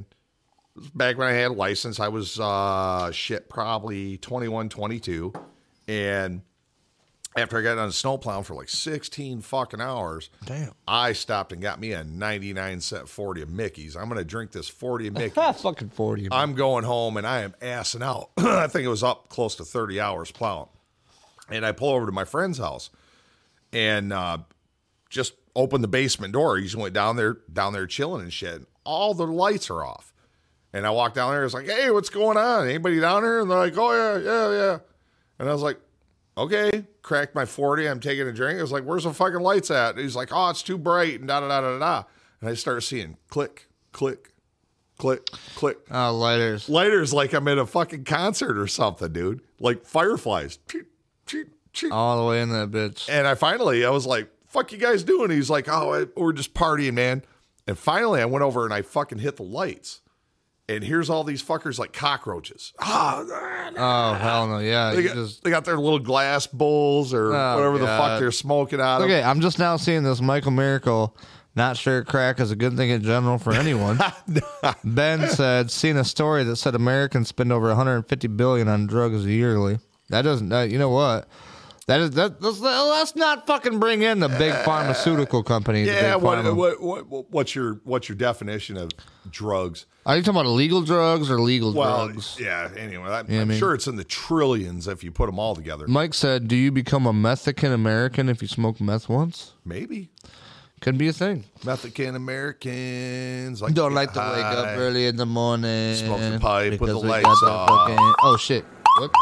Speaker 2: it was back when I had a license, I was uh, shit probably 21, 22. And after I got on snowplowing for like 16 fucking hours,
Speaker 3: Damn.
Speaker 2: I stopped and got me a 99 cent 40 of Mickey's. I'm going to drink this 40 of Mickey.
Speaker 3: Ah, fucking forty.
Speaker 2: I'm going home and I am assing out. [clears throat] I think it was up close to 30 hours plowing. And I pull over to my friend's house and uh, just open the basement door. He just went down there, down there chilling and shit. All the lights are off. And I walk down there. It's like, hey, what's going on? Anybody down here? And they're like, oh, yeah, yeah, yeah. And I was like, okay. Cracked my 40. I'm taking a drink. I was like, where's the fucking lights at? And he's like, oh, it's too bright and da da da da da. And I start seeing click, click, click, click.
Speaker 3: Oh, lighters.
Speaker 2: Lighters like I'm at a fucking concert or something, dude. Like fireflies. Cheep, cheep, cheep.
Speaker 3: all the way in that bitch.
Speaker 2: And I finally, I was like, fuck you guys doing? He's like, oh, I- we're just partying, man. And finally, I went over and I fucking hit the lights. And here's all these fuckers like cockroaches. Ah,
Speaker 3: Oh hell no! Yeah,
Speaker 2: they,
Speaker 3: you
Speaker 2: got,
Speaker 3: just
Speaker 2: they got their little glass bowls or
Speaker 3: Oh,
Speaker 2: whatever the fuck
Speaker 3: God.
Speaker 2: they're smoking out of.
Speaker 3: Okay, I'm just now seeing this Michael Miracle. Not sure crack is a good thing in general for
Speaker 2: [laughs]
Speaker 3: anyone. ben said, "Seen a story that said Americans spend over 150 billion on drugs yearly. That doesn't. That, you know what? That is that. Let's, let's not fucking bring in the big pharmaceutical companies. the
Speaker 2: Yeah,
Speaker 3: big
Speaker 2: what,
Speaker 3: pharma.
Speaker 2: what, what, what's your what's your definition of drugs?
Speaker 3: Are you talking about illegal drugs or legal
Speaker 2: Well,
Speaker 3: drugs?
Speaker 2: yeah. Anyway, I'm,
Speaker 3: Yeah, I
Speaker 2: I'm
Speaker 3: mean-
Speaker 2: sure it's in the trillions if you put them all together.
Speaker 3: Mike said, "Do you become a Mexican American if you smoke meth once?
Speaker 2: Maybe
Speaker 3: Could be a thing.
Speaker 2: Mexican Americans
Speaker 3: I
Speaker 2: like
Speaker 3: Don't
Speaker 2: get
Speaker 3: like to wake up
Speaker 2: high.
Speaker 3: early in the morning.
Speaker 2: Smoke the pipe, put
Speaker 3: because
Speaker 2: the
Speaker 3: we
Speaker 2: lights
Speaker 3: got the
Speaker 2: off.
Speaker 3: fucking- Oh shit! What?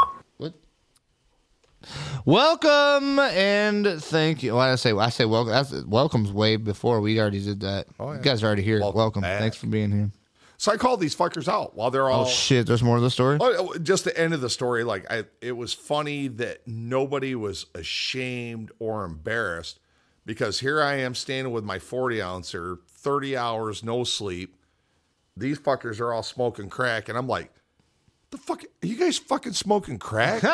Speaker 3: Welcome and thank you. Why did I say? I say welcome. That's, welcome's way before we already did that.
Speaker 2: Oh,
Speaker 3: You guys are already here. Welcome. Thanks for being here.
Speaker 2: So I called these fuckers out while they're all
Speaker 3: Oh shit! There's more to the story.
Speaker 2: Oh, oh, just the end of the story. Like I, it was funny that nobody was ashamed or embarrassed because here I am standing with my 40 ouncer, 30 hours, no sleep. These fuckers are all smoking crack. And I'm like, the fuck, are you guys fucking smoking
Speaker 3: [laughs]
Speaker 2: crack?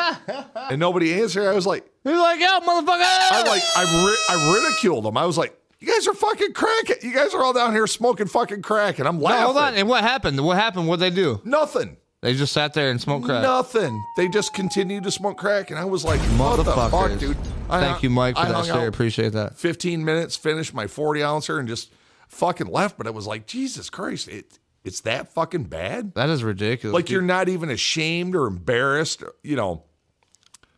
Speaker 2: and nobody answered. I was like,
Speaker 3: Who's like, yo, motherfucker?
Speaker 2: I like, I, ri- I ridiculed them. I was like, you guys are fucking crack. You guys are all down here smoking fucking crack. And I'm
Speaker 3: No,
Speaker 2: laughing.
Speaker 3: hold on. And what happened? What happened? What'd they do?
Speaker 2: Nothing.
Speaker 3: They just sat there and smoked crack.
Speaker 2: Nothing. They just continued to smoke crack, and I was like, "What the fuck,
Speaker 3: Motherfuckers.
Speaker 2: dude?" I
Speaker 3: Thank
Speaker 2: hung-
Speaker 3: you, Mike, for
Speaker 2: I
Speaker 3: that
Speaker 2: hung
Speaker 3: story.
Speaker 2: out
Speaker 3: Appreciate that.
Speaker 2: Fifteen minutes, finished my forty ouncer, and just fucking left. But it was like, Jesus Christ, it it's that fucking bad.
Speaker 3: That is ridiculous.
Speaker 2: Like you're not even ashamed or embarrassed, you know?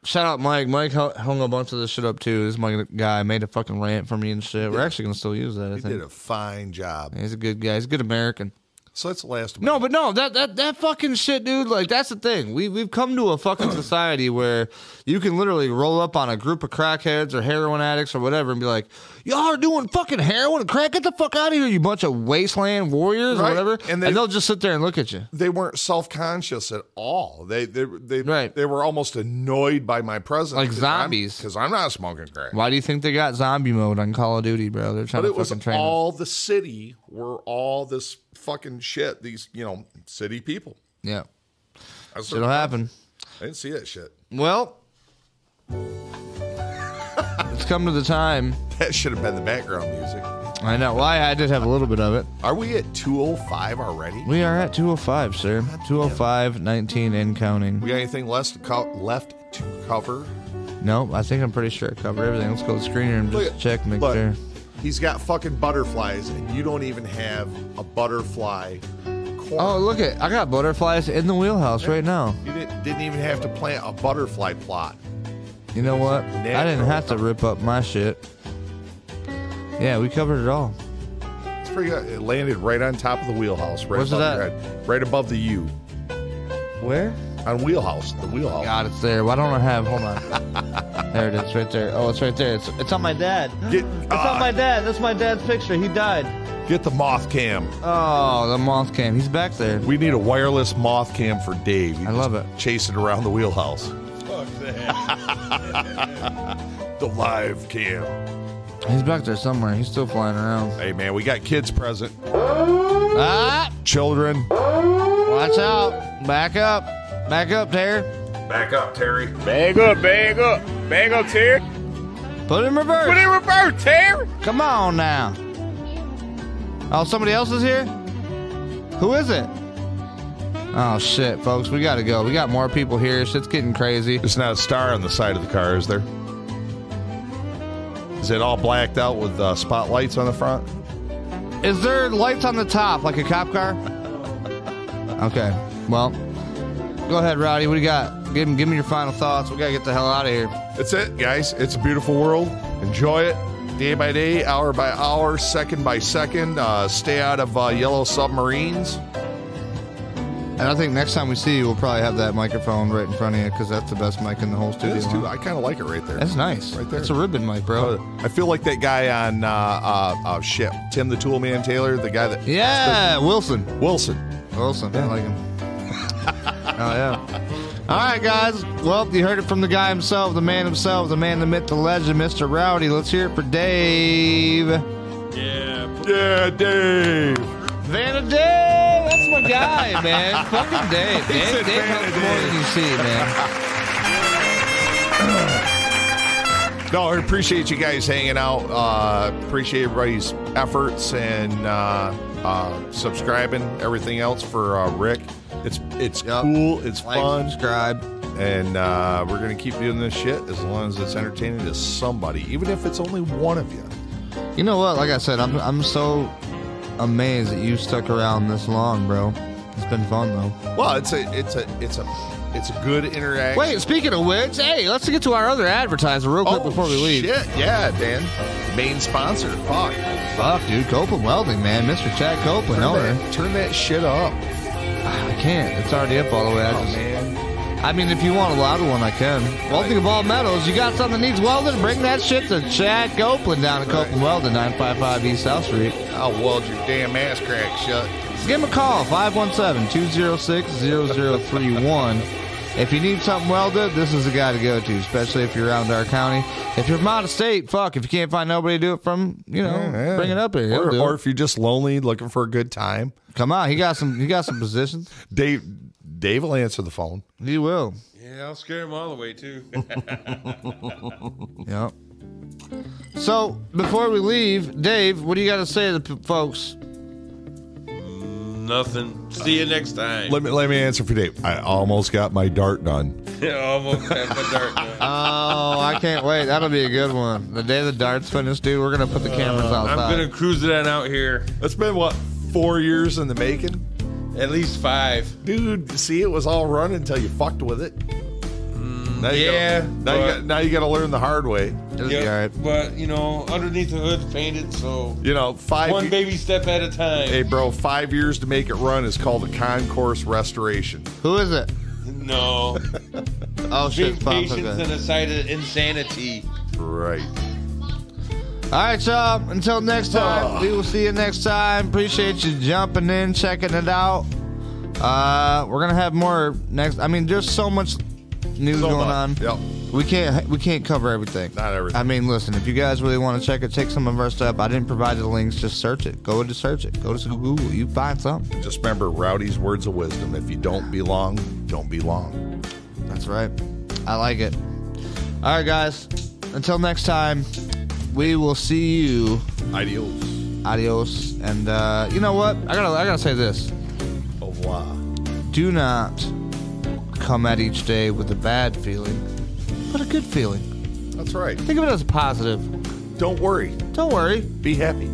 Speaker 3: Shout out Mike. Mike hu- hung a bunch of this shit up too. This my guy made a fucking rant for me and shit. We're actually gonna still use that. I
Speaker 2: He
Speaker 3: think
Speaker 2: did a fine job.
Speaker 3: he's a good guy. He's a good American.
Speaker 2: So that's the last.
Speaker 3: No, but no, that that that fucking shit, dude. Like that's the thing. We we've come to
Speaker 2: [clears throat]
Speaker 3: a fucking society where you can literally roll up on a group of crackheads or heroin addicts or whatever and be like, "Y'all are doing fucking heroin and crack. Get the fuck out of here, you bunch of wasteland warriors
Speaker 2: Right.
Speaker 3: or whatever."
Speaker 2: And
Speaker 3: And,
Speaker 2: they-
Speaker 3: they'll just sit there and look at you.
Speaker 2: They weren't self conscious at all. They they they they were almost annoyed by my presence,
Speaker 3: Like zombies.
Speaker 2: because I'm not smoking crack.
Speaker 3: Why do you think they got zombie mode on Call of Duty, bro? They're trying
Speaker 2: but
Speaker 3: to
Speaker 2: it was
Speaker 3: fucking train. us.
Speaker 2: all the city were all this fucking shit. These you know city people.
Speaker 3: yeah,
Speaker 2: I was
Speaker 3: shit'll happen.
Speaker 2: I didn't see that shit. [laughs]
Speaker 3: Well, it's come to the time.
Speaker 2: That should have been the background music.
Speaker 3: I know. Why I did have a little bit of it.
Speaker 2: Are we at 205 already?
Speaker 3: We are at 205, sir. 205, 19 and counting.
Speaker 2: We got anything less to co- left to cover?
Speaker 3: Nope, I think I'm pretty sure I covered everything. Let's go to the screen room
Speaker 2: Look
Speaker 3: just
Speaker 2: at-
Speaker 3: check, make
Speaker 2: look,
Speaker 3: sure.
Speaker 2: He's got fucking butterflies, and you don't even have a butterfly. Corn.
Speaker 3: Oh, look at I got butterflies in the wheelhouse right now.
Speaker 2: You didn't, didn't even have to plant a butterfly plot.
Speaker 3: You know what? I didn't have to rip up my shit. Yeah, we covered it all.
Speaker 2: It's pretty good. It landed right on top of the wheelhouse, right
Speaker 3: Where's it
Speaker 2: above your head, right above the U.
Speaker 3: Where?
Speaker 2: On wheelhouse, the wheelhouse.
Speaker 3: God, it's there. Why don't I have? Hold on. [laughs] there it is, right there. Oh, it's right there. It's it's on my dad. it's on my dad. That's my dad's picture. He died.
Speaker 2: uh, Get the moth cam.
Speaker 3: Oh, the moth cam. He's back there.
Speaker 2: We need a wireless moth cam for Dave. I
Speaker 3: love it.
Speaker 2: Chase it around the wheelhouse.
Speaker 6: Fuck that.
Speaker 2: [laughs] The live cam.
Speaker 3: He's back there somewhere. He's still flying around.
Speaker 2: Hey man, we got kids present.
Speaker 3: Ah!
Speaker 2: Children.
Speaker 3: Watch out. Back up. Back up, Terry.
Speaker 2: Back up, Terry.
Speaker 15: Bag up, bag up, bag up, Terry.
Speaker 3: Put it in reverse.
Speaker 15: Put it in reverse, Terry.
Speaker 3: Come on now. Oh, somebody else is here? Who is it? Oh, shit, folks. We got to go. We got more people here. Shit's getting crazy.
Speaker 2: There's not a star on the side of the car, is there? Is it all blacked out with uh, spotlights on the front?
Speaker 3: Is there lights on the top like a cop car? Okay. Well, go ahead, Rowdy. What do you got? Give, give me your final thoughts. We got to get the hell out of here.
Speaker 2: That's it, guys. It's a beautiful world. Enjoy it day by day, hour by hour, second by second. Uh, stay out of uh, yellow submarines.
Speaker 3: And I think next time we see you, we'll probably have that microphone right in front of you because that's the best mic in the whole studio.
Speaker 2: It is too.
Speaker 3: huh?
Speaker 2: I kind of like it right there.
Speaker 3: That's nice.
Speaker 2: Right there.
Speaker 3: That's a ribbon mic, bro.
Speaker 2: I feel like that guy on uh, uh, uh, shit, Tim the Toolman Taylor, the guy that
Speaker 3: Yeah, Wilson.
Speaker 2: Wilson.
Speaker 3: Wilson,
Speaker 2: [laughs]
Speaker 3: I like him. oh yeah. All right, guys. Well, you heard it from the guy himself, the man himself, the man, the myth, the legend, Mr. Rowdy. Let's hear it for Dave.
Speaker 6: yeah.
Speaker 2: Yeah, Dave.
Speaker 3: Vanna Dave, that's my guy,
Speaker 2: [laughs]
Speaker 3: man. Fucking Dave.
Speaker 15: He
Speaker 3: Dave,
Speaker 15: said
Speaker 3: Dave
Speaker 15: Vanna
Speaker 3: knows more than you see,
Speaker 2: [laughs]
Speaker 3: man.
Speaker 2: No, I appreciate you guys hanging out. Uh, appreciate everybody's efforts and uh, uh, subscribing. Everything else for uh, Rick. It's it's cool. It's
Speaker 3: Like,
Speaker 2: fun.
Speaker 3: subscribe.
Speaker 2: And uh, we're gonna keep doing this shit as long as it's entertaining to somebody, even if it's only one of you.
Speaker 3: You know what? Like I said, I'm I'm so amazed that you stuck around this long, bro. It's been fun though.
Speaker 2: Well, it's a it's a it's a it's a good interaction.
Speaker 3: Wait, speaking of which, hey, let's get to our other advertiser real quick before we leave.
Speaker 2: Oh, Shit, yeah, Dan. Main sponsor. Fuck.
Speaker 3: Fuck, dude. Copeland Welding, man. Mr. Chad Copeland,
Speaker 2: Turn
Speaker 3: owner.
Speaker 2: that, turn that shit up.
Speaker 3: I can't. It's already up all the way. I
Speaker 2: Oh,
Speaker 3: just,
Speaker 2: man.
Speaker 3: I mean, if you want a louder one, I can. Welding of all metals. You got something that needs welding? Bring that shit to Chad Copeland down in Copeland Welding, 955 East South Street.
Speaker 23: I'll weld your damn ass crack shut.
Speaker 3: Give him a call, 517-206-0031. if you need something welded, this is the guy to go to, especially if you're around our county. If you're from out of state, fuck, if you can't find nobody to do it from, you know, bring it up here. He'll
Speaker 2: Or,
Speaker 3: do
Speaker 2: or
Speaker 3: it.
Speaker 2: if you're just lonely, looking for a good time.
Speaker 3: Come on, he got some. He got some
Speaker 2: [laughs]
Speaker 3: positions.
Speaker 2: Dave, Dave will answer the phone.
Speaker 3: He will.
Speaker 6: Yeah, I'll scare him all the way too. [laughs]
Speaker 3: Yep. So before we leave, Dave, what do you got to say to the p- folks?
Speaker 6: Nothing. See you next time. [laughs]
Speaker 2: Let me let me answer for Dave. I almost got my dart done.
Speaker 6: Almost had my dart done.
Speaker 3: [laughs] Oh, I can't wait. That'll be a good one. The day the darts finished, dude, we're gonna put the cameras
Speaker 6: Uh,
Speaker 3: outside.
Speaker 6: I'm gonna cruise that out here.
Speaker 2: That's been what four years in the making.
Speaker 6: At least five.
Speaker 2: Dude, see, it was all run until you fucked with it. now you
Speaker 6: yeah,
Speaker 2: Gotta, now, you
Speaker 6: but-
Speaker 2: got, now you got to learn the hard way.
Speaker 6: Yep, But you know, underneath the hood's painted, so
Speaker 2: You know, five.
Speaker 6: one baby step at a time.
Speaker 2: Hey, bro, five years to make it run is called a concourse restoration.
Speaker 3: Who is it?
Speaker 6: No.
Speaker 3: [laughs] oh
Speaker 6: Being
Speaker 3: shit, Bob,
Speaker 6: patience
Speaker 3: okay.
Speaker 6: and a side of insanity.
Speaker 2: Right.
Speaker 3: All right, y'all. Until next
Speaker 6: Oh.
Speaker 3: time, we will see you next time. Appreciate you jumping in, checking it out. Uh, we're gonna have more next. I mean, there's so much news going on. Yep. We can't we can't cover everything. Not everything. I mean, listen, if you guys really want to check it, take some of our stuff. I didn't provide the links. Just search it. Go to search it. Go to Google. You find something.
Speaker 2: Just remember Rowdy's words of wisdom. If you don't belong, don't belong.
Speaker 3: That's right. I like it. All right, guys. Until next time, we will see you.
Speaker 2: Adios.
Speaker 3: Adios. And uh, you know what? I gotta I gotta say this.
Speaker 2: Au revoir.
Speaker 3: Do not come at each day with a bad feeling, but a good feeling.
Speaker 2: That's right.
Speaker 3: Think of it as a positive.
Speaker 2: Don't worry.
Speaker 3: Don't worry.
Speaker 2: Be happy.